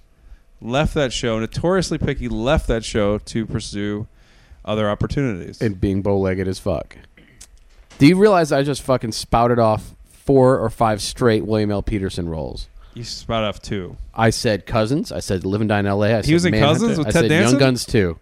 [SPEAKER 3] left that show. Notoriously picky. Left that show to pursue other opportunities.
[SPEAKER 1] And being bow-legged as fuck. Do you realize I just fucking spouted off four or five straight William L. Peterson roles?
[SPEAKER 3] you spout off two.
[SPEAKER 1] I said Cousins. I said Live and Die in L.A. I said
[SPEAKER 3] was in
[SPEAKER 1] Manhunter.
[SPEAKER 3] Cousins with
[SPEAKER 1] I
[SPEAKER 3] Ted
[SPEAKER 1] said
[SPEAKER 3] Danson?
[SPEAKER 1] Young Guns 2.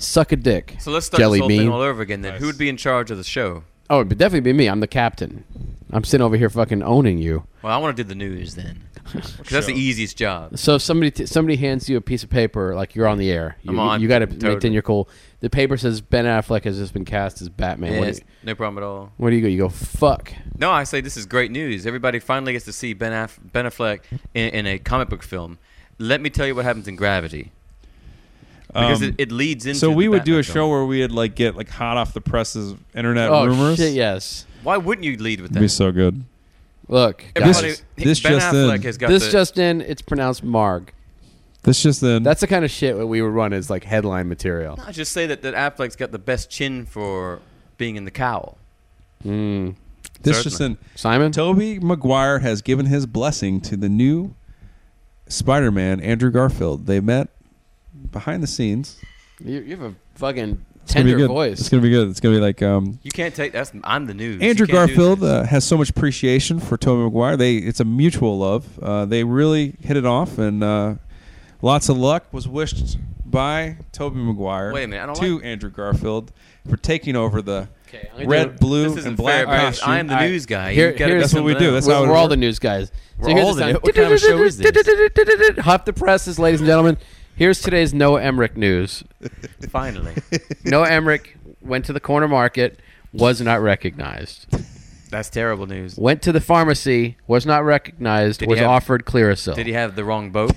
[SPEAKER 1] Suck a dick.
[SPEAKER 2] So let's start
[SPEAKER 1] Jelly
[SPEAKER 2] this whole
[SPEAKER 1] bean.
[SPEAKER 2] thing all over again. Then who would be in charge of the show?
[SPEAKER 1] Oh, it'd definitely be me. I'm the captain. I'm sitting over here fucking owning you.
[SPEAKER 2] Well, I want to do the news then, because that's the
[SPEAKER 3] show?
[SPEAKER 2] easiest job.
[SPEAKER 1] So if somebody t- somebody hands you a piece of paper, like you're on the air, you,
[SPEAKER 2] I'm on.
[SPEAKER 1] you got to
[SPEAKER 2] Totally.
[SPEAKER 1] maintain your cool. The paper says Ben Affleck has just been cast as Batman.
[SPEAKER 2] Yeah,
[SPEAKER 1] What, do
[SPEAKER 2] it's
[SPEAKER 1] you,
[SPEAKER 2] no problem at all.
[SPEAKER 1] what do you go? You go fuck.
[SPEAKER 2] No, I say this is great news. Everybody finally gets to see Ben, Aff- ben Affleck in, in a comic book film. Let me tell you what happens in Gravity, because
[SPEAKER 3] Um,
[SPEAKER 2] it, it leads into.
[SPEAKER 3] so we
[SPEAKER 2] the
[SPEAKER 3] would do a
[SPEAKER 2] Batman
[SPEAKER 3] show
[SPEAKER 2] film.
[SPEAKER 3] where we'd like get like hot off the presses internet
[SPEAKER 1] oh
[SPEAKER 3] rumors.
[SPEAKER 1] shit! Yes.
[SPEAKER 2] Why wouldn't you lead with
[SPEAKER 3] It'd be
[SPEAKER 2] that?
[SPEAKER 3] so good.
[SPEAKER 1] Look, guys,
[SPEAKER 2] Everybody,
[SPEAKER 1] this,
[SPEAKER 3] this
[SPEAKER 2] ben
[SPEAKER 3] just
[SPEAKER 2] Affleck
[SPEAKER 3] in.
[SPEAKER 2] has got the,
[SPEAKER 1] just in. It's pronounced Marg.
[SPEAKER 3] That's just then.
[SPEAKER 1] That's the kind of shit that we would run as like headline material.
[SPEAKER 2] I just say that that Affleck's got the best chin for being in the cowl.
[SPEAKER 1] Mm.
[SPEAKER 3] this just in.
[SPEAKER 1] Simon.
[SPEAKER 3] Toby Maguire has given his blessing to the new Spider-Man, Andrew Garfield. They met behind the scenes.
[SPEAKER 1] You, you have a fucking
[SPEAKER 3] It's gonna be
[SPEAKER 1] tender
[SPEAKER 3] good.
[SPEAKER 1] voice.
[SPEAKER 3] It's gonna be good. It's gonna be like um,
[SPEAKER 2] You can't take that's. I'm the news. You
[SPEAKER 3] Andrew
[SPEAKER 2] can't do
[SPEAKER 3] Garfield
[SPEAKER 2] this.
[SPEAKER 3] uh, has so much appreciation for Tobey Maguire. They it's a mutual love. Uh, they really hit it off, and uh, lots of luck was wished by Toby Maguire
[SPEAKER 2] Wait a minute, I don't
[SPEAKER 3] to
[SPEAKER 2] like-
[SPEAKER 3] Andrew Garfield for taking over the
[SPEAKER 1] Okay, I'm gonna do
[SPEAKER 3] red,
[SPEAKER 1] it.
[SPEAKER 3] blue,
[SPEAKER 2] This isn't
[SPEAKER 3] and
[SPEAKER 2] fair
[SPEAKER 3] black
[SPEAKER 2] because
[SPEAKER 3] costume.
[SPEAKER 2] I am the
[SPEAKER 1] I-
[SPEAKER 2] news guy.
[SPEAKER 1] here-
[SPEAKER 2] You gotta
[SPEAKER 1] here's-
[SPEAKER 3] That's what we
[SPEAKER 2] something
[SPEAKER 3] do.
[SPEAKER 2] else.
[SPEAKER 3] That's how
[SPEAKER 1] We're,
[SPEAKER 3] it
[SPEAKER 1] we're all
[SPEAKER 3] works.
[SPEAKER 1] the news guys.
[SPEAKER 2] We're all the
[SPEAKER 1] sound.
[SPEAKER 2] new- what kind of show is this?
[SPEAKER 1] Huff the presses, ladies and gentlemen. Here's today's Noah Emmerich news.
[SPEAKER 2] Finally,
[SPEAKER 1] Noah Emmerich went to the corner market, was not recognized.
[SPEAKER 2] that's terrible news.
[SPEAKER 1] Went to the pharmacy, was not recognized.
[SPEAKER 2] Did he
[SPEAKER 1] was
[SPEAKER 2] have-
[SPEAKER 1] offered Clearasil.
[SPEAKER 2] Did he have the wrong boat?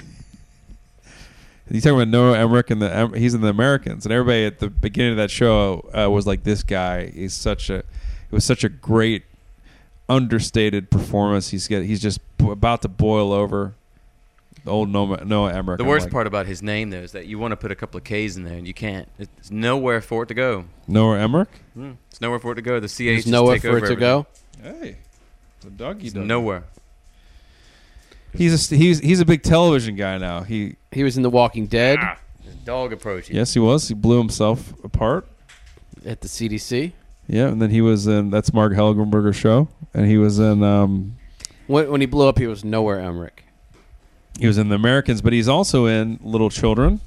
[SPEAKER 3] You talking about Noah Emmerich and the Em- he's in the Americans and everybody at the beginning of that show uh, was like, "This guy is such a it was such a great understated performance. He's get he's just b- about to boil over." The old Noah, Noah Emmerich.
[SPEAKER 2] The
[SPEAKER 3] I'm
[SPEAKER 2] worst
[SPEAKER 3] like,
[SPEAKER 2] part about his name though is that you want to put a couple of K's in there and you can't. It's nowhere for it to go.
[SPEAKER 3] Noah Emmerich.
[SPEAKER 2] Mm. It's nowhere for it to go. The CH
[SPEAKER 1] There's
[SPEAKER 2] just
[SPEAKER 1] nowhere
[SPEAKER 2] take
[SPEAKER 1] for
[SPEAKER 2] over
[SPEAKER 1] it to
[SPEAKER 2] everything.
[SPEAKER 1] go.
[SPEAKER 3] Hey, the doggy
[SPEAKER 2] It's nowhere.
[SPEAKER 3] He's a, he's he's a big television guy now. He
[SPEAKER 1] He was in The Walking Dead
[SPEAKER 2] Dog approaching.
[SPEAKER 3] yes he was. He blew himself apart.
[SPEAKER 1] at the CDC.
[SPEAKER 3] Yeah, and then he was in that's Mark Helgenberger's show, and he was in um
[SPEAKER 1] When, when he blew up, he was nowhere Emmerich.
[SPEAKER 3] he was in The Americans, but he's also in Little Children,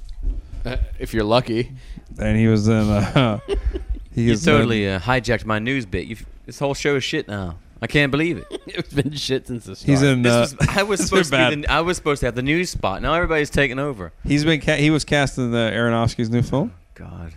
[SPEAKER 1] Uh, if you're lucky,
[SPEAKER 3] and he was in uh, he
[SPEAKER 2] You
[SPEAKER 3] is in-
[SPEAKER 2] totally uh, hijacked my news bit. You've, this whole show is shit now. I can't believe it.
[SPEAKER 1] it's been shit since the start.
[SPEAKER 3] he's in
[SPEAKER 2] This
[SPEAKER 3] uh,
[SPEAKER 2] was, I was
[SPEAKER 3] these are
[SPEAKER 2] supposed to be
[SPEAKER 3] bad.
[SPEAKER 2] the, I was supposed to have the news spot. Now everybody's taking over.
[SPEAKER 3] he's been ca- he was cast in the Aronofsky's new film.
[SPEAKER 2] God,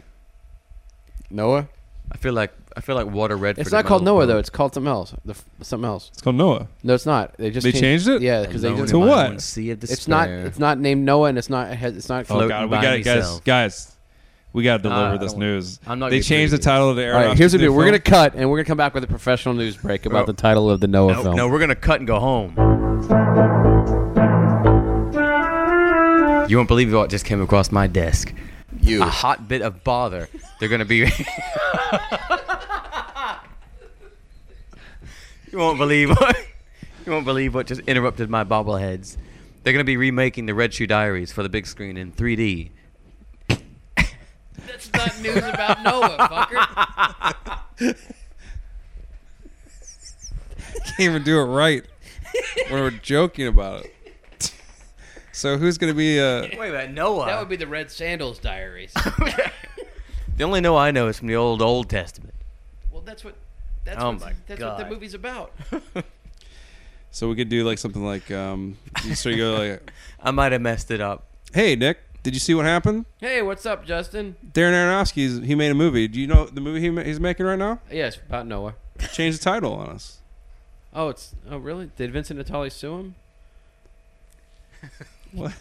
[SPEAKER 1] Noah.
[SPEAKER 2] I feel like I feel like Water Redford.
[SPEAKER 1] It's
[SPEAKER 2] in
[SPEAKER 1] not
[SPEAKER 2] my
[SPEAKER 1] called
[SPEAKER 2] own
[SPEAKER 1] Noah though.
[SPEAKER 2] boat.
[SPEAKER 1] It's called something else. The, f- something else.
[SPEAKER 3] It's called Noah.
[SPEAKER 1] No, it's not. They just
[SPEAKER 3] They changed it?
[SPEAKER 1] Yeah, because they
[SPEAKER 2] Alone
[SPEAKER 1] just.
[SPEAKER 2] in
[SPEAKER 3] To
[SPEAKER 2] my
[SPEAKER 3] what?
[SPEAKER 2] own sea of
[SPEAKER 1] It's not.
[SPEAKER 2] despair.
[SPEAKER 1] It's not named Noah, and it's not. it has- It's not.
[SPEAKER 2] Floating
[SPEAKER 3] oh God, we
[SPEAKER 2] by
[SPEAKER 3] got it, guys,
[SPEAKER 2] himself.
[SPEAKER 3] guys. We got to deliver
[SPEAKER 2] Ah, I
[SPEAKER 3] this
[SPEAKER 2] don't-
[SPEAKER 3] news.
[SPEAKER 2] I'm not
[SPEAKER 3] they
[SPEAKER 2] gonna
[SPEAKER 3] changed the
[SPEAKER 2] preview.
[SPEAKER 3] title of the Aronofsky's
[SPEAKER 1] All right, here's what
[SPEAKER 3] new
[SPEAKER 1] we do. We're
[SPEAKER 3] film.
[SPEAKER 1] gonna cut, and we're gonna come back with a professional news break about the title of the Noah
[SPEAKER 2] No,
[SPEAKER 1] film.
[SPEAKER 2] no, we're gonna cut and go home. You won't believe what just came across my desk.
[SPEAKER 1] you.
[SPEAKER 2] A hot bit of bother. They're gonna be. you won't believe what. You won't believe what just interrupted my bobbleheads. They're gonna be remaking the Red Shoe Diaries for the big screen in 3D.
[SPEAKER 5] That's not news about Noah, fucker.
[SPEAKER 3] can't even do it right when we're joking about it. So who's gonna be? Uh,
[SPEAKER 2] Wait a minute, Noah.
[SPEAKER 5] That would be the Red Sandals Diaries.
[SPEAKER 2] the only Noah I know is from the old Old Testament.
[SPEAKER 5] Well, that's what. That's,
[SPEAKER 2] Oh
[SPEAKER 5] what's-
[SPEAKER 2] my
[SPEAKER 5] that's what
[SPEAKER 2] God.
[SPEAKER 5] the movie's about.
[SPEAKER 3] so we could do like something like. Um, so you go like,
[SPEAKER 2] I might have messed it up.
[SPEAKER 3] hey Nick, did you see what happened?
[SPEAKER 5] Hey, what's up, Justin?
[SPEAKER 3] Darren Aronofsky's he made a movie. Do you know the movie he ma- he's making right now?
[SPEAKER 5] Yes, about Noah.
[SPEAKER 3] Change the title on us.
[SPEAKER 5] Oh, it's. Oh, really? Did Vincent Natali sue him?
[SPEAKER 3] What?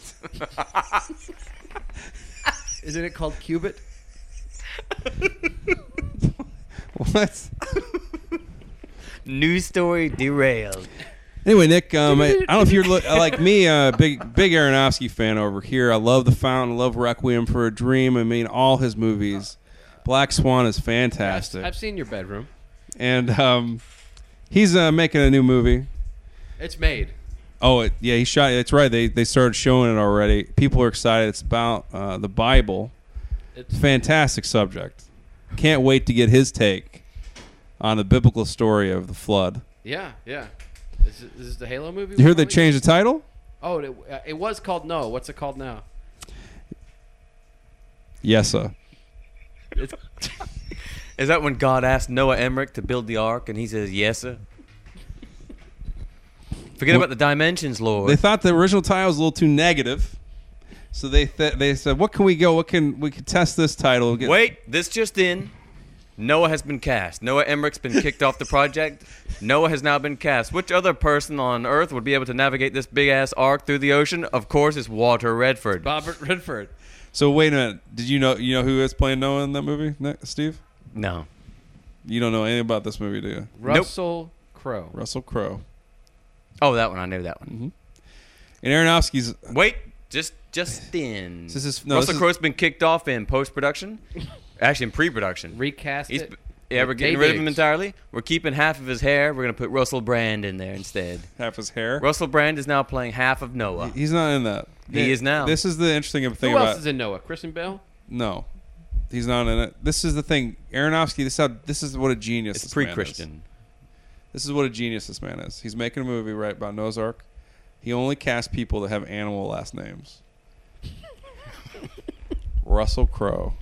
[SPEAKER 5] Isn't it called Cubit?
[SPEAKER 3] What?
[SPEAKER 2] News story derailed.
[SPEAKER 3] Anyway, Nick, um, I, I don't know if you're li- like me, a big big Aronofsky fan over here. I love The Fountain, I love Requiem for a Dream. I mean, all his movies. Black Swan is fantastic,
[SPEAKER 5] I've seen your bedroom.
[SPEAKER 3] and um, he's uh, making a new movie.
[SPEAKER 5] It's made.
[SPEAKER 3] Oh, it, yeah, he shot. That's right. They they started showing it already. People are excited. It's about uh, the Bible.
[SPEAKER 5] It's
[SPEAKER 3] Fantastic subject. Can't wait to get his take on the biblical story of the flood.
[SPEAKER 5] yeah, yeah. Is it- is this the Halo movie?
[SPEAKER 3] You
[SPEAKER 5] we're
[SPEAKER 3] heard they
[SPEAKER 5] calling it?
[SPEAKER 3] changed the title?
[SPEAKER 5] Oh, it, uh, it was called Noah. What's it called now?
[SPEAKER 3] Yes, sir.
[SPEAKER 2] Is that when God asked Noah Emmerich to build the ark and he says, Yes, sir? Forget
[SPEAKER 3] Well-
[SPEAKER 2] about the dimensions, Lord.
[SPEAKER 3] They thought the original title was a little too negative, so they th- they said, "What can we go? What can we could test this title?" Get-
[SPEAKER 2] Wait, this just in. Noah has been cast. Noah Emmerich's been kicked off the project. Noah has now been cast. Which other person on earth would be able to navigate this big ass ark through the ocean? Of course, it's Walter Redford.
[SPEAKER 5] Robert Redford.
[SPEAKER 3] So wait a minute. Did you know you know who is playing Noah in that movie, Ne- Steve?
[SPEAKER 2] No.
[SPEAKER 3] You don't know anything about this movie, do you?
[SPEAKER 5] Russell Crowe.
[SPEAKER 3] Russell Crowe
[SPEAKER 2] Oh, that one. I know that one.
[SPEAKER 3] and Aronofsky's.
[SPEAKER 2] Wait, just just in.
[SPEAKER 3] This is- no,
[SPEAKER 2] Russell
[SPEAKER 3] this is-
[SPEAKER 2] Crowe's been kicked off in post production, actually in pre production.
[SPEAKER 5] Recast
[SPEAKER 2] He's
[SPEAKER 5] it.
[SPEAKER 2] yeah, we're
[SPEAKER 5] with
[SPEAKER 2] getting
[SPEAKER 5] Tay
[SPEAKER 2] rid of him
[SPEAKER 5] Diggs.
[SPEAKER 2] entirely. We're keeping half of his hair. We're gonna put Russell Brand in there instead.
[SPEAKER 3] Half his hair.
[SPEAKER 2] Russell Brand is now playing half of Noah.
[SPEAKER 3] He's not in that.
[SPEAKER 2] He is now.
[SPEAKER 3] This is the interesting thing
[SPEAKER 5] Who
[SPEAKER 3] about.
[SPEAKER 5] else is in Noah? Kristen Bell?
[SPEAKER 3] No, he's not in it. This is the thing, Aronofsky. This is how. This is what a genius.
[SPEAKER 2] It's
[SPEAKER 3] this man is.
[SPEAKER 2] pre-Christian.
[SPEAKER 3] This is what a genius this man is. He's making a movie right about Noah's Ark. He only casts people that have animal last names.
[SPEAKER 6] Russell Crowe.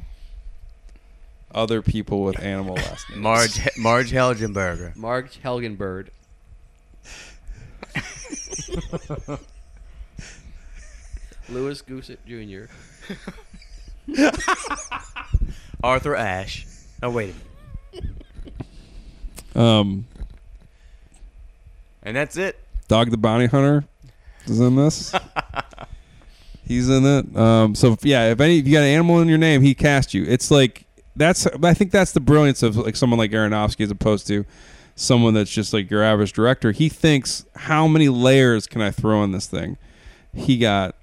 [SPEAKER 6] Other people with animal last names.
[SPEAKER 2] Marge Marge Helgenberger.
[SPEAKER 5] Marge Helgenberg. Louis Goosett Jr.
[SPEAKER 2] Arthur Ashe. Oh wait a minute.
[SPEAKER 3] Um,
[SPEAKER 2] And that's it.
[SPEAKER 3] Dog the Bounty Hunter is in this. He's in it. Um, so yeah, if any if you got an animal in your name, he cast you. It's like that's I think that's the brilliance of like someone like Aronofsky as opposed to someone that's just like your average director. He thinks how many layers can I throw in this thing? He got.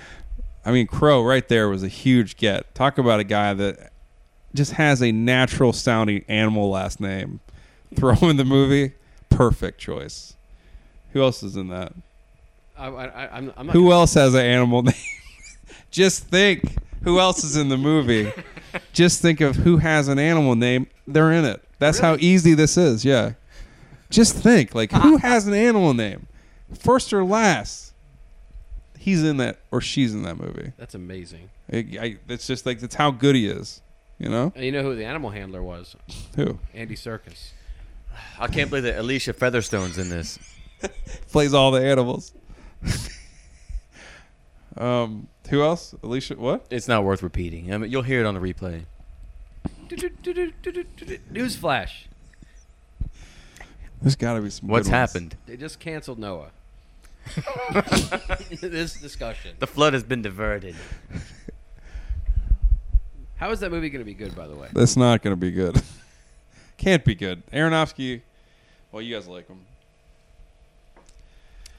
[SPEAKER 3] I mean, Crow right there was a huge get. Talk about a guy that just has a natural sounding animal last name. Throw in the movie, perfect choice. Who else is in that?
[SPEAKER 5] I, I, I, I'm, I'm not
[SPEAKER 3] Who else has an animal name? Just think who else is in the movie. Just think of who has an animal name. They're in it. That's how easy this is. Yeah. Just think like who has an animal name? First or last? He's in that or she's in that movie.
[SPEAKER 5] That's amazing.
[SPEAKER 3] I- I- it's just like that's how good he is. You know?
[SPEAKER 5] And you know who the animal handler was?
[SPEAKER 3] Who?
[SPEAKER 5] Andy Circus.
[SPEAKER 2] I can't believe that Alicia Featherstone's in this.
[SPEAKER 3] Plays all the animals. um who else? Alicia what?
[SPEAKER 2] It's not worth repeating. I mean, you'll hear it on the replay.
[SPEAKER 5] Newsflash.
[SPEAKER 3] There's got to be some.
[SPEAKER 2] What's
[SPEAKER 3] good ones.
[SPEAKER 2] happened?
[SPEAKER 5] They just canceled Noah. this discussion.
[SPEAKER 2] The flood has been diverted.
[SPEAKER 5] How is that movie going to be good, by the way?
[SPEAKER 3] That's not going to be good. Can't be good. Aronofsky. Well, you guys like him.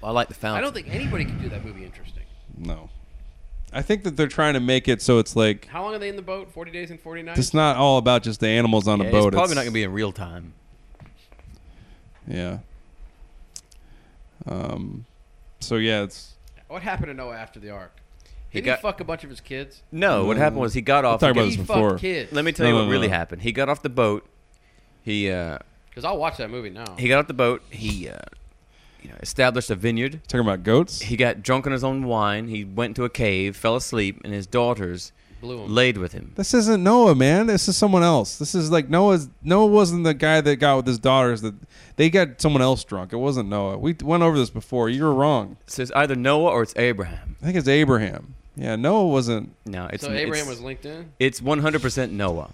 [SPEAKER 2] I like the fountain.
[SPEAKER 5] I don't think anybody can do that movie interesting.
[SPEAKER 3] No, I think that they're trying to make it so it's like
[SPEAKER 5] How long are they in the boat? 40 days and 40 nights?
[SPEAKER 3] it's not all about just the animals on
[SPEAKER 2] Yeah,
[SPEAKER 3] a boat.
[SPEAKER 2] It's probably not going to be in real time.
[SPEAKER 3] be. Yeah. Um. So yeah, it's
[SPEAKER 5] What happened to Noah after the ark?
[SPEAKER 2] He
[SPEAKER 5] Did
[SPEAKER 2] got-
[SPEAKER 5] he fuck a bunch of his kids?
[SPEAKER 2] No, what happened was he got off.
[SPEAKER 3] Sorry Mm. about
[SPEAKER 5] He
[SPEAKER 3] this before.
[SPEAKER 5] fucked kids.
[SPEAKER 2] Let me tell
[SPEAKER 3] No,
[SPEAKER 2] you
[SPEAKER 3] no,
[SPEAKER 2] what
[SPEAKER 3] no,
[SPEAKER 2] really
[SPEAKER 3] no.
[SPEAKER 2] happened. He got off the boat. He uh,
[SPEAKER 5] because I'll watch that movie now.
[SPEAKER 2] he got off the boat. He uh, you know, established a vineyard.
[SPEAKER 3] talking about goats.
[SPEAKER 2] He got drunk on his own wine. He went to a cave, fell asleep, and his daughters
[SPEAKER 5] Blew him.
[SPEAKER 2] laid with him.
[SPEAKER 3] This isn't Noah, man. This is someone else. This is like Noah's. Noah wasn't the guy that got with his daughters. That they got someone else drunk. It wasn't Noah. We went over this before. You were wrong.
[SPEAKER 2] So it's either Noah or it's Abraham.
[SPEAKER 3] I think it's Abraham. Yeah, Noah wasn't.
[SPEAKER 2] No, it's
[SPEAKER 5] so Abraham
[SPEAKER 2] it's,
[SPEAKER 5] was linked in.
[SPEAKER 2] It's 100% Noah.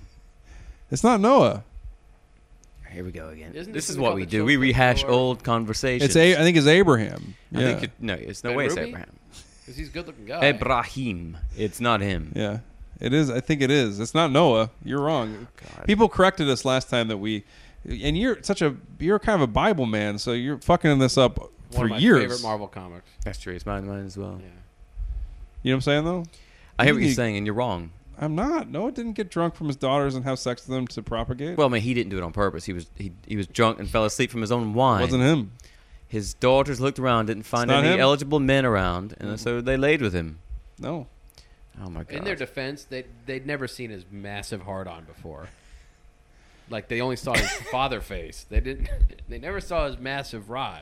[SPEAKER 3] It's not Noah.
[SPEAKER 2] Here we go again.
[SPEAKER 5] Isn't
[SPEAKER 2] this
[SPEAKER 5] this
[SPEAKER 2] is what
[SPEAKER 5] what they
[SPEAKER 2] we
[SPEAKER 5] call the
[SPEAKER 2] do. We
[SPEAKER 5] children
[SPEAKER 2] rehash
[SPEAKER 5] of Noah?
[SPEAKER 2] old conversations.
[SPEAKER 3] It's a. I think it's Abraham.
[SPEAKER 2] I
[SPEAKER 3] Yeah.
[SPEAKER 2] think it, no, it's no
[SPEAKER 5] Ben
[SPEAKER 2] way it's
[SPEAKER 5] Ruby? Oh,
[SPEAKER 2] Abraham.
[SPEAKER 5] Because he's a good-looking guy.
[SPEAKER 2] Abraham. It's not him.
[SPEAKER 3] yeah. It is. I think it is. It's not Noah. You're wrong. People corrected us last time that we, and you're such a you're kind of a Bible man, so you're fucking this up
[SPEAKER 5] One
[SPEAKER 3] for
[SPEAKER 5] of my
[SPEAKER 3] years.
[SPEAKER 5] favorite Marvel comics.
[SPEAKER 2] That's true. It's mine, mine as well.
[SPEAKER 5] Yeah.
[SPEAKER 3] You know what I'm saying though?
[SPEAKER 2] I hear what
[SPEAKER 3] You-
[SPEAKER 2] you're saying, and you're wrong.
[SPEAKER 3] I'm not. Noah didn't get drunk from his daughters and have sex with them to propagate.
[SPEAKER 2] Well, I mean, he didn't do it on purpose. He was he, he was drunk and fell asleep from his own wine.
[SPEAKER 3] wasn't him.
[SPEAKER 2] His daughters looked around, didn't find
[SPEAKER 3] not
[SPEAKER 2] any
[SPEAKER 3] him.
[SPEAKER 2] eligible men around, and so they laid with him.
[SPEAKER 3] No.
[SPEAKER 2] Oh my god!
[SPEAKER 5] In their defense, they they'd never seen his massive hard on before. Like they only saw his father face. They didn't. They never saw his massive rod.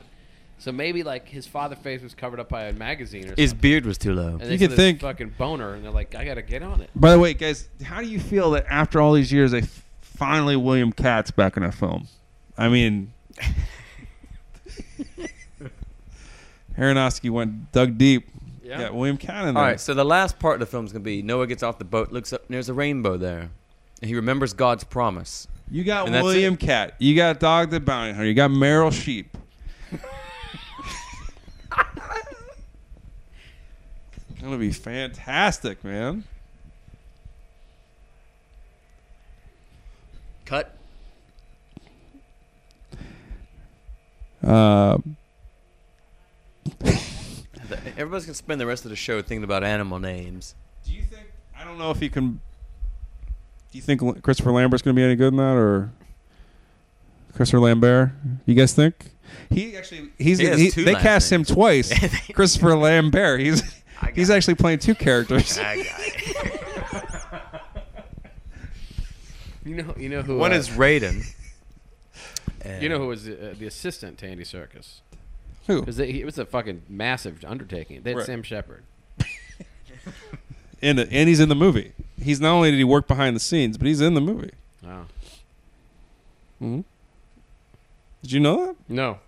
[SPEAKER 5] So maybe like his father face was covered up by a magazine or something.
[SPEAKER 2] his beard was too low.
[SPEAKER 5] and
[SPEAKER 3] You
[SPEAKER 5] they
[SPEAKER 3] could
[SPEAKER 5] saw this
[SPEAKER 3] think-
[SPEAKER 5] fucking boner, and they're like, I gotta get on it.
[SPEAKER 3] By the way, guys, how do you feel that after all these years, they f- finally William Katz back in a film? I mean, Aronofsky went dug deep.
[SPEAKER 5] Yeah.
[SPEAKER 3] Got William Katz in
[SPEAKER 2] All
[SPEAKER 3] there.
[SPEAKER 2] right, so the last part of the film is going to be Noah gets off the boat, looks up, and there's a rainbow there, and he remembers God's promise.
[SPEAKER 3] You got
[SPEAKER 2] And that's
[SPEAKER 3] William
[SPEAKER 2] it.
[SPEAKER 3] Cat. You got Dog the Bounty Hunter. You got Meryl Sheep. Gonna be fantastic, man.
[SPEAKER 2] Cut.
[SPEAKER 3] Uh,
[SPEAKER 2] The- Everybody's going to spend the rest of the show thinking about animal names.
[SPEAKER 3] do you think? I don't know if he can. Do you think L- Christopher Lambert's gonna be any good in that, or Christopher Lambert? You guys think? He actually he's
[SPEAKER 2] He has
[SPEAKER 3] he-
[SPEAKER 2] two
[SPEAKER 3] they
[SPEAKER 2] last
[SPEAKER 3] cast
[SPEAKER 2] names.
[SPEAKER 3] him twice. Christopher Lambert. He's he's actually playing two characters.
[SPEAKER 5] You know, you know who.
[SPEAKER 2] One
[SPEAKER 5] uh,
[SPEAKER 2] is Raiden.
[SPEAKER 5] you know who was the, uh, the assistant to Andy Circus?
[SPEAKER 3] Who?
[SPEAKER 5] Because it was a fucking massive undertaking. They had
[SPEAKER 3] Right.
[SPEAKER 5] Sam Shepard.
[SPEAKER 3] in it, and he's in the movie. He's not only did he work behind the scenes, but he's in the movie.
[SPEAKER 2] Oh.
[SPEAKER 3] Mm-hmm.
[SPEAKER 1] Wow.
[SPEAKER 3] Did you know that?
[SPEAKER 5] No.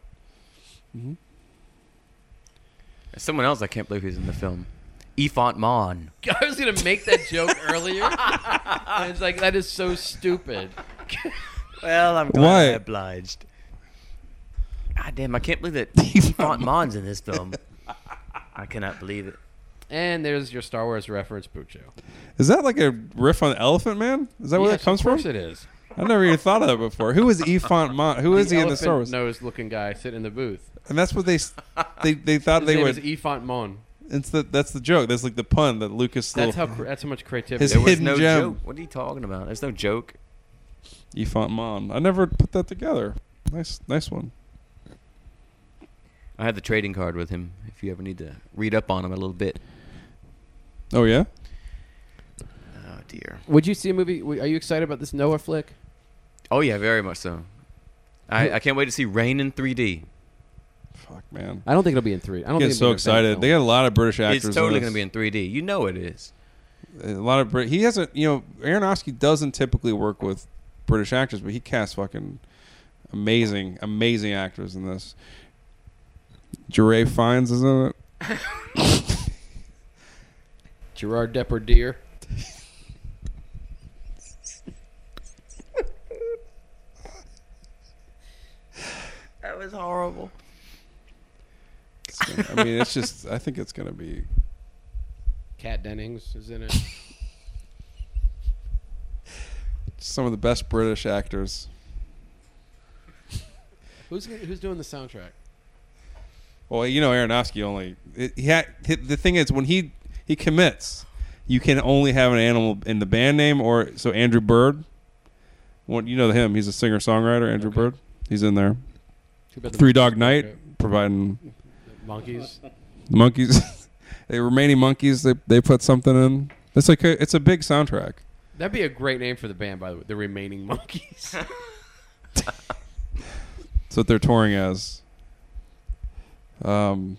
[SPEAKER 2] Someone else I can't believe who's in the film. Ifant Mon.
[SPEAKER 1] I was gonna make that joke earlier. And it's like that is so stupid.
[SPEAKER 2] Well, I'm glad
[SPEAKER 3] Why?
[SPEAKER 2] I obliged. God Ah, damn, I can't believe that Ifant Mon's in this film. I cannot believe it.
[SPEAKER 1] And there's your Star Wars reference, Bucho.
[SPEAKER 3] Is that like a riff on Elephant Man? Is that where that comes
[SPEAKER 1] of
[SPEAKER 3] from?
[SPEAKER 1] course it is.
[SPEAKER 3] I never even thought of that before. Who is Efont Mont? Who is he in the Star Wars?
[SPEAKER 1] nose looking guy sitting in the booth.
[SPEAKER 3] And that's what they s- they they thought
[SPEAKER 1] His
[SPEAKER 3] they
[SPEAKER 1] name
[SPEAKER 3] would.
[SPEAKER 1] is E Efont Mon.
[SPEAKER 3] it's the that's the joke. That's like the pun that Lucas.
[SPEAKER 1] That's how
[SPEAKER 3] little-
[SPEAKER 1] cr- that's how much
[SPEAKER 3] His
[SPEAKER 1] creativity.
[SPEAKER 2] There was
[SPEAKER 3] hidden
[SPEAKER 2] no
[SPEAKER 3] gem.
[SPEAKER 2] joke. What are you talking about? There's no joke.
[SPEAKER 3] Efont E. Mon. I never put that together. Nice nice one.
[SPEAKER 2] I had the trading card with him if you ever need to read up on him a little bit.
[SPEAKER 3] Oh yeah.
[SPEAKER 2] Oh, dear.
[SPEAKER 5] Would you see a movie? w- Are you excited about this Noah flick?
[SPEAKER 2] Oh, yeah, very much so. I, I can't wait to see Rain in 3D.
[SPEAKER 3] Fuck man.
[SPEAKER 5] I don't think it'll be in three. I
[SPEAKER 3] I
[SPEAKER 5] don't
[SPEAKER 3] get
[SPEAKER 5] think
[SPEAKER 3] so
[SPEAKER 5] it'll be an event
[SPEAKER 3] excited. They
[SPEAKER 5] film.
[SPEAKER 3] got a lot of British actors.
[SPEAKER 2] It's totally
[SPEAKER 3] in
[SPEAKER 2] going
[SPEAKER 3] this.
[SPEAKER 2] to be in 3D. You know it is.
[SPEAKER 3] a lot of Brit. He hasn't, you know, Aronofsky doesn't typically work with British actors, but he casts fucking amazing, amazing actors in this. Jeray Fines, isn't it?
[SPEAKER 1] Gerard Depardieu.
[SPEAKER 2] That was horrible.
[SPEAKER 3] It's gonna- I mean, it's just. I think it's gonna be.
[SPEAKER 1] Kat Dennings is in it.
[SPEAKER 3] Some of the best British actors.
[SPEAKER 1] Who's who's doing the soundtrack?
[SPEAKER 3] Well, you know, Aronofsky only. It, he had, he- the thing is, when he he commits, you can only have an animal in the band name, or so Andrew Bird. Well, you know him. He's a singer songwriter. Andrew Bird. He's in there.
[SPEAKER 1] Who about the
[SPEAKER 3] Three Dog Night, providing
[SPEAKER 1] monkeys?
[SPEAKER 3] The monkeys the remaining monkeys they, they put something in it's like a, it's a big soundtrack
[SPEAKER 1] That'd be a great name for the band, by the way. The remaining monkeys.
[SPEAKER 3] that's what they're touring as um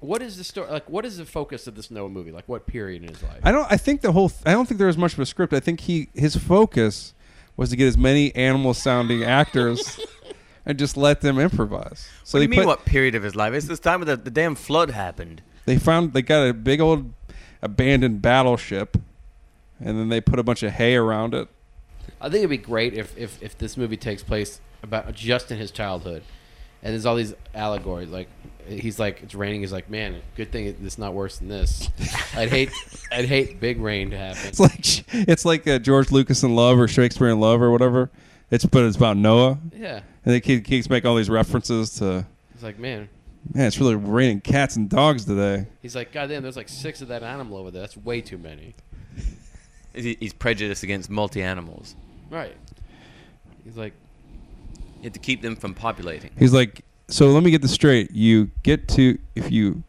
[SPEAKER 1] what is the story? Like, what is the focus of this Noah movie? Like, what period in his life?
[SPEAKER 3] i don't i think the whole th- i don't think there was much of a script i think he his focus was to get as many animal sounding actors and just let them improvise
[SPEAKER 2] What do
[SPEAKER 3] so they
[SPEAKER 2] you mean
[SPEAKER 3] put
[SPEAKER 2] what period of his life? It's this time that the damn flood happened.
[SPEAKER 3] they found they got a big old abandoned battleship and then they put a bunch of hay around it
[SPEAKER 1] I think it'd be great if, if, if this movie takes place about just in his childhood, and there's all these allegories. Like he's like it's raining. He's like, man, good thing it's not worse than this. I'd hate I'd hate big rain to happen.
[SPEAKER 3] It's like it's like uh, George Lucas in Love or Shakespeare in Love or whatever. It's but it's about Noah,
[SPEAKER 1] Yeah,
[SPEAKER 3] and the kid keeps making all these references to.
[SPEAKER 1] it's like man.
[SPEAKER 3] Man, it's really raining cats and dogs today.
[SPEAKER 1] He's like, goddamn, there's like six of that animal over there. That's way too many.
[SPEAKER 2] He- He's prejudiced against multi animals.
[SPEAKER 1] Right. He's like,
[SPEAKER 2] You have to keep them from populating.
[SPEAKER 3] He's like, so let me get this straight. You get to if you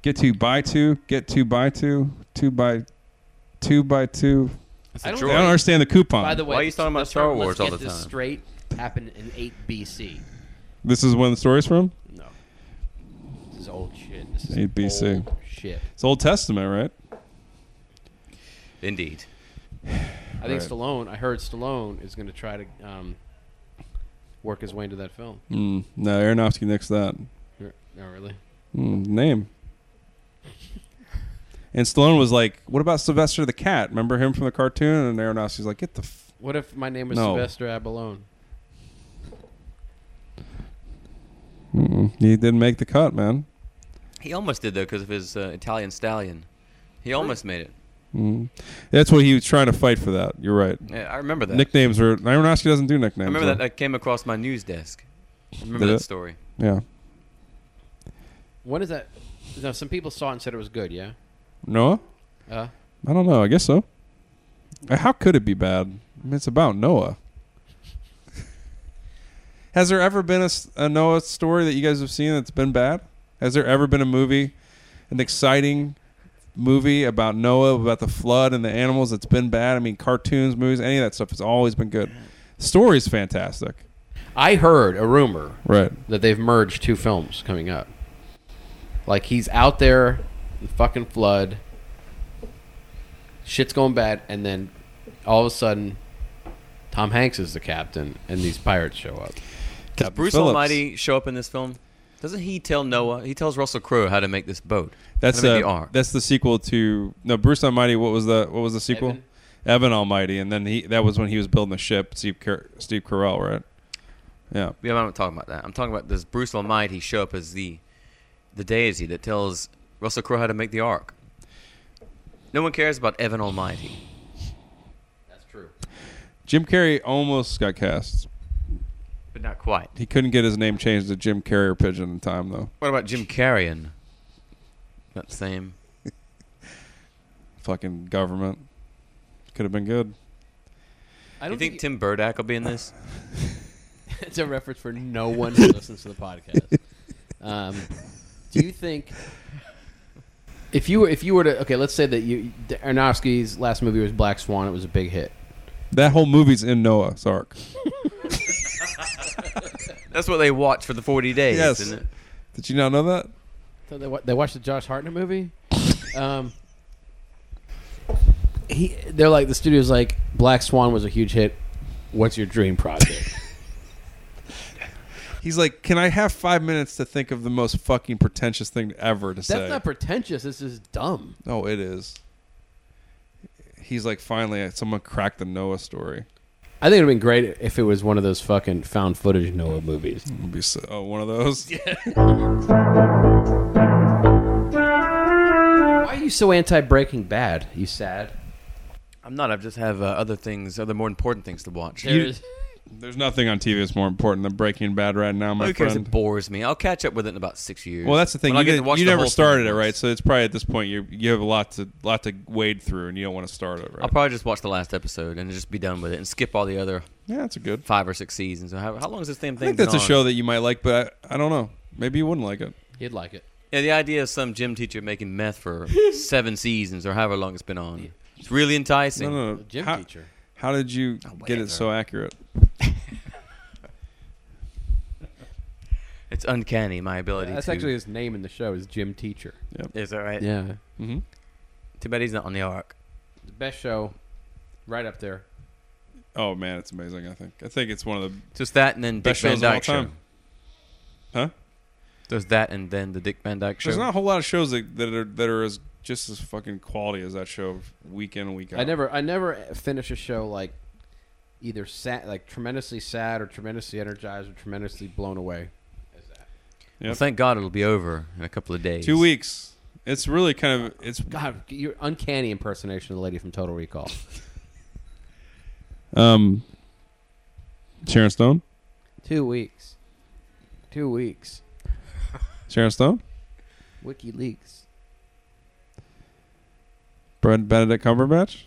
[SPEAKER 3] get to buy two, get two buy two, two by two by two.
[SPEAKER 2] It's
[SPEAKER 1] I
[SPEAKER 2] a
[SPEAKER 1] don't
[SPEAKER 3] I
[SPEAKER 1] Right.
[SPEAKER 3] don't
[SPEAKER 2] droid.
[SPEAKER 3] understand the coupon.
[SPEAKER 1] by the way,
[SPEAKER 2] Um, Why are you talking about
[SPEAKER 1] the term,
[SPEAKER 2] Star Wars
[SPEAKER 1] let's
[SPEAKER 2] all
[SPEAKER 1] get
[SPEAKER 2] the
[SPEAKER 1] this
[SPEAKER 2] time?
[SPEAKER 1] Straight happened in eight BC.
[SPEAKER 3] this is one of the stories from.
[SPEAKER 1] No, this is old shit. This is
[SPEAKER 3] 8 BC.
[SPEAKER 1] old shit.
[SPEAKER 3] It's Old Testament, right?
[SPEAKER 2] Indeed.
[SPEAKER 1] I think
[SPEAKER 3] Right.
[SPEAKER 1] Stallone. I heard Stallone is going to try to um, work his way into that film.
[SPEAKER 3] Mm, no, Aronofsky nixed that.
[SPEAKER 1] No, really.
[SPEAKER 3] Mm, name. And Stallone was like, "What about Sylvester the cat? Remember him from the cartoon?" And Aronofsky's like, "Get the f-
[SPEAKER 1] What if my name was
[SPEAKER 3] No.
[SPEAKER 1] Sylvester Abalone?
[SPEAKER 3] Mm-mm. he didn't make the cut, man."
[SPEAKER 2] He almost did, though, because of his uh, Italian stallion. He almost made it.
[SPEAKER 3] Mm. That's what he was trying to fight for. That you're right.
[SPEAKER 2] Yeah, I remember that.
[SPEAKER 3] Nicknames are Aronofsky doesn't do
[SPEAKER 2] I
[SPEAKER 3] nicknames.
[SPEAKER 2] remember
[SPEAKER 3] though.
[SPEAKER 2] that. That came across my news desk. I remember
[SPEAKER 3] Did
[SPEAKER 2] that
[SPEAKER 3] it?
[SPEAKER 2] story.
[SPEAKER 3] yeah.
[SPEAKER 1] When is that? No, some people saw it and said it was good. Yeah.
[SPEAKER 3] Noah?
[SPEAKER 1] Uh,
[SPEAKER 3] I don't know. I guess so. Uh, How could it be bad? I mean, it's about Noah. Has there ever been a, s- a Noah story that you guys have seen that's been bad? Has there ever been a movie, an exciting movie about Noah, about the flood and the animals that's been bad? I mean, cartoons, movies, any of that stuff has always been good. Story's fantastic.
[SPEAKER 1] I heard a rumor
[SPEAKER 3] Right.
[SPEAKER 1] that they've merged two films coming up. Like he's out there, in the fucking flood, Shit's going bad, and then all of a sudden, Tom Hanks is the captain, and these pirates show up.
[SPEAKER 2] Does Bruce
[SPEAKER 3] Phillips.
[SPEAKER 2] Almighty show up in this film? Doesn't he tell Noah? He tells Russell Crowe how to make this boat.
[SPEAKER 3] That's uh,
[SPEAKER 2] how to make
[SPEAKER 3] the
[SPEAKER 2] the ark.
[SPEAKER 3] that's the sequel to no Bruce Almighty. What was the what was the sequel? Evan,
[SPEAKER 1] Evan.
[SPEAKER 3] Almighty, and then he that was when he was building the ship. Steve Car- Steve Carell, right? Yeah,
[SPEAKER 2] Yeah, I'm not talking about that. I'm talking about does Bruce Almighty show up as the the deity that tells Russell Crowe how to make the ark? No one cares about Evan Almighty.
[SPEAKER 1] That's true.
[SPEAKER 3] Jim Carrey almost got cast.
[SPEAKER 2] But not quite.
[SPEAKER 3] He couldn't get his name changed to Jim Carrier Pigeon in time though.
[SPEAKER 2] What about Jim Carrion? Not the same.
[SPEAKER 3] Fucking government could have been good.
[SPEAKER 1] I
[SPEAKER 2] Do
[SPEAKER 1] don't
[SPEAKER 2] you think
[SPEAKER 1] think,
[SPEAKER 2] Tim Burdack will be in this?
[SPEAKER 1] it's a reference for no one who listens to the podcast. Um, do you think if you were, if you were to okay, let's say that you Aronofsky's last movie was Black Swan. It was a big hit.
[SPEAKER 3] That whole movie's in Noah's Ark.
[SPEAKER 2] That's what they watch for the 40 days.
[SPEAKER 3] Yes.
[SPEAKER 2] Isn't it?
[SPEAKER 3] Did you not know that?
[SPEAKER 1] So they, wa- they watched the Josh Hartnett movie. Um, he, they're like the studio's like Black Swan was a huge hit. What's your dream project?
[SPEAKER 3] He's like, can I have five minutes to think of the most fucking pretentious thing ever to say?
[SPEAKER 1] That's not pretentious. This is dumb.
[SPEAKER 3] No, it is. He's like, finally, uh, someone cracked the Noah story.
[SPEAKER 1] I think it'd been great if it was one of those fucking found footage Noah movies.
[SPEAKER 3] It'd be so, oh, one of those.
[SPEAKER 1] Why are you so anti Breaking Bad? You sad?
[SPEAKER 2] I'm not. I just have uh, other things, other more important things to watch.
[SPEAKER 1] There's-
[SPEAKER 3] There's nothing on TV that's more important than Breaking Bad right now, my
[SPEAKER 2] Who cares?
[SPEAKER 3] friend.
[SPEAKER 2] It bores me. I'll catch up with it in about six years.
[SPEAKER 3] Well, that's the thing.
[SPEAKER 2] When I
[SPEAKER 3] You,
[SPEAKER 2] get to
[SPEAKER 3] didn't-
[SPEAKER 2] watch
[SPEAKER 3] you
[SPEAKER 2] the
[SPEAKER 3] never
[SPEAKER 2] whole
[SPEAKER 3] started
[SPEAKER 2] thing
[SPEAKER 3] it, right?
[SPEAKER 2] once.
[SPEAKER 3] So it's probably at this point you you have a lot to lot to wade through, and you don't want to start over.
[SPEAKER 2] I'll probably just watch the last episode and just be done with it and skip all the other
[SPEAKER 3] yeah, that's a good.
[SPEAKER 2] five or six seasons. How, how long is this damn
[SPEAKER 3] I
[SPEAKER 2] thing?
[SPEAKER 3] think that's a
[SPEAKER 2] been on?
[SPEAKER 3] show that you might like, but I, I don't know. Maybe you wouldn't like it.
[SPEAKER 1] You'd like it.
[SPEAKER 2] Yeah, the idea of some gym teacher making meth for seven seasons or however long it's been on. It's really
[SPEAKER 3] No,
[SPEAKER 2] enticing.
[SPEAKER 3] no, no.
[SPEAKER 1] Gym
[SPEAKER 3] how,
[SPEAKER 1] teacher.
[SPEAKER 3] How did you get it
[SPEAKER 2] whatever.
[SPEAKER 3] so accurate?
[SPEAKER 2] It's uncanny my ability.
[SPEAKER 1] That's
[SPEAKER 2] to,
[SPEAKER 1] actually his name in the show is Jim Teacher.
[SPEAKER 2] Is that right?
[SPEAKER 1] Yeah.
[SPEAKER 3] Mm-hmm.
[SPEAKER 2] Too bad he's not on the arc.
[SPEAKER 1] The best show, right up there.
[SPEAKER 3] Oh man, it's amazing. I think. I think it's one of the
[SPEAKER 2] Just that and then Dick
[SPEAKER 3] best
[SPEAKER 2] Van
[SPEAKER 3] shows of all
[SPEAKER 2] Dyke show.
[SPEAKER 3] time. Huh?
[SPEAKER 2] There's that and then the Dick Van Dyke show.
[SPEAKER 3] There's not a whole lot of shows that, that are that are as just as fucking quality as that show week in week out.
[SPEAKER 1] I never, I never finish a show like either sad, like tremendously sad, or tremendously energized, or tremendously blown away.
[SPEAKER 2] Well, thank God it'll be over in a couple of days.
[SPEAKER 3] two weeks. It's really kind of it's
[SPEAKER 1] God, your uncanny impersonation of the lady from Total Recall.
[SPEAKER 3] um Sharon Stone.
[SPEAKER 1] Two weeks. Two weeks.
[SPEAKER 3] Sharon Stone.
[SPEAKER 1] WikiLeaks.
[SPEAKER 3] Brad Benedict Cumberbatch.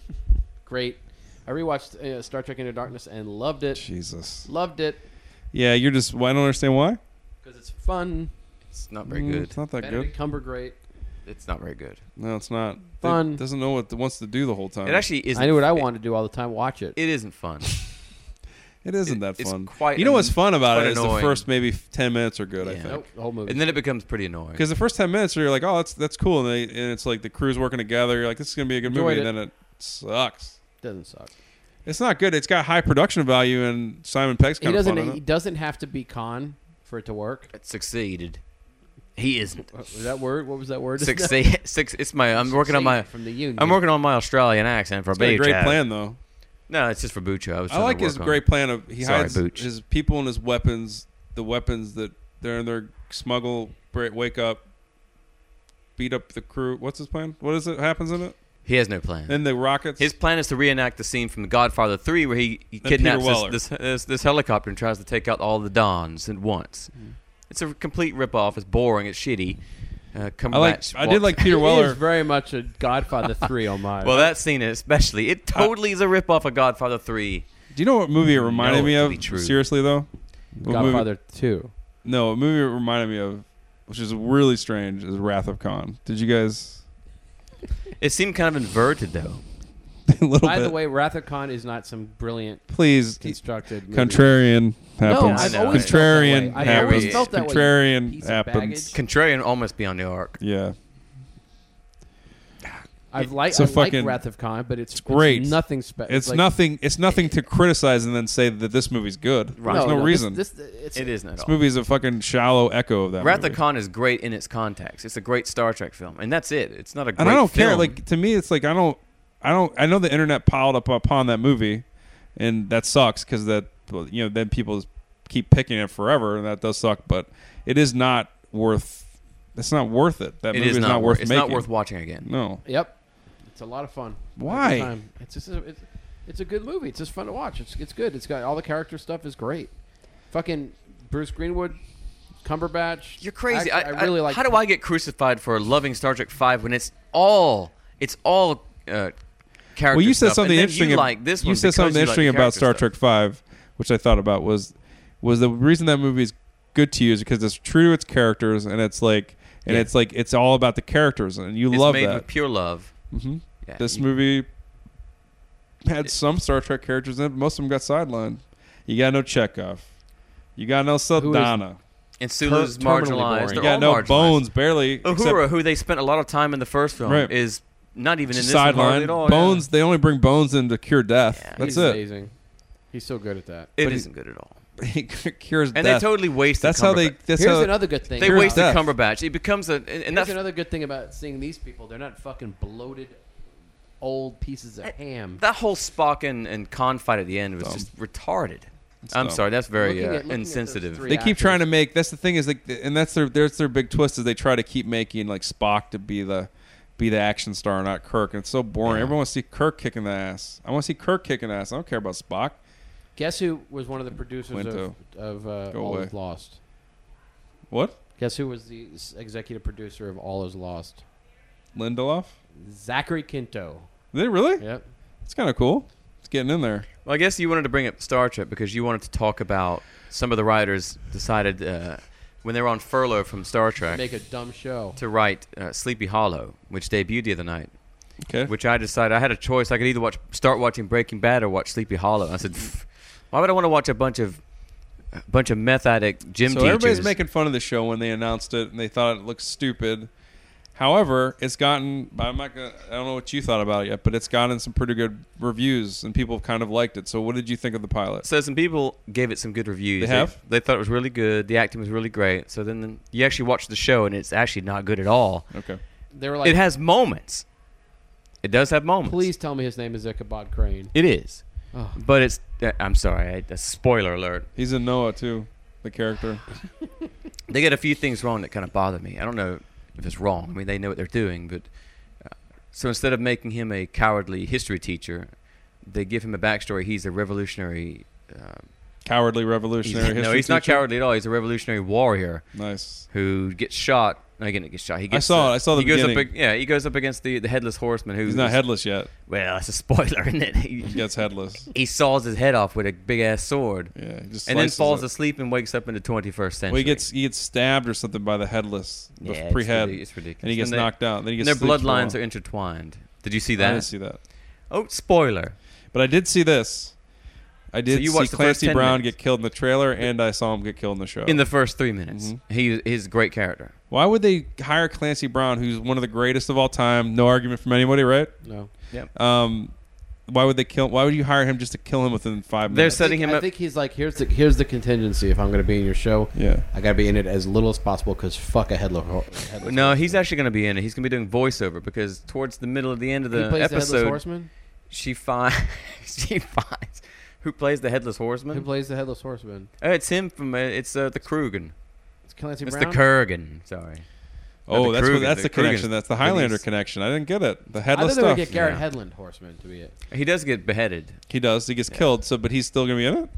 [SPEAKER 1] Great. I rewatched uh, Star Trek Into Darkness and loved it.
[SPEAKER 3] Jesus.
[SPEAKER 1] Loved it
[SPEAKER 3] Yeah, you're just. Well, I don't understand why.
[SPEAKER 1] because it's fun.
[SPEAKER 2] It's not very
[SPEAKER 3] Mm,
[SPEAKER 2] good.
[SPEAKER 3] It's not that
[SPEAKER 1] Benedict
[SPEAKER 3] good.
[SPEAKER 1] Cumbergreat.
[SPEAKER 2] It's not very good.
[SPEAKER 3] No, it's not. It
[SPEAKER 1] Fun.
[SPEAKER 3] doesn't know what it wants to do the whole time.
[SPEAKER 2] It actually isn't.
[SPEAKER 1] I knew what I
[SPEAKER 2] it-
[SPEAKER 1] wanted to do all the time. Watch it.
[SPEAKER 2] It isn't fun.
[SPEAKER 3] It isn't
[SPEAKER 2] it-
[SPEAKER 3] that
[SPEAKER 2] it's
[SPEAKER 3] fun.
[SPEAKER 2] quite
[SPEAKER 3] you know
[SPEAKER 2] an-
[SPEAKER 3] what's fun about
[SPEAKER 2] quite
[SPEAKER 3] it is the
[SPEAKER 2] annoying.
[SPEAKER 3] first maybe f- ten minutes are good. I
[SPEAKER 2] Yeah.
[SPEAKER 3] think.
[SPEAKER 1] nope. The whole movie.
[SPEAKER 2] and then it becomes pretty annoying.
[SPEAKER 3] Because the first ten minutes you're like, oh, that's that's cool, and, they, and it's like the crew's working together. You're like, this is gonna be a good
[SPEAKER 1] Enjoyed
[SPEAKER 3] movie,
[SPEAKER 1] it.
[SPEAKER 3] and then it sucks.
[SPEAKER 1] doesn't suck.
[SPEAKER 3] It's not good. It's got high production value, and Simon Pegg's
[SPEAKER 1] He
[SPEAKER 3] kind of
[SPEAKER 1] doesn't. e-
[SPEAKER 3] fun. in
[SPEAKER 1] He
[SPEAKER 3] it.
[SPEAKER 1] doesn't have to be con for it to work.
[SPEAKER 2] It succeeded. He isn't.
[SPEAKER 1] What was that word? What was that word?
[SPEAKER 2] Succeed. Six. It's my. I'm working on my.
[SPEAKER 1] from the union.
[SPEAKER 2] I'm working on my Australian accent for
[SPEAKER 3] It's got a
[SPEAKER 2] Booch.
[SPEAKER 3] great plan though.
[SPEAKER 2] No, it's just for Bucho. I was.
[SPEAKER 3] I
[SPEAKER 2] trying to
[SPEAKER 3] like his
[SPEAKER 2] work on
[SPEAKER 3] great
[SPEAKER 2] it.
[SPEAKER 3] plan of he
[SPEAKER 2] Sorry,
[SPEAKER 3] hides
[SPEAKER 2] Booch.
[SPEAKER 3] his people and his weapons, the weapons that they're in their smuggle, break, wake up, beat up the crew. What's his plan? What is it? Happens in it?
[SPEAKER 2] He has no plan.
[SPEAKER 3] And the rockets.
[SPEAKER 2] his plan is to reenact the scene from The Godfather 3 where he, he
[SPEAKER 3] Peter
[SPEAKER 2] kidnaps
[SPEAKER 3] Weller.
[SPEAKER 2] this, this, this, this helicopter and tries to take out all the Dons at once. It's a complete ripoff. It's boring. It's shitty. Uh,
[SPEAKER 3] I like.
[SPEAKER 2] Cumberbatch
[SPEAKER 3] I did
[SPEAKER 2] walks-
[SPEAKER 3] like Peter
[SPEAKER 1] Well, is
[SPEAKER 3] Weller.
[SPEAKER 1] very much a Godfather three homage.
[SPEAKER 2] Well, that scene especially. It totally is a ripoff of Godfather 3.
[SPEAKER 3] Do you know what movie it reminded
[SPEAKER 2] No,
[SPEAKER 3] me
[SPEAKER 2] it to
[SPEAKER 3] of?
[SPEAKER 2] be true.
[SPEAKER 3] Seriously though, What movie-
[SPEAKER 1] Godfather two.
[SPEAKER 3] No, a movie it reminded me of, which is really strange, is Wrath of Khan. Did you guys?
[SPEAKER 2] It seemed kind of inverted, though.
[SPEAKER 3] a little
[SPEAKER 1] By
[SPEAKER 3] bit.
[SPEAKER 1] the way, Wrath of Khan is not some brilliant
[SPEAKER 3] please.
[SPEAKER 1] constructed. movie.
[SPEAKER 3] Contrarian happens.
[SPEAKER 2] I've always
[SPEAKER 1] felt that way.
[SPEAKER 3] Contrarian
[SPEAKER 1] I've
[SPEAKER 3] happens.
[SPEAKER 2] always felt
[SPEAKER 1] that way, you
[SPEAKER 3] Contrarian
[SPEAKER 1] piece of
[SPEAKER 3] happens.
[SPEAKER 1] baggage.
[SPEAKER 2] Contrarian almost beyond the arc.
[SPEAKER 3] Yeah.
[SPEAKER 1] I've like
[SPEAKER 3] It's a
[SPEAKER 1] I
[SPEAKER 3] fucking-
[SPEAKER 1] like Wrath of Khan, but it's, it's
[SPEAKER 3] great.
[SPEAKER 1] nothing special.
[SPEAKER 3] It's nothing. It's nothing to criticize and then say that this movie's good. There's no, reason. This,
[SPEAKER 1] This, this, it's,
[SPEAKER 2] It isn't at all.
[SPEAKER 3] movie is a fucking shallow echo of that.
[SPEAKER 2] Wrath
[SPEAKER 3] movie.
[SPEAKER 2] of Khan is great in its context. It's a great Star Trek film, and that's it. It's not a great
[SPEAKER 3] and I don't care.
[SPEAKER 2] film.
[SPEAKER 3] Like to me, it's like I don't, I don't. I know the internet piled up upon that movie, and that sucks because that you know then people keep picking it forever, and that does suck. But it is not worth. It's not worth it. That
[SPEAKER 2] it
[SPEAKER 3] movie
[SPEAKER 2] is not, worth. It's not
[SPEAKER 3] making.
[SPEAKER 2] worth watching again.
[SPEAKER 3] No.
[SPEAKER 1] yep. It's a lot of fun. Every
[SPEAKER 3] Why?
[SPEAKER 1] time. It's just a, it's, it's a good movie. It's just fun to watch. It's it's good. It's got all the character stuff is great. Fucking Bruce Greenwood, Cumberbatch.
[SPEAKER 2] You're crazy.
[SPEAKER 1] Act-
[SPEAKER 2] I, really like. How do I get crucified for loving Star Trek Five when it's all it's all uh, character?
[SPEAKER 3] Well, you
[SPEAKER 2] stuff,
[SPEAKER 3] said
[SPEAKER 2] and
[SPEAKER 3] something
[SPEAKER 2] then
[SPEAKER 3] interesting.
[SPEAKER 2] You
[SPEAKER 3] ab-
[SPEAKER 2] like this
[SPEAKER 3] you
[SPEAKER 2] one
[SPEAKER 3] said
[SPEAKER 2] because
[SPEAKER 3] something
[SPEAKER 2] you like the
[SPEAKER 3] interesting about
[SPEAKER 2] character
[SPEAKER 3] Star
[SPEAKER 2] stuff.
[SPEAKER 3] Trek Five, which I thought about was was the reason that movie is good to you is because it's true to its characters, and it's like and
[SPEAKER 2] Yeah.
[SPEAKER 3] it's like it's all about the characters, and you
[SPEAKER 2] It's
[SPEAKER 3] love
[SPEAKER 2] made
[SPEAKER 3] that.
[SPEAKER 2] with pure love.
[SPEAKER 3] Mhm.
[SPEAKER 2] Yeah,
[SPEAKER 3] This
[SPEAKER 2] you-
[SPEAKER 3] movie had some Star Trek characters in it, but most of them got sidelined. You got no Chekhov. You got no Saldana.
[SPEAKER 2] and Sulu's marginalized.
[SPEAKER 3] You
[SPEAKER 2] They're all
[SPEAKER 3] got no
[SPEAKER 2] marginalized.
[SPEAKER 3] Bones, barely.
[SPEAKER 2] Uhura, who they spent a lot of time in the first film,
[SPEAKER 3] Right.
[SPEAKER 2] is not even in this one hardly
[SPEAKER 3] sideline.
[SPEAKER 2] at all.
[SPEAKER 3] Bones, they only bring Bones in to cure death.
[SPEAKER 2] Yeah.
[SPEAKER 3] That's
[SPEAKER 1] He's
[SPEAKER 3] it.
[SPEAKER 1] Amazing. He's so good at that.
[SPEAKER 2] Yeah.
[SPEAKER 3] but
[SPEAKER 2] It
[SPEAKER 3] he-
[SPEAKER 2] isn't good at all.
[SPEAKER 3] he cures
[SPEAKER 2] And they
[SPEAKER 3] death.
[SPEAKER 2] totally wasted.
[SPEAKER 3] that's how they.
[SPEAKER 2] Cumberbatch.
[SPEAKER 3] That's
[SPEAKER 1] Here's
[SPEAKER 3] how,
[SPEAKER 1] another good thing.
[SPEAKER 2] They
[SPEAKER 1] about-
[SPEAKER 3] Here's
[SPEAKER 2] wasted
[SPEAKER 3] death.
[SPEAKER 2] Cumberbatch. It becomes a and, and
[SPEAKER 1] That's
[SPEAKER 2] that's
[SPEAKER 1] another good thing about seeing these people. They're not fucking bloated old pieces of ham.
[SPEAKER 2] that whole Spock and, and Khan fight at the end was
[SPEAKER 3] Dumb.
[SPEAKER 2] just retarded.
[SPEAKER 3] It's
[SPEAKER 2] I'm
[SPEAKER 3] dumb.
[SPEAKER 2] sorry, that's very
[SPEAKER 1] Looking
[SPEAKER 2] uh,
[SPEAKER 1] at- looking at those
[SPEAKER 2] insensitive.
[SPEAKER 1] three
[SPEAKER 3] they keep trying to
[SPEAKER 1] actors.
[SPEAKER 3] make. That's the thing is like, and that's their that's their big twist is they try to keep making like Spock to be the be the action star, not Kirk. And it's so boring.
[SPEAKER 2] Yeah.
[SPEAKER 3] Everyone wants to see Kirk kicking the ass. I want to see Kirk kicking ass. I don't care about Spock.
[SPEAKER 1] Guess who was one of the producers
[SPEAKER 3] Quinto.
[SPEAKER 1] of, of uh,
[SPEAKER 3] Go
[SPEAKER 1] All
[SPEAKER 3] away.
[SPEAKER 1] Is Lost?
[SPEAKER 3] What?
[SPEAKER 1] Guess who was the s- executive producer of All Is Lost?
[SPEAKER 3] Lindelof?
[SPEAKER 1] Zachary Quinto.
[SPEAKER 3] Did they really?
[SPEAKER 1] Yep.
[SPEAKER 3] It's kind of cool. It's getting in there.
[SPEAKER 2] Well, I guess you wanted to bring up Star Trek because you wanted to talk about some of the writers decided uh, when they were on furlough from Star Trek
[SPEAKER 1] Make a dumb show.
[SPEAKER 2] to write uh, Sleepy Hollow, which debuted the other night.
[SPEAKER 3] Okay.
[SPEAKER 2] Which I decided I had a choice. I could either watch start watching Breaking Bad or watch Sleepy Hollow. I said, "Pff, why would I want to watch a bunch of a bunch of meth addict gym
[SPEAKER 3] so
[SPEAKER 2] teachers?
[SPEAKER 3] everybody's making fun of the show when they announced it, and they thought it looked stupid. However, it's gotten. but I'm not gonna. I don't know what you thought about it yet, but it's gotten some pretty good reviews, and people have kind of liked it. So, what did you think of the pilot?
[SPEAKER 2] So some people gave it some good reviews.
[SPEAKER 3] They have?
[SPEAKER 2] They, thought it was really good. The acting was really great. So then you actually watch the show and it's actually not good at all.
[SPEAKER 3] Okay.
[SPEAKER 1] They were like,
[SPEAKER 2] it has moments. It does have moments.
[SPEAKER 1] please tell me his name is Ichabod Crane.
[SPEAKER 2] It is.
[SPEAKER 1] Ugh.
[SPEAKER 2] But it's. uh, I'm sorry. I, a spoiler alert.
[SPEAKER 3] He's in Noah too, the character.
[SPEAKER 2] They get a few things wrong that kind of bother me. I don't know if it's wrong. I mean, they know what they're doing, but uh, so instead of making him a cowardly history teacher, they give him a backstory. He's a revolutionary. Uh,
[SPEAKER 3] Cowardly
[SPEAKER 2] he's-
[SPEAKER 3] revolutionary.
[SPEAKER 2] no,
[SPEAKER 3] history
[SPEAKER 2] he's not
[SPEAKER 3] teacher?
[SPEAKER 2] cowardly at all. He's a revolutionary warrior.
[SPEAKER 3] Nice.
[SPEAKER 2] who gets shot. no, Again, it gets shot. He gets.
[SPEAKER 3] saw
[SPEAKER 2] uh,
[SPEAKER 3] it. I saw the
[SPEAKER 2] he goes up,
[SPEAKER 3] beginning.
[SPEAKER 2] ag- yeah, he goes up against the, the headless horseman. Who
[SPEAKER 3] He's not headless yet.
[SPEAKER 2] Well, that's a spoiler, isn't it? He,
[SPEAKER 3] He gets headless.
[SPEAKER 2] he saws his head off with a big ass sword,
[SPEAKER 3] Yeah. He just
[SPEAKER 2] and then
[SPEAKER 3] slices
[SPEAKER 2] falls
[SPEAKER 3] it.
[SPEAKER 2] asleep and wakes up in the 21st century.
[SPEAKER 3] Well, he gets he gets stabbed or something by the headless, the
[SPEAKER 2] Yeah, it's
[SPEAKER 3] pre-head,
[SPEAKER 2] ridic- it's ridiculous.
[SPEAKER 3] and he gets
[SPEAKER 2] And they-
[SPEAKER 3] knocked out. Then he
[SPEAKER 2] and
[SPEAKER 3] gets
[SPEAKER 2] their
[SPEAKER 3] sleeps for a
[SPEAKER 2] bloodlines
[SPEAKER 3] while.
[SPEAKER 2] are intertwined. Did you see
[SPEAKER 3] I
[SPEAKER 2] that?
[SPEAKER 3] didn't see that,
[SPEAKER 2] Oh, spoiler!
[SPEAKER 3] but I did see this. I did
[SPEAKER 2] you
[SPEAKER 3] see
[SPEAKER 2] watched the first
[SPEAKER 3] Clancy
[SPEAKER 2] 10
[SPEAKER 3] Brown
[SPEAKER 2] minutes.
[SPEAKER 3] get killed in the trailer, and I saw him get killed in the show.
[SPEAKER 2] In the first three minutes,
[SPEAKER 3] Mhm.
[SPEAKER 2] he he's a great character.
[SPEAKER 3] Why would they hire Clancy Brown, who's one of the greatest of all time? No argument from anybody, right?
[SPEAKER 1] No.
[SPEAKER 3] Um, why would they kill? Why would you hire him just to kill him within five
[SPEAKER 2] They're
[SPEAKER 3] minutes?
[SPEAKER 2] setting
[SPEAKER 1] I
[SPEAKER 2] him
[SPEAKER 1] think, I
[SPEAKER 2] up.
[SPEAKER 1] think he's like, here's the here's the contingency. If I'm going to be in your show,
[SPEAKER 3] yeah,
[SPEAKER 1] I got to be in it as little as possible because fuck a headless. Ho- headless
[SPEAKER 2] No, he's actually going to be in it. He's going to be doing voiceover because towards the middle of the end of
[SPEAKER 1] he
[SPEAKER 2] the
[SPEAKER 1] plays the headless
[SPEAKER 2] episode,
[SPEAKER 1] horseman.
[SPEAKER 2] she finds she finds who plays the headless horseman.
[SPEAKER 1] Who plays the headless horseman?
[SPEAKER 2] Uh, it's him from uh, it's uh, the Krugen.
[SPEAKER 1] It's Clancy
[SPEAKER 2] It's
[SPEAKER 1] Brown.
[SPEAKER 2] the Kurgan. Sorry.
[SPEAKER 3] Oh,
[SPEAKER 2] No, the
[SPEAKER 3] that's what,
[SPEAKER 2] Krugen-
[SPEAKER 3] that's the,
[SPEAKER 2] the Krugen's
[SPEAKER 3] connection. That's the Highlander
[SPEAKER 2] released.
[SPEAKER 3] connection. I didn't get it. The
[SPEAKER 1] I thought
[SPEAKER 3] headless
[SPEAKER 1] they would
[SPEAKER 3] stuff.
[SPEAKER 1] get Garrett
[SPEAKER 2] Yeah.
[SPEAKER 1] Headland horseman to be it.
[SPEAKER 2] He does get beheaded.
[SPEAKER 3] He does. He gets killed. So, but he's still gonna be in it.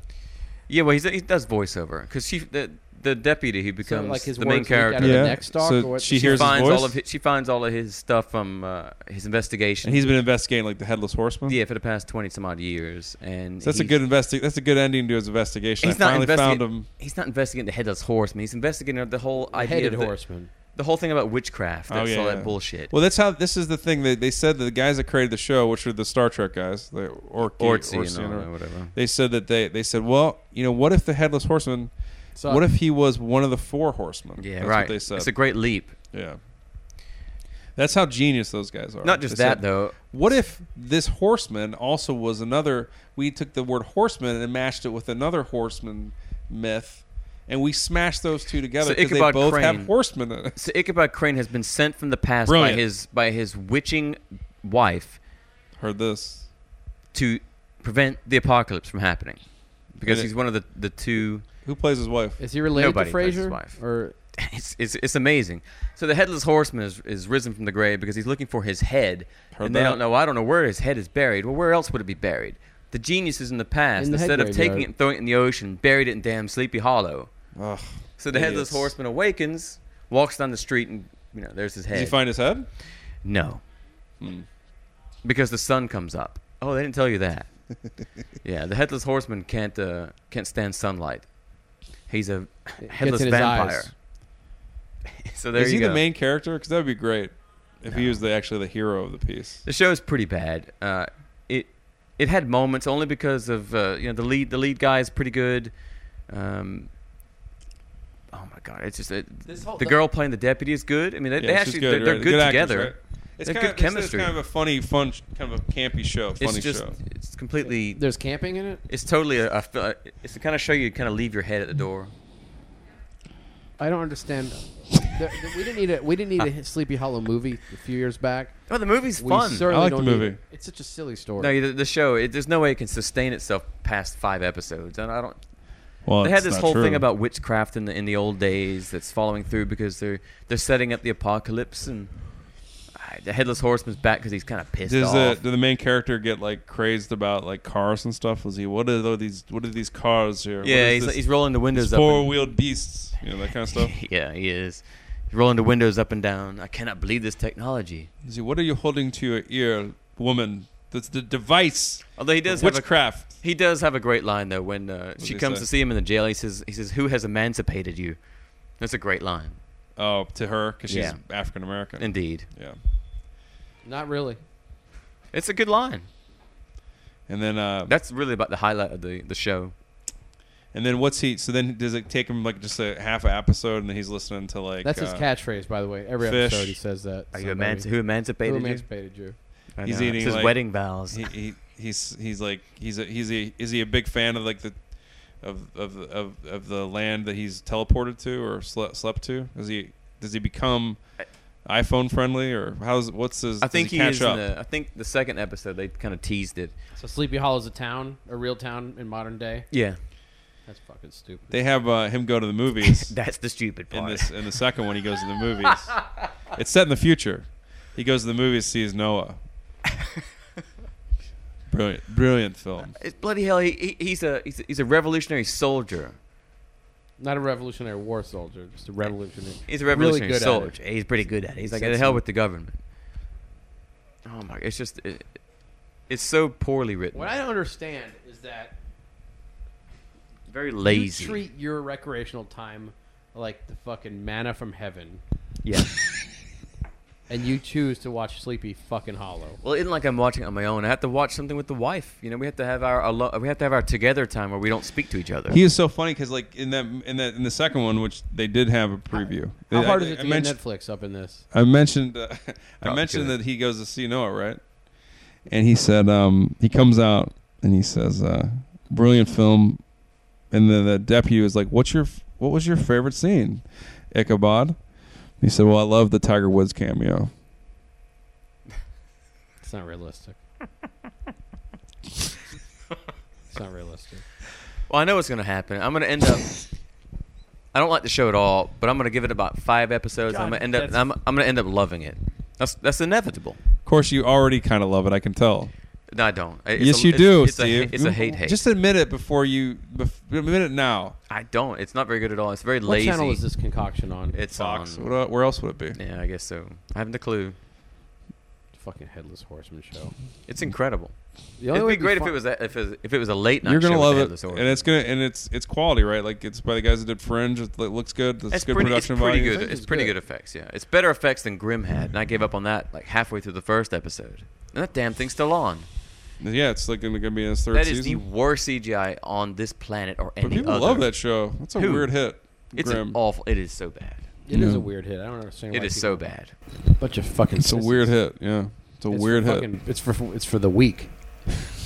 [SPEAKER 2] Yeah, well, he's, he does voiceover because she the, the deputy who becomes
[SPEAKER 1] so like his
[SPEAKER 2] the main
[SPEAKER 1] words leak out
[SPEAKER 2] character.
[SPEAKER 1] of
[SPEAKER 3] Yeah.
[SPEAKER 1] the neck stalk
[SPEAKER 3] So
[SPEAKER 1] or what?
[SPEAKER 3] she
[SPEAKER 2] She
[SPEAKER 3] hears his
[SPEAKER 2] finds all
[SPEAKER 3] voice?
[SPEAKER 2] of his, she finds all of his stuff from uh, his investigation.
[SPEAKER 3] And he's been investigating like the headless horseman.
[SPEAKER 2] yeah for the past twenty some odd years, and
[SPEAKER 3] So that's a
[SPEAKER 2] he's-
[SPEAKER 3] good investi- That's a good ending to his investigation.
[SPEAKER 2] He's
[SPEAKER 3] I
[SPEAKER 2] not
[SPEAKER 3] finally
[SPEAKER 2] investigating.
[SPEAKER 3] found him.
[SPEAKER 2] He's not investigating the headless horseman. He's investigating the whole idea
[SPEAKER 1] headed
[SPEAKER 2] of the,
[SPEAKER 1] horseman.
[SPEAKER 2] the whole thing about witchcraft.
[SPEAKER 3] Oh,
[SPEAKER 2] That's
[SPEAKER 3] yeah,
[SPEAKER 2] all
[SPEAKER 3] yeah.
[SPEAKER 2] that bullshit.
[SPEAKER 3] Well, that's how. This is the thing that they said that the guys that created the show, which are the Star Trek guys, the Orky,
[SPEAKER 2] Ortsy,
[SPEAKER 3] Orsian,
[SPEAKER 2] and all
[SPEAKER 3] or-
[SPEAKER 2] that, whatever.
[SPEAKER 3] they said that they they said, well, you know, what if the headless horseman?
[SPEAKER 1] So
[SPEAKER 3] What if he was one of the four horsemen?
[SPEAKER 2] Yeah,
[SPEAKER 3] that's
[SPEAKER 2] right.
[SPEAKER 3] What they said.
[SPEAKER 2] It's a great leap.
[SPEAKER 3] yeah. That's how genius those guys are.
[SPEAKER 2] Not just
[SPEAKER 3] They
[SPEAKER 2] that
[SPEAKER 3] said,
[SPEAKER 2] though.
[SPEAKER 3] What if this horseman also was another? We took the word horseman and matched it with another horseman myth, and we smashed those two together
[SPEAKER 2] So
[SPEAKER 3] because they
[SPEAKER 2] Ichabod
[SPEAKER 3] both have
[SPEAKER 2] Crane-
[SPEAKER 3] horsemen. In it.
[SPEAKER 2] So Ichabod Crane has been sent from the past
[SPEAKER 3] Brilliant.
[SPEAKER 2] by his by his witching wife
[SPEAKER 3] Heard this?
[SPEAKER 2] to prevent the apocalypse from happening, because
[SPEAKER 3] And it-
[SPEAKER 2] he's one of the the two.
[SPEAKER 3] Who plays his wife?
[SPEAKER 1] Is he related
[SPEAKER 2] Nobody
[SPEAKER 1] to
[SPEAKER 2] plays his
[SPEAKER 1] Frasier?
[SPEAKER 2] wife.
[SPEAKER 1] Or
[SPEAKER 2] It's, it's, it's amazing. So the headless horseman is, is risen from the grave because he's looking for his head,
[SPEAKER 3] Heard
[SPEAKER 2] and they
[SPEAKER 3] that.
[SPEAKER 2] don't know. I don't know where his head is buried. Well, where else would it be buried? The geniuses in the past,
[SPEAKER 1] In the head
[SPEAKER 2] instead of taking
[SPEAKER 1] graveyard.
[SPEAKER 2] it and throwing it in the ocean, buried it in damn Sleepy Hollow.
[SPEAKER 3] Ugh,
[SPEAKER 2] So the headless
[SPEAKER 3] idiots.
[SPEAKER 2] horseman awakens, walks down the street, and you know there's his head.
[SPEAKER 3] Does he find his head?
[SPEAKER 2] No.
[SPEAKER 3] Hmm.
[SPEAKER 2] Because the sun comes up. Oh, they didn't tell you that. yeah, the headless horseman can't uh, can't stand sunlight. He's a headless
[SPEAKER 1] in his
[SPEAKER 2] vampire.
[SPEAKER 1] eyes.
[SPEAKER 2] so there
[SPEAKER 3] is
[SPEAKER 2] you
[SPEAKER 3] he
[SPEAKER 2] go.
[SPEAKER 3] the main character? Because that would be great if he was the, actually the hero of the piece.
[SPEAKER 2] the show is pretty bad. Uh, it it had moments only because of uh, you know the lead the lead guy is pretty good. Um, oh my god, it's just a,
[SPEAKER 5] This whole-
[SPEAKER 2] the girl playing the deputy is good. I mean, they,
[SPEAKER 3] Yeah,
[SPEAKER 2] they
[SPEAKER 3] she's
[SPEAKER 2] actually
[SPEAKER 3] good,
[SPEAKER 2] they're, they're
[SPEAKER 3] right?
[SPEAKER 2] good,
[SPEAKER 3] actress,
[SPEAKER 2] together.
[SPEAKER 3] right? It's
[SPEAKER 2] They're
[SPEAKER 3] kind
[SPEAKER 2] good
[SPEAKER 3] of, it's- it's
[SPEAKER 2] chemistry.
[SPEAKER 3] kind of a funny, fun, sh- kind of a campy show. Funny
[SPEAKER 2] It's just
[SPEAKER 3] show.
[SPEAKER 2] it's completely
[SPEAKER 1] there's camping in it?
[SPEAKER 2] It's totally a, a fi- It's the kind of show you kind of leave your head at the door.
[SPEAKER 1] I don't understand. There- there- we didn't need a we didn't need a Sleepy Hollow movie a few years back.
[SPEAKER 2] Oh, the movie's
[SPEAKER 1] We
[SPEAKER 2] fun.
[SPEAKER 1] certainly
[SPEAKER 3] I like the
[SPEAKER 1] don't need
[SPEAKER 3] movie.
[SPEAKER 1] it. It's such a silly story.
[SPEAKER 2] no, the, the show. It, there's no way it can sustain itself past five episodes. And I don't.
[SPEAKER 3] Well,
[SPEAKER 2] They had this whole thing about witchcraft in the in the old days that's following through because they're they're setting up the apocalypse and Ah, the headless horseman's back because he's kind of pissed
[SPEAKER 3] Does the
[SPEAKER 2] off.
[SPEAKER 3] did the main character get like crazed about like cars and stuff? Was he what are tho- these what are these cars here? What
[SPEAKER 2] yeah,
[SPEAKER 3] is
[SPEAKER 2] he's,
[SPEAKER 3] this-
[SPEAKER 2] he's rolling the windows up.
[SPEAKER 3] four
[SPEAKER 2] and-
[SPEAKER 3] wheeled beasts, you know that kind of stuff.
[SPEAKER 2] yeah, he is. He's rolling the windows up and down. I cannot believe this technology.
[SPEAKER 3] Is he, what are you holding to your ear, woman? That's the device.
[SPEAKER 2] Although he does have a
[SPEAKER 3] witchcraft.
[SPEAKER 2] He does have a great line though when uh, she
[SPEAKER 3] he
[SPEAKER 2] comes
[SPEAKER 3] say?
[SPEAKER 2] to see him in the jail. He says, "He says, who has emancipated you?" That's a great line,
[SPEAKER 3] Oh, to her because she's
[SPEAKER 2] Yeah.
[SPEAKER 3] African American.
[SPEAKER 2] indeed.
[SPEAKER 3] yeah,
[SPEAKER 1] Not really.
[SPEAKER 2] It's a good line.
[SPEAKER 3] and then uh,
[SPEAKER 2] That's really about the highlight of the, the show.
[SPEAKER 3] and then what's he? So then does it take him like just a half an episode, and then he's listening to like
[SPEAKER 1] That's
[SPEAKER 3] uh,
[SPEAKER 1] his catchphrase, by the way. Every
[SPEAKER 3] fish.
[SPEAKER 1] episode he says that.
[SPEAKER 2] Are
[SPEAKER 1] to
[SPEAKER 2] you
[SPEAKER 1] somebody.
[SPEAKER 2] emanci- who emancipated
[SPEAKER 1] Who
[SPEAKER 2] you?
[SPEAKER 1] emancipated you?
[SPEAKER 2] I
[SPEAKER 3] He's
[SPEAKER 2] know,
[SPEAKER 3] eating,
[SPEAKER 2] it's his
[SPEAKER 3] like-
[SPEAKER 2] wedding vows.
[SPEAKER 3] he, he he's he's like he's a, he's a, is he a big fan of like the of of of of the land that he's teleported to or slept slept to? Does he does he become iPhone friendly or how's what's his?
[SPEAKER 2] I think
[SPEAKER 3] does he,
[SPEAKER 2] he,
[SPEAKER 3] catch
[SPEAKER 2] is.
[SPEAKER 3] up?
[SPEAKER 2] In the, I think the second episode they kind of teased it.
[SPEAKER 1] So Sleepy Hollow is a town, a real town in modern day.
[SPEAKER 2] Yeah,
[SPEAKER 1] That's fucking stupid.
[SPEAKER 3] they have uh, him go to the movies
[SPEAKER 2] that's the stupid
[SPEAKER 3] in
[SPEAKER 2] part.
[SPEAKER 3] this uh, in the second one. He goes to the movies. it's set in the future. He goes to the movies, sees Noah. Brilliant, brilliant film.
[SPEAKER 2] It's bloody hell. He, he, he's a he's a- he's a revolutionary soldier.
[SPEAKER 1] Not a Revolutionary War soldier, just a revolutionary.
[SPEAKER 2] He's a revolutionary
[SPEAKER 1] good at
[SPEAKER 2] soldier. He's pretty good at it. He's like,
[SPEAKER 1] Said
[SPEAKER 2] the hell
[SPEAKER 1] so.
[SPEAKER 2] with the government. Oh my! It's just, it, it's so poorly written.
[SPEAKER 1] What I don't understand is that
[SPEAKER 2] Very
[SPEAKER 1] you
[SPEAKER 2] lazy.
[SPEAKER 1] treat your recreational time like the fucking manna from heaven,
[SPEAKER 2] yeah.
[SPEAKER 1] and you choose to watch Sleepy fucking Hollow.
[SPEAKER 2] Well, it isn't like I'm watching it on my own. I have to watch something with the wife. You know, we have to have our alo- we have to have our together time where we don't speak to each other.
[SPEAKER 3] He is so funny because like in that in that in the second one, which they did have a preview.
[SPEAKER 1] How
[SPEAKER 3] I-
[SPEAKER 1] hard
[SPEAKER 3] I-
[SPEAKER 1] is it
[SPEAKER 3] I
[SPEAKER 1] to get
[SPEAKER 3] mentioned-
[SPEAKER 1] Netflix up in this?
[SPEAKER 3] I mentioned uh, I
[SPEAKER 2] Oh,
[SPEAKER 3] mentioned
[SPEAKER 2] good.
[SPEAKER 3] that he goes to see Noah, right? And he said um, he comes out and he says, uh, "Brilliant film." And then the deputy was like, "What's your what was your favorite scene, Ichabod?" He said, "Well, I love the Tiger Woods cameo."
[SPEAKER 1] It's not realistic. it's not realistic.
[SPEAKER 2] Well, I know what's gonna happen. I'm gonna end up. I don't like the show at all, but I'm gonna give it about five episodes. I'm
[SPEAKER 1] God,
[SPEAKER 2] gonna end up.
[SPEAKER 1] that's-
[SPEAKER 2] I'm, I'm gonna end up loving it. That's that's inevitable.
[SPEAKER 3] Of course, you already kind of love it. I can tell.
[SPEAKER 2] No, I don't. It's
[SPEAKER 3] yes,
[SPEAKER 2] a-
[SPEAKER 3] you do,
[SPEAKER 2] it's, it's
[SPEAKER 3] Steve.
[SPEAKER 2] A, it's a hate hate.
[SPEAKER 3] Just admit it before you. Bef- admit it now.
[SPEAKER 2] I don't. It's not very good at all. It's very
[SPEAKER 1] What
[SPEAKER 2] lazy.
[SPEAKER 1] channel is this concoction on?
[SPEAKER 2] It's
[SPEAKER 3] Fox.
[SPEAKER 2] on.
[SPEAKER 3] What, el- where else would it be?
[SPEAKER 2] Yeah, I guess so. I haven't a clue.
[SPEAKER 1] fucking headless horseman show.
[SPEAKER 2] It's
[SPEAKER 3] Mm.
[SPEAKER 2] incredible.
[SPEAKER 1] The
[SPEAKER 2] It'd
[SPEAKER 1] way
[SPEAKER 2] be great if
[SPEAKER 1] fun-
[SPEAKER 2] it was a, if it was, if it was a late night.
[SPEAKER 3] You're gonna
[SPEAKER 2] show
[SPEAKER 3] love
[SPEAKER 2] with
[SPEAKER 3] it,
[SPEAKER 2] Atlas
[SPEAKER 3] and
[SPEAKER 2] Order.
[SPEAKER 3] it's gonna and it's it's quality, right? Like it's by the guys that did Fringe. It like, looks good. It's,
[SPEAKER 2] It's
[SPEAKER 3] good
[SPEAKER 2] pretty,
[SPEAKER 3] production
[SPEAKER 2] it's pretty
[SPEAKER 3] value.
[SPEAKER 2] good.
[SPEAKER 1] Fringe
[SPEAKER 2] It's
[SPEAKER 1] is
[SPEAKER 2] pretty
[SPEAKER 1] good.
[SPEAKER 2] good effects. Yeah, it's better effects than Grimm had, and I gave up on that like halfway through the first episode. And that damn thing's still on.
[SPEAKER 3] Yeah, it's like gonna be in its third
[SPEAKER 2] That is the
[SPEAKER 3] season.
[SPEAKER 2] worst CGI on this planet or any
[SPEAKER 3] but people
[SPEAKER 2] other.
[SPEAKER 3] love that show. That's a
[SPEAKER 2] Who?
[SPEAKER 3] weird hit.
[SPEAKER 2] It's
[SPEAKER 3] Grimm.
[SPEAKER 2] awful. It is so bad.
[SPEAKER 1] It is a weird hit. I don't understand.
[SPEAKER 2] Mm. It
[SPEAKER 1] why
[SPEAKER 2] is so
[SPEAKER 1] people-
[SPEAKER 2] bad.
[SPEAKER 1] bunch of fucking.
[SPEAKER 3] It's a weird hit. Yeah, it's a weird hit.
[SPEAKER 1] it's for it's for the weak.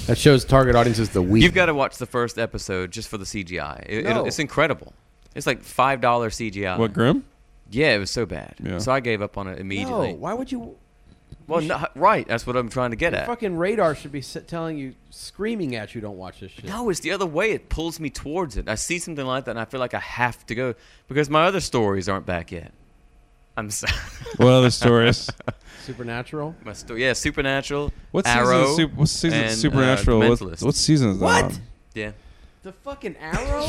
[SPEAKER 1] That shows target audience is the weak.
[SPEAKER 2] You've got to watch the first episode just for the CGI. It,
[SPEAKER 1] No.
[SPEAKER 2] it'll it's incredible. It's like five dollar CGI.
[SPEAKER 3] What Grim?
[SPEAKER 2] yeah, it was so bad.
[SPEAKER 3] Yeah.
[SPEAKER 2] So I gave up on it immediately.
[SPEAKER 1] No, why would you?
[SPEAKER 2] well, no, right. That's what I'm trying to get at.
[SPEAKER 1] Fucking radar should be s- telling you, screaming at you, don't watch this shit.
[SPEAKER 2] No, it's the other way. It pulls me towards it. I see something like that, and I feel like I have to go because my other stories aren't back yet. I'm sorry.
[SPEAKER 3] What other stories?
[SPEAKER 1] Supernatural.
[SPEAKER 2] my sto- yeah, Supernatural.
[SPEAKER 3] What season?
[SPEAKER 2] Arrow,
[SPEAKER 3] Is Sup- what season?
[SPEAKER 2] and,
[SPEAKER 3] is
[SPEAKER 2] uh,
[SPEAKER 3] Supernatural. what,
[SPEAKER 2] Mentalist.
[SPEAKER 3] what season is that?
[SPEAKER 1] What?
[SPEAKER 3] on?
[SPEAKER 2] yeah.
[SPEAKER 1] The fucking arrow.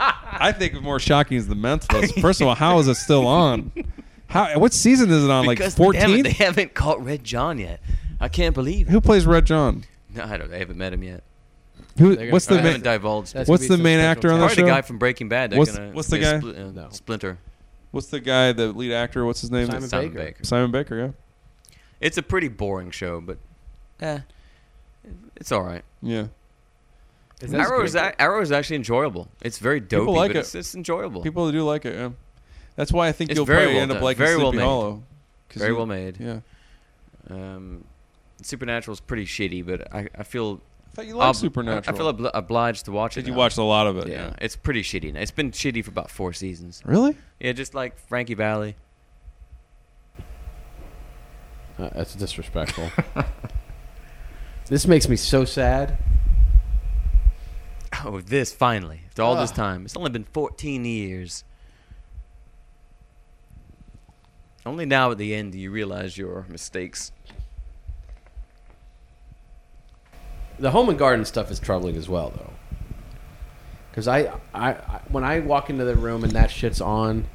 [SPEAKER 3] I think more shocking is the Mentalist. First of all, how is it still on? How? What season is it on?
[SPEAKER 2] because
[SPEAKER 3] like
[SPEAKER 2] they haven't, they
[SPEAKER 3] 14th?
[SPEAKER 2] haven't caught Red John yet. I can't believe. It.
[SPEAKER 3] Who plays Red John?
[SPEAKER 2] No, I don't. They haven't met him yet.
[SPEAKER 3] Who?
[SPEAKER 1] gonna
[SPEAKER 3] What's
[SPEAKER 2] I
[SPEAKER 3] the
[SPEAKER 1] try
[SPEAKER 3] main?
[SPEAKER 2] haven't divulged.
[SPEAKER 1] That's
[SPEAKER 2] it.
[SPEAKER 1] gonna
[SPEAKER 3] What's
[SPEAKER 1] be
[SPEAKER 3] the
[SPEAKER 1] some
[SPEAKER 3] main
[SPEAKER 1] special
[SPEAKER 3] actor on
[SPEAKER 1] tale.
[SPEAKER 3] that
[SPEAKER 2] Probably
[SPEAKER 3] show?
[SPEAKER 2] the guy from Breaking Bad. They're
[SPEAKER 3] What's-
[SPEAKER 2] gonna,
[SPEAKER 3] what's the
[SPEAKER 2] they're
[SPEAKER 3] guy?
[SPEAKER 2] Split, uh,
[SPEAKER 1] No.
[SPEAKER 2] Splinter.
[SPEAKER 3] What's the guy? The lead actor? What's his name?
[SPEAKER 1] Simon
[SPEAKER 2] Simon
[SPEAKER 1] Baker.
[SPEAKER 2] Baker.
[SPEAKER 3] Simon Baker. Yeah.
[SPEAKER 2] It's a pretty boring show, but eh, it's all right.
[SPEAKER 3] Yeah.
[SPEAKER 1] Is that
[SPEAKER 2] Arrow is,
[SPEAKER 1] scary?
[SPEAKER 2] a- Arrow is actually enjoyable. It's very dopey,
[SPEAKER 3] like
[SPEAKER 2] but
[SPEAKER 3] it.
[SPEAKER 2] It's, it's enjoyable.
[SPEAKER 3] People do like it. Yeah. That's why I think
[SPEAKER 2] It's
[SPEAKER 3] you'll
[SPEAKER 2] very
[SPEAKER 3] probably
[SPEAKER 2] well
[SPEAKER 3] end up
[SPEAKER 2] done.
[SPEAKER 3] liking
[SPEAKER 2] Very well
[SPEAKER 3] Sleepy
[SPEAKER 2] made.
[SPEAKER 3] Hollow. 'Cause
[SPEAKER 2] very
[SPEAKER 3] you-
[SPEAKER 2] well made.
[SPEAKER 3] Yeah.
[SPEAKER 2] Um, Supernatural is pretty shitty, but I, I feel
[SPEAKER 3] I thought you liked
[SPEAKER 2] ob-
[SPEAKER 3] Supernatural.
[SPEAKER 2] I feel obli- obliged to watch it.
[SPEAKER 3] Did you
[SPEAKER 2] now.
[SPEAKER 3] watched a lot of it?
[SPEAKER 2] Yeah, it's pretty shitty. Now. It's been shitty for about four seasons.
[SPEAKER 3] Really?
[SPEAKER 2] Yeah, just like Frankie Valley.
[SPEAKER 1] Uh, that's disrespectful. this makes me so sad.
[SPEAKER 2] Oh, this finally after all this
[SPEAKER 1] Ugh.
[SPEAKER 2] time. It's only been 14 years. Only now at the end do you realize your mistakes.
[SPEAKER 1] The home and garden stuff is troubling as well, though. Because I, I, I, when I walk into the room and that shit's on,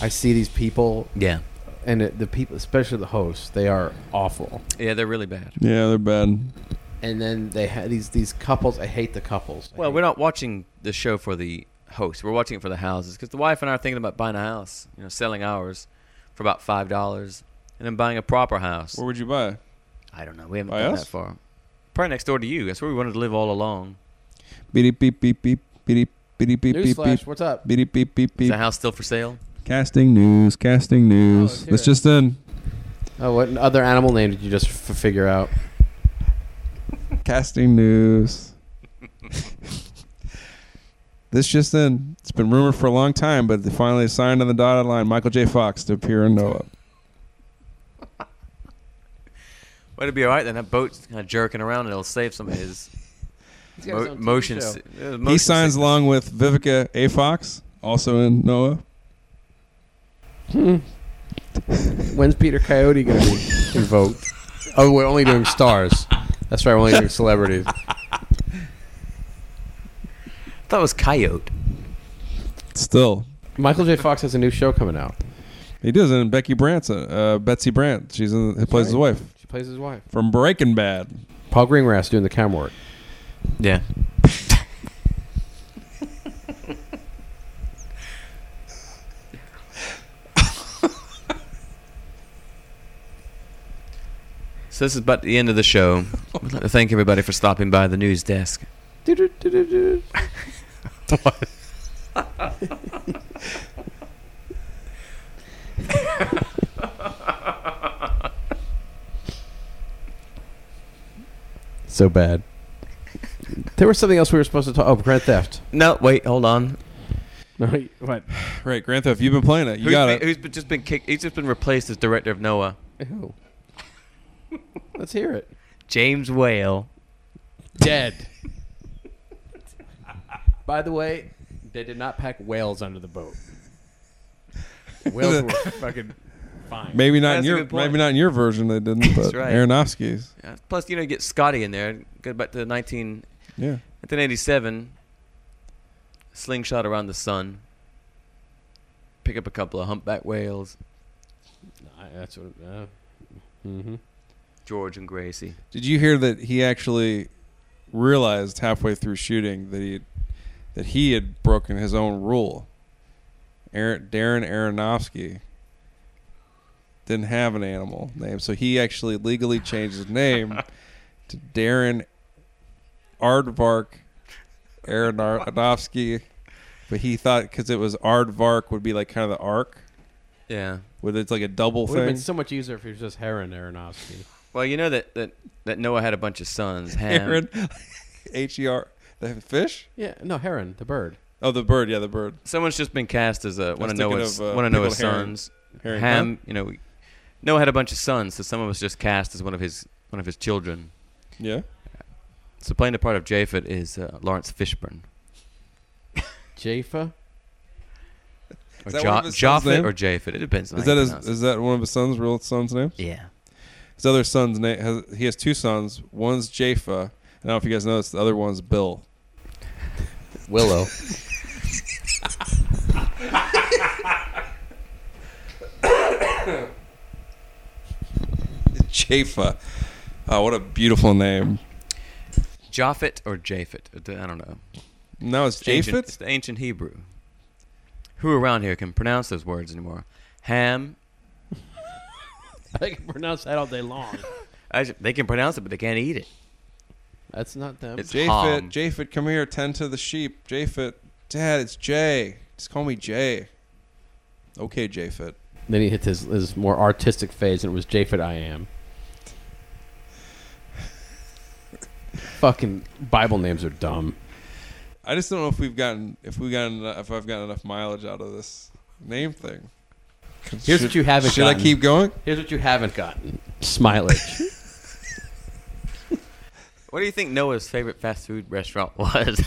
[SPEAKER 1] I see these people,
[SPEAKER 2] Yeah.
[SPEAKER 1] and it, the people, especially the hosts, they are awful.
[SPEAKER 2] Yeah, they're really bad.
[SPEAKER 3] Yeah, they're bad.
[SPEAKER 1] And then they had these these couples. I hate the couples. I
[SPEAKER 2] Well,
[SPEAKER 1] hate-
[SPEAKER 2] we're not watching the show for the host. We're watching it for the houses because the wife and I are thinking about buying a house, you know, selling ours for about five dollars, and then buying a proper house.
[SPEAKER 3] Where would you buy?
[SPEAKER 2] I don't know. We haven't
[SPEAKER 3] By
[SPEAKER 2] gone
[SPEAKER 3] us?
[SPEAKER 2] that far. Probably next door to you. That's where we wanted to live all along.
[SPEAKER 3] Beep beep beep beep beep beep beep beep
[SPEAKER 1] newsflash.
[SPEAKER 3] beep
[SPEAKER 1] what's up?
[SPEAKER 3] beep beep beep
[SPEAKER 2] Is
[SPEAKER 3] beep.
[SPEAKER 2] the house still for sale?
[SPEAKER 3] Casting news, casting
[SPEAKER 1] Oh,
[SPEAKER 3] news.
[SPEAKER 1] let's
[SPEAKER 3] That's
[SPEAKER 1] hear it.
[SPEAKER 3] just in.
[SPEAKER 1] Oh, what other animal name did you just f- figure out?
[SPEAKER 3] Casting news. this just in. It's been rumored for a long time, but they finally signed on the dotted line Michael J. Fox to appear in Noah.
[SPEAKER 2] Well, it'll be all right then. That boat's kind of jerking around, and it'll save some of his
[SPEAKER 1] got his
[SPEAKER 2] mo-
[SPEAKER 1] own TV
[SPEAKER 2] motion.
[SPEAKER 1] show.
[SPEAKER 2] si- uh,
[SPEAKER 3] He
[SPEAKER 2] motion
[SPEAKER 3] signs
[SPEAKER 2] sickness.
[SPEAKER 3] along with Vivica A. Fox, also in Noah.
[SPEAKER 1] When's Peter Coyote going to be invoked? Oh, we're only doing stars. That's right. We're only doing celebrities.
[SPEAKER 2] I thought it was Coyote.
[SPEAKER 3] Still,
[SPEAKER 1] Michael J. Fox has a new show coming out.
[SPEAKER 3] he does. And Becky Brant's in, uh, Betsy Brant. She's in, he plays his wife
[SPEAKER 1] She plays his wife.
[SPEAKER 3] from Breaking Bad.
[SPEAKER 1] Paul Greengrass doing the camera work.
[SPEAKER 2] Yeah. so this is about the end of the show. I'd like to thank everybody for stopping by the news desk.
[SPEAKER 1] So bad. There was something else we were supposed to talk. Oh, Grand Theft.
[SPEAKER 2] No, wait, hold on.
[SPEAKER 1] what?
[SPEAKER 3] Right, Grand Theft. You've been playing it. You got
[SPEAKER 2] been,
[SPEAKER 3] it.
[SPEAKER 2] Who's been- just been kicked? He's just been replaced as director of Noah.
[SPEAKER 1] Who? Let's hear it.
[SPEAKER 2] James Whale.
[SPEAKER 1] Dead. By the way, they did not pack whales under the boat. Whales were fucking fine.
[SPEAKER 3] Maybe not in
[SPEAKER 2] That's a
[SPEAKER 3] your
[SPEAKER 2] good point.
[SPEAKER 3] maybe not in your version they didn't, but
[SPEAKER 2] right.
[SPEAKER 3] Aronofsky's.
[SPEAKER 2] Yeah, Plus, you know, get Scotty in there. Go back to 19,
[SPEAKER 3] Yeah.
[SPEAKER 2] 1987. Slingshot around the sun. Pick up a couple of humpback whales.
[SPEAKER 1] I- That's what. Uh, mm-hmm.
[SPEAKER 2] George and Gracie.
[SPEAKER 3] Did you hear that he actually realized halfway through shooting that he that he had broken his own rule? Aaron, Darren Aronofsky didn't have an animal name, so he actually legally changed his name to Darren Aardvark Aronof- Aronofsky But he thought because it was aardvark would be like kind of the arc,
[SPEAKER 2] Yeah.
[SPEAKER 3] where it's like a double
[SPEAKER 1] Would have
[SPEAKER 3] thing.
[SPEAKER 1] been so much easier if he was just Heron Aronofsky.
[SPEAKER 2] Well, you know that that, that Noah had a bunch of sons. Ham.
[SPEAKER 3] Aaron, H E R, the fish.
[SPEAKER 1] Yeah, no, Heron, the bird.
[SPEAKER 3] Oh, the bird. Yeah, the bird.
[SPEAKER 2] Someone's just been cast as a one of
[SPEAKER 3] thinking
[SPEAKER 2] Noah's
[SPEAKER 3] of, uh,
[SPEAKER 2] one of Noah's
[SPEAKER 3] pickled herring.
[SPEAKER 2] sons.
[SPEAKER 3] Herring,
[SPEAKER 2] Ham. You know, Noah had a bunch of sons, so someone was just cast as one of his one of his children.
[SPEAKER 3] huh? Yeah.
[SPEAKER 2] So playing the part of Japhet is uh, Lawrence Fishburne.
[SPEAKER 1] Jaffa?
[SPEAKER 2] Or
[SPEAKER 3] that
[SPEAKER 2] jo-
[SPEAKER 3] one of his son's
[SPEAKER 2] Japhet
[SPEAKER 3] name?
[SPEAKER 2] or Japhet. It depends. On
[SPEAKER 3] Is
[SPEAKER 2] how
[SPEAKER 3] that
[SPEAKER 2] you
[SPEAKER 3] his,
[SPEAKER 2] pronounce it.
[SPEAKER 3] is that one of his son's real son's name?
[SPEAKER 2] Yeah.
[SPEAKER 3] His other son's name has he has two sons. One's Jafa. I don't know if you guys know this. The other one's Bill.
[SPEAKER 1] Willow.
[SPEAKER 3] Jafa. Oh, what a beautiful name.
[SPEAKER 2] Japhet or Japhet. It- I don't know.
[SPEAKER 3] Now it's
[SPEAKER 2] It's ancient, it's
[SPEAKER 3] Japhet.
[SPEAKER 2] the ancient Hebrew. Who around here can pronounce those words anymore? Ham.
[SPEAKER 1] I can pronounce that all day long.
[SPEAKER 2] I ju- they can pronounce it, but they can't eat it.
[SPEAKER 1] That's not them.
[SPEAKER 2] It's
[SPEAKER 3] Japhet.
[SPEAKER 2] Ham.
[SPEAKER 3] Japhet, come here. Tend to the sheep. Japhet. Dad, it's Jay. Just call me Jay. Okay, Japhet.
[SPEAKER 1] then he hit his, his more artistic phase, and it was Japhet I am. Fucking Bible names are dumb.
[SPEAKER 3] I just don't know if we've gotten if we have gotten if I've gotten enough mileage out of this name thing.
[SPEAKER 1] Here's
[SPEAKER 3] Should-
[SPEAKER 1] what you haven't
[SPEAKER 3] Should I
[SPEAKER 1] gotten.
[SPEAKER 3] keep going?
[SPEAKER 1] Here's what you haven't gotten. Smilage.
[SPEAKER 2] What do you think Noah's favorite fast food restaurant was?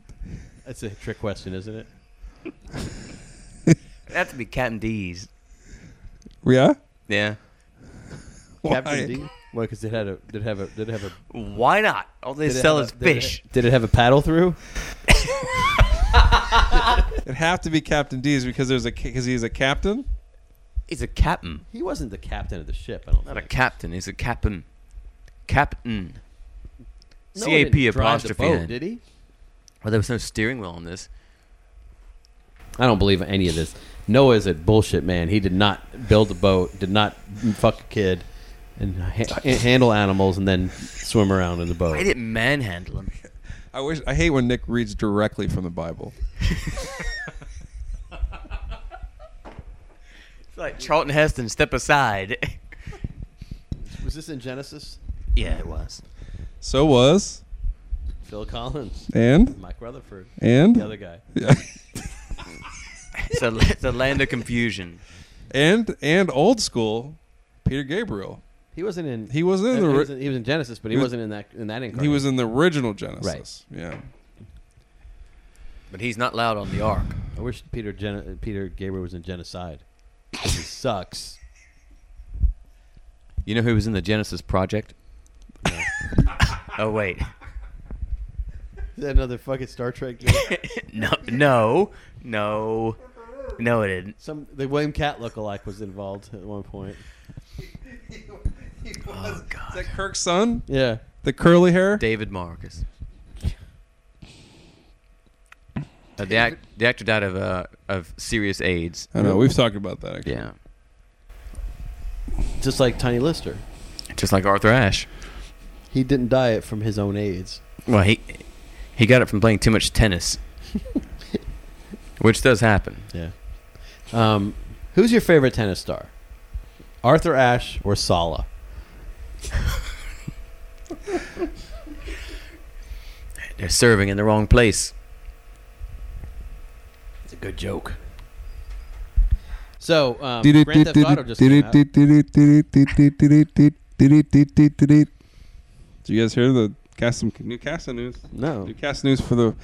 [SPEAKER 1] That's a trick question, isn't it?
[SPEAKER 2] It'd have to be Captain D's.
[SPEAKER 3] Yeah.
[SPEAKER 2] Yeah.
[SPEAKER 3] Why?
[SPEAKER 1] Captain D. Why? Because it had a did it have a did it have a
[SPEAKER 2] Why not? All they
[SPEAKER 1] did it
[SPEAKER 2] sell
[SPEAKER 1] have
[SPEAKER 2] is
[SPEAKER 1] a- did it-
[SPEAKER 2] fish.
[SPEAKER 1] did it have a paddle through?
[SPEAKER 3] It'd have to be Captain D's because there's a because he's a captain.
[SPEAKER 2] He's a captain,
[SPEAKER 1] He wasn't the captain of the ship. I don't
[SPEAKER 2] not a
[SPEAKER 1] think.
[SPEAKER 2] captain. He's a captain. Captain.
[SPEAKER 1] No
[SPEAKER 2] C
[SPEAKER 1] one
[SPEAKER 2] A
[SPEAKER 1] didn't
[SPEAKER 2] P
[SPEAKER 1] drive the
[SPEAKER 2] apostrophe.
[SPEAKER 1] boat,
[SPEAKER 2] N.
[SPEAKER 1] Did he?
[SPEAKER 2] Well, there was no steering wheel on this.
[SPEAKER 1] I don't believe any of this. Noah is a bullshit man. He did not build a boat, did not fuck a kid, and ha- handle animals, and then swim around in the
[SPEAKER 2] They
[SPEAKER 1] boat.
[SPEAKER 2] didn't manhandle him.
[SPEAKER 3] I wish I hate when Nick reads directly from the Bible.
[SPEAKER 2] It's like Charlton Heston, step aside.
[SPEAKER 1] Was this in Genesis?
[SPEAKER 2] yeah, it was.
[SPEAKER 3] So was
[SPEAKER 1] Phil Collins,
[SPEAKER 3] and
[SPEAKER 1] Mike Rutherford,
[SPEAKER 3] and
[SPEAKER 1] the other guy.
[SPEAKER 2] It's a, it's a land of confusion.
[SPEAKER 3] and and old school Peter Gabriel.
[SPEAKER 1] He wasn't in.
[SPEAKER 3] He was in
[SPEAKER 1] he,
[SPEAKER 3] the
[SPEAKER 1] was
[SPEAKER 3] ri-
[SPEAKER 1] in, he was in Genesis, but he,
[SPEAKER 3] He
[SPEAKER 1] was,
[SPEAKER 3] was-
[SPEAKER 1] not in that in that incarnation.
[SPEAKER 3] he was in the original Genesis. Yeah.
[SPEAKER 2] But he's not loud on the ark.
[SPEAKER 1] I wish Peter Gen- Peter Gabriel was in Genocide. 'Cause he sucks.
[SPEAKER 2] You know who was in the Genesis Project? oh wait,
[SPEAKER 1] Is that another fucking Star Trek? joke?
[SPEAKER 2] no, no, no, no, it didn't.
[SPEAKER 1] Some the William Cat lookalike was involved at one point.
[SPEAKER 2] Oh
[SPEAKER 3] Is
[SPEAKER 2] god,
[SPEAKER 3] that Kirk's son?
[SPEAKER 1] Yeah.
[SPEAKER 3] The curly hair?
[SPEAKER 2] David Marcus. Uh, the, act, the actor died of uh, of serious AIDS.
[SPEAKER 3] I know we've talked about that. Actually.
[SPEAKER 2] Yeah,
[SPEAKER 1] Just like Tiny Lister.
[SPEAKER 2] just like Arthur Ashe.
[SPEAKER 1] He didn't die it from his own AIDS.
[SPEAKER 2] Well, he he got it from playing too much tennis, which does happen.
[SPEAKER 1] Yeah. Um, who's your favorite tennis star? Arthur Ashe or Sala?
[SPEAKER 2] They're serving in the wrong place.
[SPEAKER 1] It's a good joke. So, um, Grand Theft Auto just came out.
[SPEAKER 3] Did you guys hear the cast some new Casa news?
[SPEAKER 1] No.
[SPEAKER 3] New cast news for the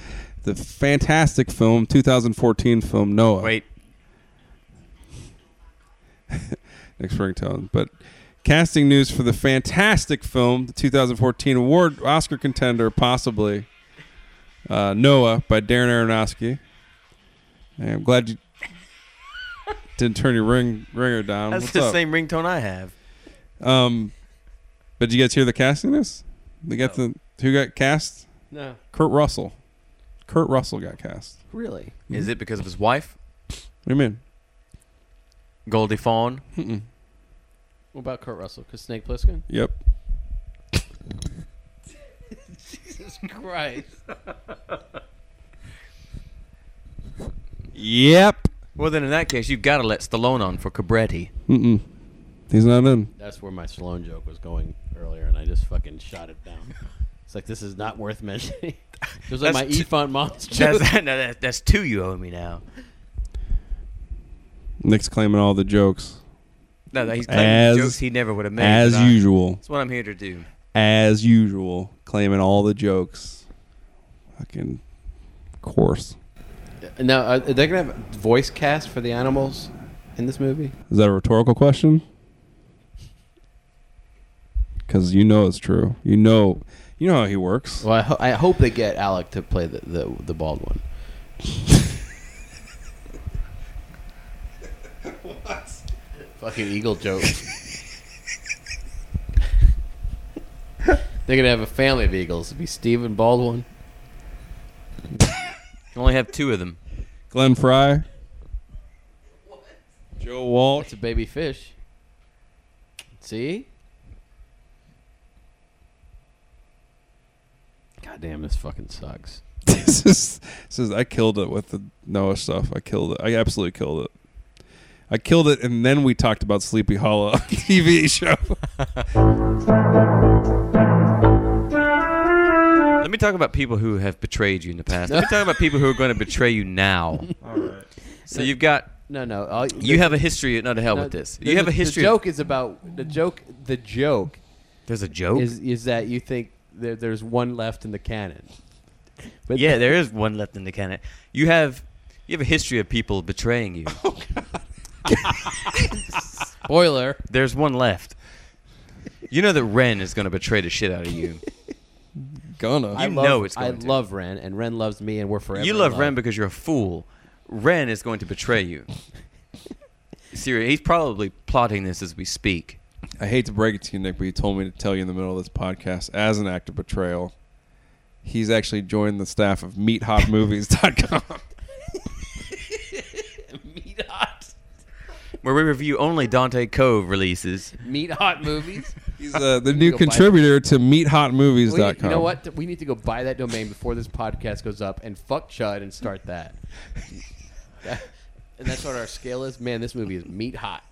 [SPEAKER 3] the fantastic film 2014 film Noah.
[SPEAKER 2] Wait,
[SPEAKER 3] next ringtone. But casting news for the fantastic film, the 2014 award Oscar contender, possibly uh, Noah by Darren Aronofsky. And I'm glad you didn't turn your ring ringer down.
[SPEAKER 2] that's
[SPEAKER 3] Oh, What's
[SPEAKER 2] the
[SPEAKER 3] up?
[SPEAKER 2] same ringtone I have.
[SPEAKER 3] Um, but did you guys hear the casting news? They got the who got cast?
[SPEAKER 1] No.
[SPEAKER 3] Kurt Russell. Kurt Russell got cast.
[SPEAKER 1] Really?
[SPEAKER 3] Hmm?
[SPEAKER 2] Is it because of his wife,
[SPEAKER 3] What do you mean?
[SPEAKER 2] Goldie Fawn?
[SPEAKER 3] Mm-mm.
[SPEAKER 1] What about Kurt Russell? Because Snake Plissken?
[SPEAKER 3] Yep.
[SPEAKER 1] Jesus Christ.
[SPEAKER 3] Yep.
[SPEAKER 2] Well, then in that case, you've got to let Stallone on for Cabretti.
[SPEAKER 3] Mm-mm. He's not in.
[SPEAKER 1] That's where my Stallone joke was going earlier, and I just fucking shot it down. It's like this is not worth mentioning. It was like
[SPEAKER 2] That's
[SPEAKER 1] my
[SPEAKER 2] t-
[SPEAKER 1] E font monster.
[SPEAKER 2] That's, no, that, that's two you owe me now.
[SPEAKER 3] Nick's claiming all the jokes
[SPEAKER 2] No, that he's claiming
[SPEAKER 3] As-
[SPEAKER 2] jokes he never would have made.
[SPEAKER 3] as
[SPEAKER 2] but I-
[SPEAKER 3] usual.
[SPEAKER 2] That's what I'm here to do.
[SPEAKER 3] As usual, claiming all the jokes. Fucking course.
[SPEAKER 1] Now, are they uh, gonna have voice cast for the animals in this movie?
[SPEAKER 3] Is that a rhetorical question? Because you know it's true. You know, you know how he works.
[SPEAKER 1] Well, I, ho- I hope they get Alec to play the the, the bald one. Fucking eagle joke. They're gonna have a family of eagles. It'd be Stephen Baldwin.
[SPEAKER 2] You can only have two of them.
[SPEAKER 3] Glenn Fry, Joe Walsh.
[SPEAKER 1] It's a baby fish. See? God damn, this fucking sucks.
[SPEAKER 3] this is this is I killed it with the Noah stuff. I killed it. I absolutely killed it. I killed it, and then we talked about Sleepy Hollow on the TV show.
[SPEAKER 2] Let me talk about people who have betrayed you in the past. Let me talk about people who are going to betray you now. All right. So you've got
[SPEAKER 1] No, no. I'll,
[SPEAKER 2] you have a history. No, to hell with this. You have a history.
[SPEAKER 1] The
[SPEAKER 2] of-
[SPEAKER 1] joke is about the joke. The joke
[SPEAKER 2] There's a joke.
[SPEAKER 1] is is that you think there, there's one left in the cannon. But
[SPEAKER 2] yeah, there is one left in the cannon. You have you have a history of people betraying you.
[SPEAKER 1] spoiler.
[SPEAKER 2] There's one left. You know that Ren is going to betray the shit out of you.
[SPEAKER 3] Gonna.
[SPEAKER 1] I
[SPEAKER 2] You
[SPEAKER 1] love,
[SPEAKER 2] know it's
[SPEAKER 1] I
[SPEAKER 2] going to.
[SPEAKER 1] love Ren, and Ren loves me, and we're forever.
[SPEAKER 2] you
[SPEAKER 1] in
[SPEAKER 2] love Ren because you're a fool. Ren is going to betray you. Seriously, he's probably plotting this as we speak.
[SPEAKER 3] I hate to break it to you, Nick, but you told me to tell you in the middle of this podcast as an act of betrayal. He's actually joined the staff of MeatHotMovies.com.
[SPEAKER 5] Meat hot,
[SPEAKER 2] Where we review only Dante Cove releases.
[SPEAKER 5] meat hot movies.
[SPEAKER 3] He's uh, the new
[SPEAKER 1] Go buy it.
[SPEAKER 3] contributor to
[SPEAKER 1] We, you
[SPEAKER 3] MeatHotMovies.com.
[SPEAKER 1] know what? We need to go buy that domain before this podcast goes up and fuck Chud and start that. That- and that's what our scale is. Man, this movie is meat hot.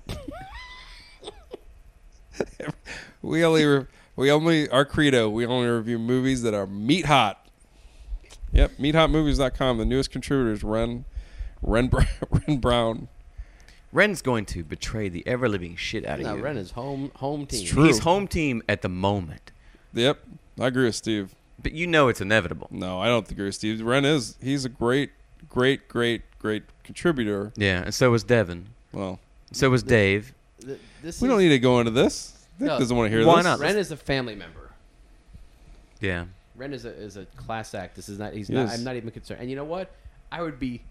[SPEAKER 3] We only re- we only our credo. We only review movies that are meat hot. Yep, meathotmovies.com. The newest contributors Ren Ren, Br- Ren Brown.
[SPEAKER 2] Ren's going to betray the ever living shit out of
[SPEAKER 1] Now,
[SPEAKER 2] you.
[SPEAKER 1] Ren is home home team.
[SPEAKER 3] true.
[SPEAKER 2] He's home team at the moment,
[SPEAKER 3] Yep, I agree with Steve.
[SPEAKER 2] but you know it's inevitable.
[SPEAKER 3] No, I don't agree with Steve. Ren is he's a great, great, great, great contributor.
[SPEAKER 2] Yeah, and so was Devin.
[SPEAKER 3] Well,
[SPEAKER 2] So was Dave.
[SPEAKER 1] Th- This
[SPEAKER 3] we don't
[SPEAKER 1] is-
[SPEAKER 3] need to go into this. Nick
[SPEAKER 1] No.
[SPEAKER 3] doesn't want to hear
[SPEAKER 2] Why
[SPEAKER 3] this.
[SPEAKER 2] not?
[SPEAKER 1] Ren is a family member.
[SPEAKER 2] Yeah.
[SPEAKER 1] Ren is a is a class act. This is not. He's
[SPEAKER 3] He
[SPEAKER 1] not.
[SPEAKER 3] is.
[SPEAKER 1] I'm not even concerned. And you know what? I would be,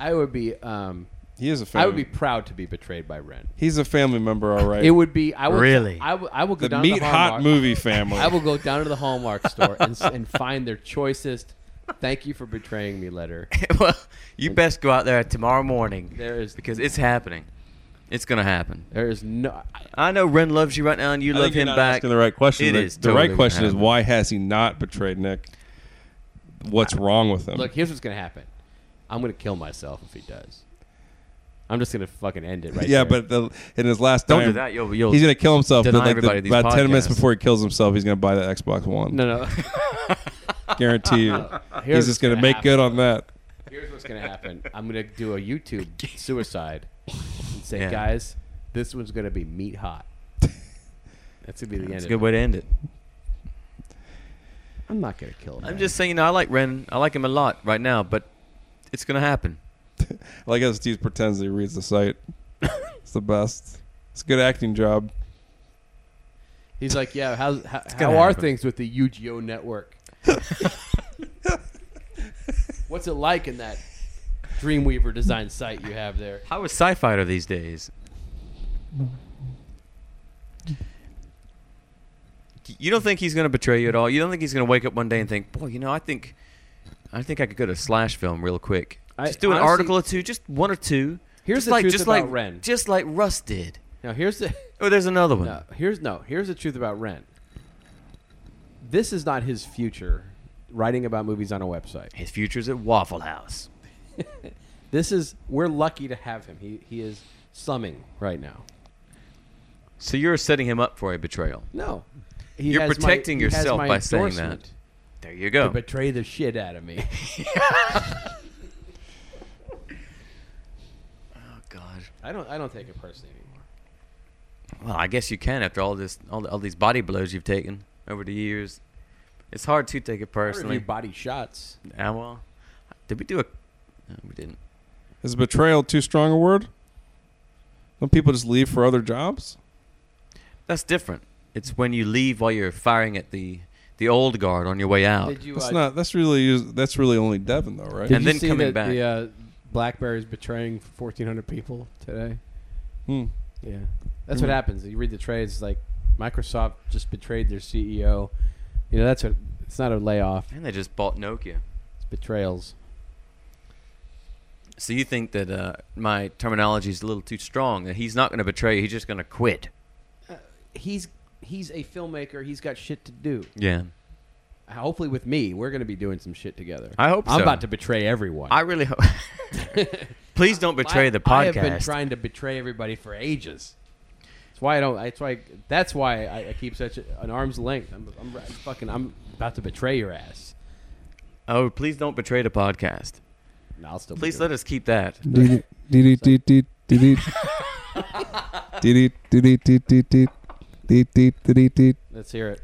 [SPEAKER 1] I would be, um,
[SPEAKER 3] He is a family.
[SPEAKER 1] I would be proud to be betrayed by Ren.
[SPEAKER 3] he's a family member, all right.
[SPEAKER 1] It would be. I would
[SPEAKER 2] Really?
[SPEAKER 1] I will- I will go
[SPEAKER 3] the
[SPEAKER 1] down
[SPEAKER 3] meat
[SPEAKER 1] to the
[SPEAKER 3] hot
[SPEAKER 1] Hallmark.
[SPEAKER 3] movie family.
[SPEAKER 1] I will go down to the Hallmark store and, s- and find their choicest. Thank you for betraying me letter.
[SPEAKER 2] well, you best go out there tomorrow morning.
[SPEAKER 1] There is-
[SPEAKER 2] because it's happening. It's gonna happen.
[SPEAKER 1] There is no. I-
[SPEAKER 2] I know Ren loves you right now, and you
[SPEAKER 3] I
[SPEAKER 2] love
[SPEAKER 3] think you're
[SPEAKER 2] him
[SPEAKER 3] not
[SPEAKER 2] back.
[SPEAKER 3] Asking the right question.
[SPEAKER 2] It
[SPEAKER 3] the,
[SPEAKER 2] is
[SPEAKER 3] the
[SPEAKER 2] totally
[SPEAKER 3] right question is
[SPEAKER 2] happening.
[SPEAKER 3] why has he not betrayed Nick? What's wrong with him?
[SPEAKER 1] Look, here's what's gonna happen. I'm gonna kill myself if he does. I'm just gonna fucking end it right.
[SPEAKER 3] yeah,
[SPEAKER 1] there.
[SPEAKER 3] but the, in his last
[SPEAKER 2] Don't
[SPEAKER 3] time,
[SPEAKER 2] do that. You'll, you'll
[SPEAKER 3] he's gonna kill himself. But
[SPEAKER 2] deny
[SPEAKER 3] like the,
[SPEAKER 2] everybody these
[SPEAKER 3] about ten minutes
[SPEAKER 2] podcasts.
[SPEAKER 3] before he kills himself, he's gonna buy that Xbox One.
[SPEAKER 1] no, no.
[SPEAKER 3] Guarantee you.
[SPEAKER 1] Here's
[SPEAKER 3] he's just gonna,
[SPEAKER 1] what's
[SPEAKER 3] make
[SPEAKER 1] happen.
[SPEAKER 3] good on that.
[SPEAKER 1] Here's what's gonna happen. I'm gonna do a YouTube suicide and say,
[SPEAKER 2] Yeah.
[SPEAKER 1] guys, this one's gonna be meat hot. That's gonna be the
[SPEAKER 2] It's
[SPEAKER 1] end.
[SPEAKER 2] a
[SPEAKER 1] Of
[SPEAKER 2] good
[SPEAKER 1] it.
[SPEAKER 2] way to end it.
[SPEAKER 1] I'm not gonna kill him.
[SPEAKER 2] I'm just saying, you know, I like Ren. I like him a lot right now, but it's gonna happen.
[SPEAKER 3] I like how Steve pretends he reads the site. it's the best. It's a good acting job.
[SPEAKER 1] He's like, yeah. How's, how how
[SPEAKER 2] gonna
[SPEAKER 1] are
[SPEAKER 2] happen.
[SPEAKER 1] things with the UGO network? What's it like in that Dreamweaver design site you have there?
[SPEAKER 2] How is sci-fi are these days? You don't think he's going to betray you at all. You don't think he's going to wake up one day and think, "Boy, you know, I think, I think I could go to Slash Film real quick.
[SPEAKER 1] I-
[SPEAKER 2] just do an
[SPEAKER 1] honestly-
[SPEAKER 2] article or two, just one or two.
[SPEAKER 1] Here's
[SPEAKER 2] just
[SPEAKER 1] the truth about
[SPEAKER 2] like,
[SPEAKER 1] Ren.
[SPEAKER 2] Just like Russ did.
[SPEAKER 1] Now here's the
[SPEAKER 2] Oh, there's another one.
[SPEAKER 1] no, here's no here's the truth about Ren. This is not his future. Writing about movies on a website.
[SPEAKER 2] His future's at Waffle House.
[SPEAKER 1] This is we're lucky to have him. He he is summing right now.
[SPEAKER 2] So you're setting him up for a betrayal.
[SPEAKER 1] No, He
[SPEAKER 2] You're
[SPEAKER 1] has my-
[SPEAKER 2] protecting
[SPEAKER 1] he has
[SPEAKER 2] yourself
[SPEAKER 1] my
[SPEAKER 2] by saying that. Oh.
[SPEAKER 1] endorsement
[SPEAKER 2] There you go.
[SPEAKER 1] To betray the shit out of me.
[SPEAKER 2] oh God.
[SPEAKER 1] I don't I don't take it personally anymore.
[SPEAKER 2] Well, I guess you can after all this, all, all these body blows you've taken over the years. It's hard to take it
[SPEAKER 1] Personally,
[SPEAKER 2] personally.
[SPEAKER 1] body shots.
[SPEAKER 2] Ah, well, did we do a? No, we didn't.
[SPEAKER 3] Is betrayal too strong a word? Don't people just leave for other jobs?
[SPEAKER 2] That's different. It's when you leave while you're firing at the the old guard on your way out.
[SPEAKER 1] Did you?
[SPEAKER 3] That's
[SPEAKER 1] uh,
[SPEAKER 3] not. That's really. us- That's really only Devin though, right?
[SPEAKER 1] did
[SPEAKER 2] and
[SPEAKER 1] you
[SPEAKER 2] then
[SPEAKER 1] see
[SPEAKER 2] coming
[SPEAKER 1] that
[SPEAKER 2] back.
[SPEAKER 1] the uh, BlackBerry is betraying 1,400 people today?
[SPEAKER 3] Hmm.
[SPEAKER 1] Yeah, that's
[SPEAKER 2] Mm.
[SPEAKER 1] what happens. You read the trades it's like Microsoft just betrayed their CEO. You know that's what. It's not a layoff.
[SPEAKER 2] And they just bought Nokia.
[SPEAKER 1] It's betrayals.
[SPEAKER 2] So you think that uh, my terminology is a little too strong? That he's not going to betray you. He's just going to quit.
[SPEAKER 1] He's he's a filmmaker. He's got shit to do.
[SPEAKER 2] Yeah.
[SPEAKER 1] Hopefully, with me, we're going to be doing some shit together.
[SPEAKER 2] I hope
[SPEAKER 1] I'm
[SPEAKER 2] so.
[SPEAKER 1] about to betray everyone.
[SPEAKER 2] I really hope. Please don't betray
[SPEAKER 1] I-
[SPEAKER 2] the
[SPEAKER 1] I have been
[SPEAKER 2] podcast.
[SPEAKER 1] trying to betray everybody for ages. That's why I don't. That's why. That's why I, I keep such a, an arm's length. I'm, I'm ra- fucking. I'm about to betray your ass.
[SPEAKER 2] oh, please don't betray the podcast.
[SPEAKER 1] And I'll still.
[SPEAKER 2] Please let us keep that.
[SPEAKER 3] Dee dee dee dee dee dee dee dee dee dee dee dee dee dee dee.
[SPEAKER 1] Let's hear it.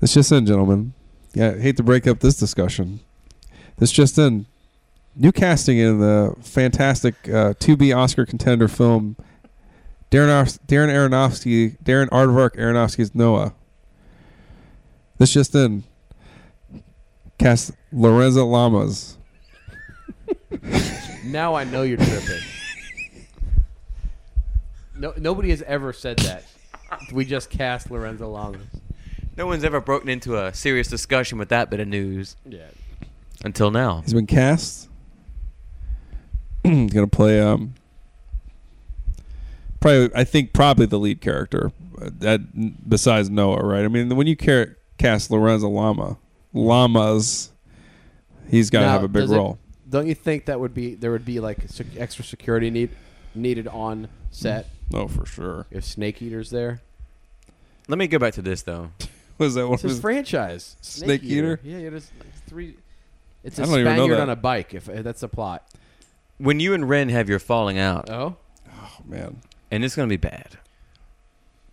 [SPEAKER 3] This just in, gentlemen. Yeah, I hate to break up this discussion. This just in. New casting in the fantastic uh, 2B Oscar contender film Darren, Aros- Darren Aronofsky, Darren Aardvark Aronofsky's Noah. This just in. Cast Lorenzo Lamas.
[SPEAKER 1] Now I know you're tripping. no, nobody has ever said that. We just cast Lorenzo Lamas.
[SPEAKER 2] No one's ever broken into a serious discussion with that bit of news
[SPEAKER 1] Yeah.
[SPEAKER 2] until now.
[SPEAKER 3] He's been cast. He's gonna play um. Probably, I think probably the lead character, uh, that besides Noah, right? I mean, when you car- cast Lorenzo Lama, Lamas, he's got to
[SPEAKER 1] Now,
[SPEAKER 3] have a big
[SPEAKER 1] does it-
[SPEAKER 3] role.
[SPEAKER 1] don't you think that would be there would be like sec- extra security need needed on set
[SPEAKER 3] oh, for sure.
[SPEAKER 1] if Snake Eater's there?
[SPEAKER 2] Let me go back to this though.
[SPEAKER 3] Was that one?
[SPEAKER 1] It's his
[SPEAKER 3] Was,
[SPEAKER 1] franchise.
[SPEAKER 3] Snake Eater?
[SPEAKER 1] Yeah, it is like three. It's
[SPEAKER 3] I
[SPEAKER 1] a
[SPEAKER 3] don't even know
[SPEAKER 1] Spaniard
[SPEAKER 3] that.
[SPEAKER 1] on a bike. If, if that's the plot.
[SPEAKER 2] When you and Ren have your falling out,
[SPEAKER 1] Oh,
[SPEAKER 3] oh man,
[SPEAKER 2] and it's going to be bad.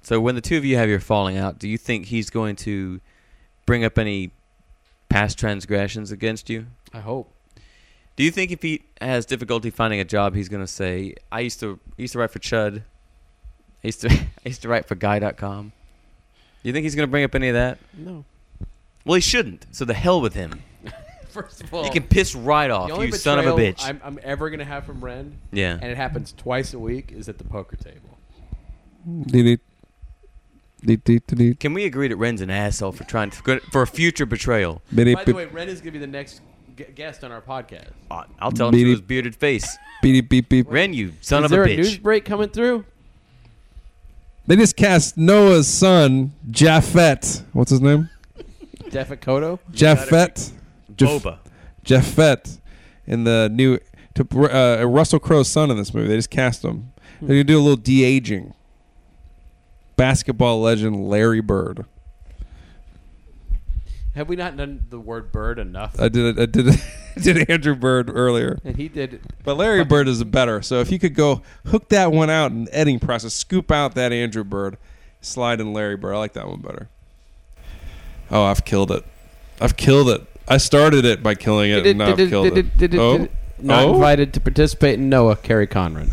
[SPEAKER 2] So when the two of you have your falling out, do you think he's going to bring up any past transgressions against you?
[SPEAKER 1] I hope.
[SPEAKER 2] Do you think if he has difficulty finding a job, he's going to say, "I used to I used to write for Chud. I used to I used to write for Guy.com." Do you think he's going to bring up any of that?
[SPEAKER 1] No.
[SPEAKER 2] Well, he shouldn't. So the hell with him.
[SPEAKER 1] First of all,
[SPEAKER 2] you can piss right
[SPEAKER 1] the
[SPEAKER 2] off,
[SPEAKER 1] only
[SPEAKER 2] you son of a
[SPEAKER 1] betrayal
[SPEAKER 2] bitch.
[SPEAKER 1] I'm, I'm ever gonna have from Ren,
[SPEAKER 2] yeah.
[SPEAKER 1] and it happens twice a week, is at the poker table.
[SPEAKER 3] Dee-dee. Dee-dee-dee-dee.
[SPEAKER 2] Can we agree that Ren's an asshole for trying to, for a future betrayal?
[SPEAKER 3] Biddy
[SPEAKER 1] By the way, Ren is gonna be the next g- guest on our podcast.
[SPEAKER 2] I- I'll tell him to
[SPEAKER 3] Beep.
[SPEAKER 2] his bearded face.
[SPEAKER 3] biddy beep beep.
[SPEAKER 2] Ren, you son
[SPEAKER 1] is
[SPEAKER 2] of
[SPEAKER 1] there
[SPEAKER 2] a
[SPEAKER 1] a,
[SPEAKER 2] bitch.
[SPEAKER 1] news break coming through?
[SPEAKER 3] They just cast Noah's son, Japhet. What's his name?
[SPEAKER 1] Deficoto?
[SPEAKER 3] Japhet. Jaf-
[SPEAKER 2] Boba.
[SPEAKER 3] Jeff Fett in the new to uh, Russell Crowe's son in this movie. They just cast him. They're gonna do a little de aging. Basketball legend Larry Bird.
[SPEAKER 1] Have we not done the word bird enough?
[SPEAKER 3] I did I did I did Andrew Bird earlier,
[SPEAKER 1] and he did.
[SPEAKER 3] but Larry Bird is better. So if you could go hook that one out in the editing process, scoop out that Andrew Bird, slide in Larry Bird. I like that one better. Oh, I've killed it. I've killed it. I started it by killing it, and now I've killed it. Oh.
[SPEAKER 1] Not
[SPEAKER 3] Oh?
[SPEAKER 1] invited to participate in Noah, Kerry Conran.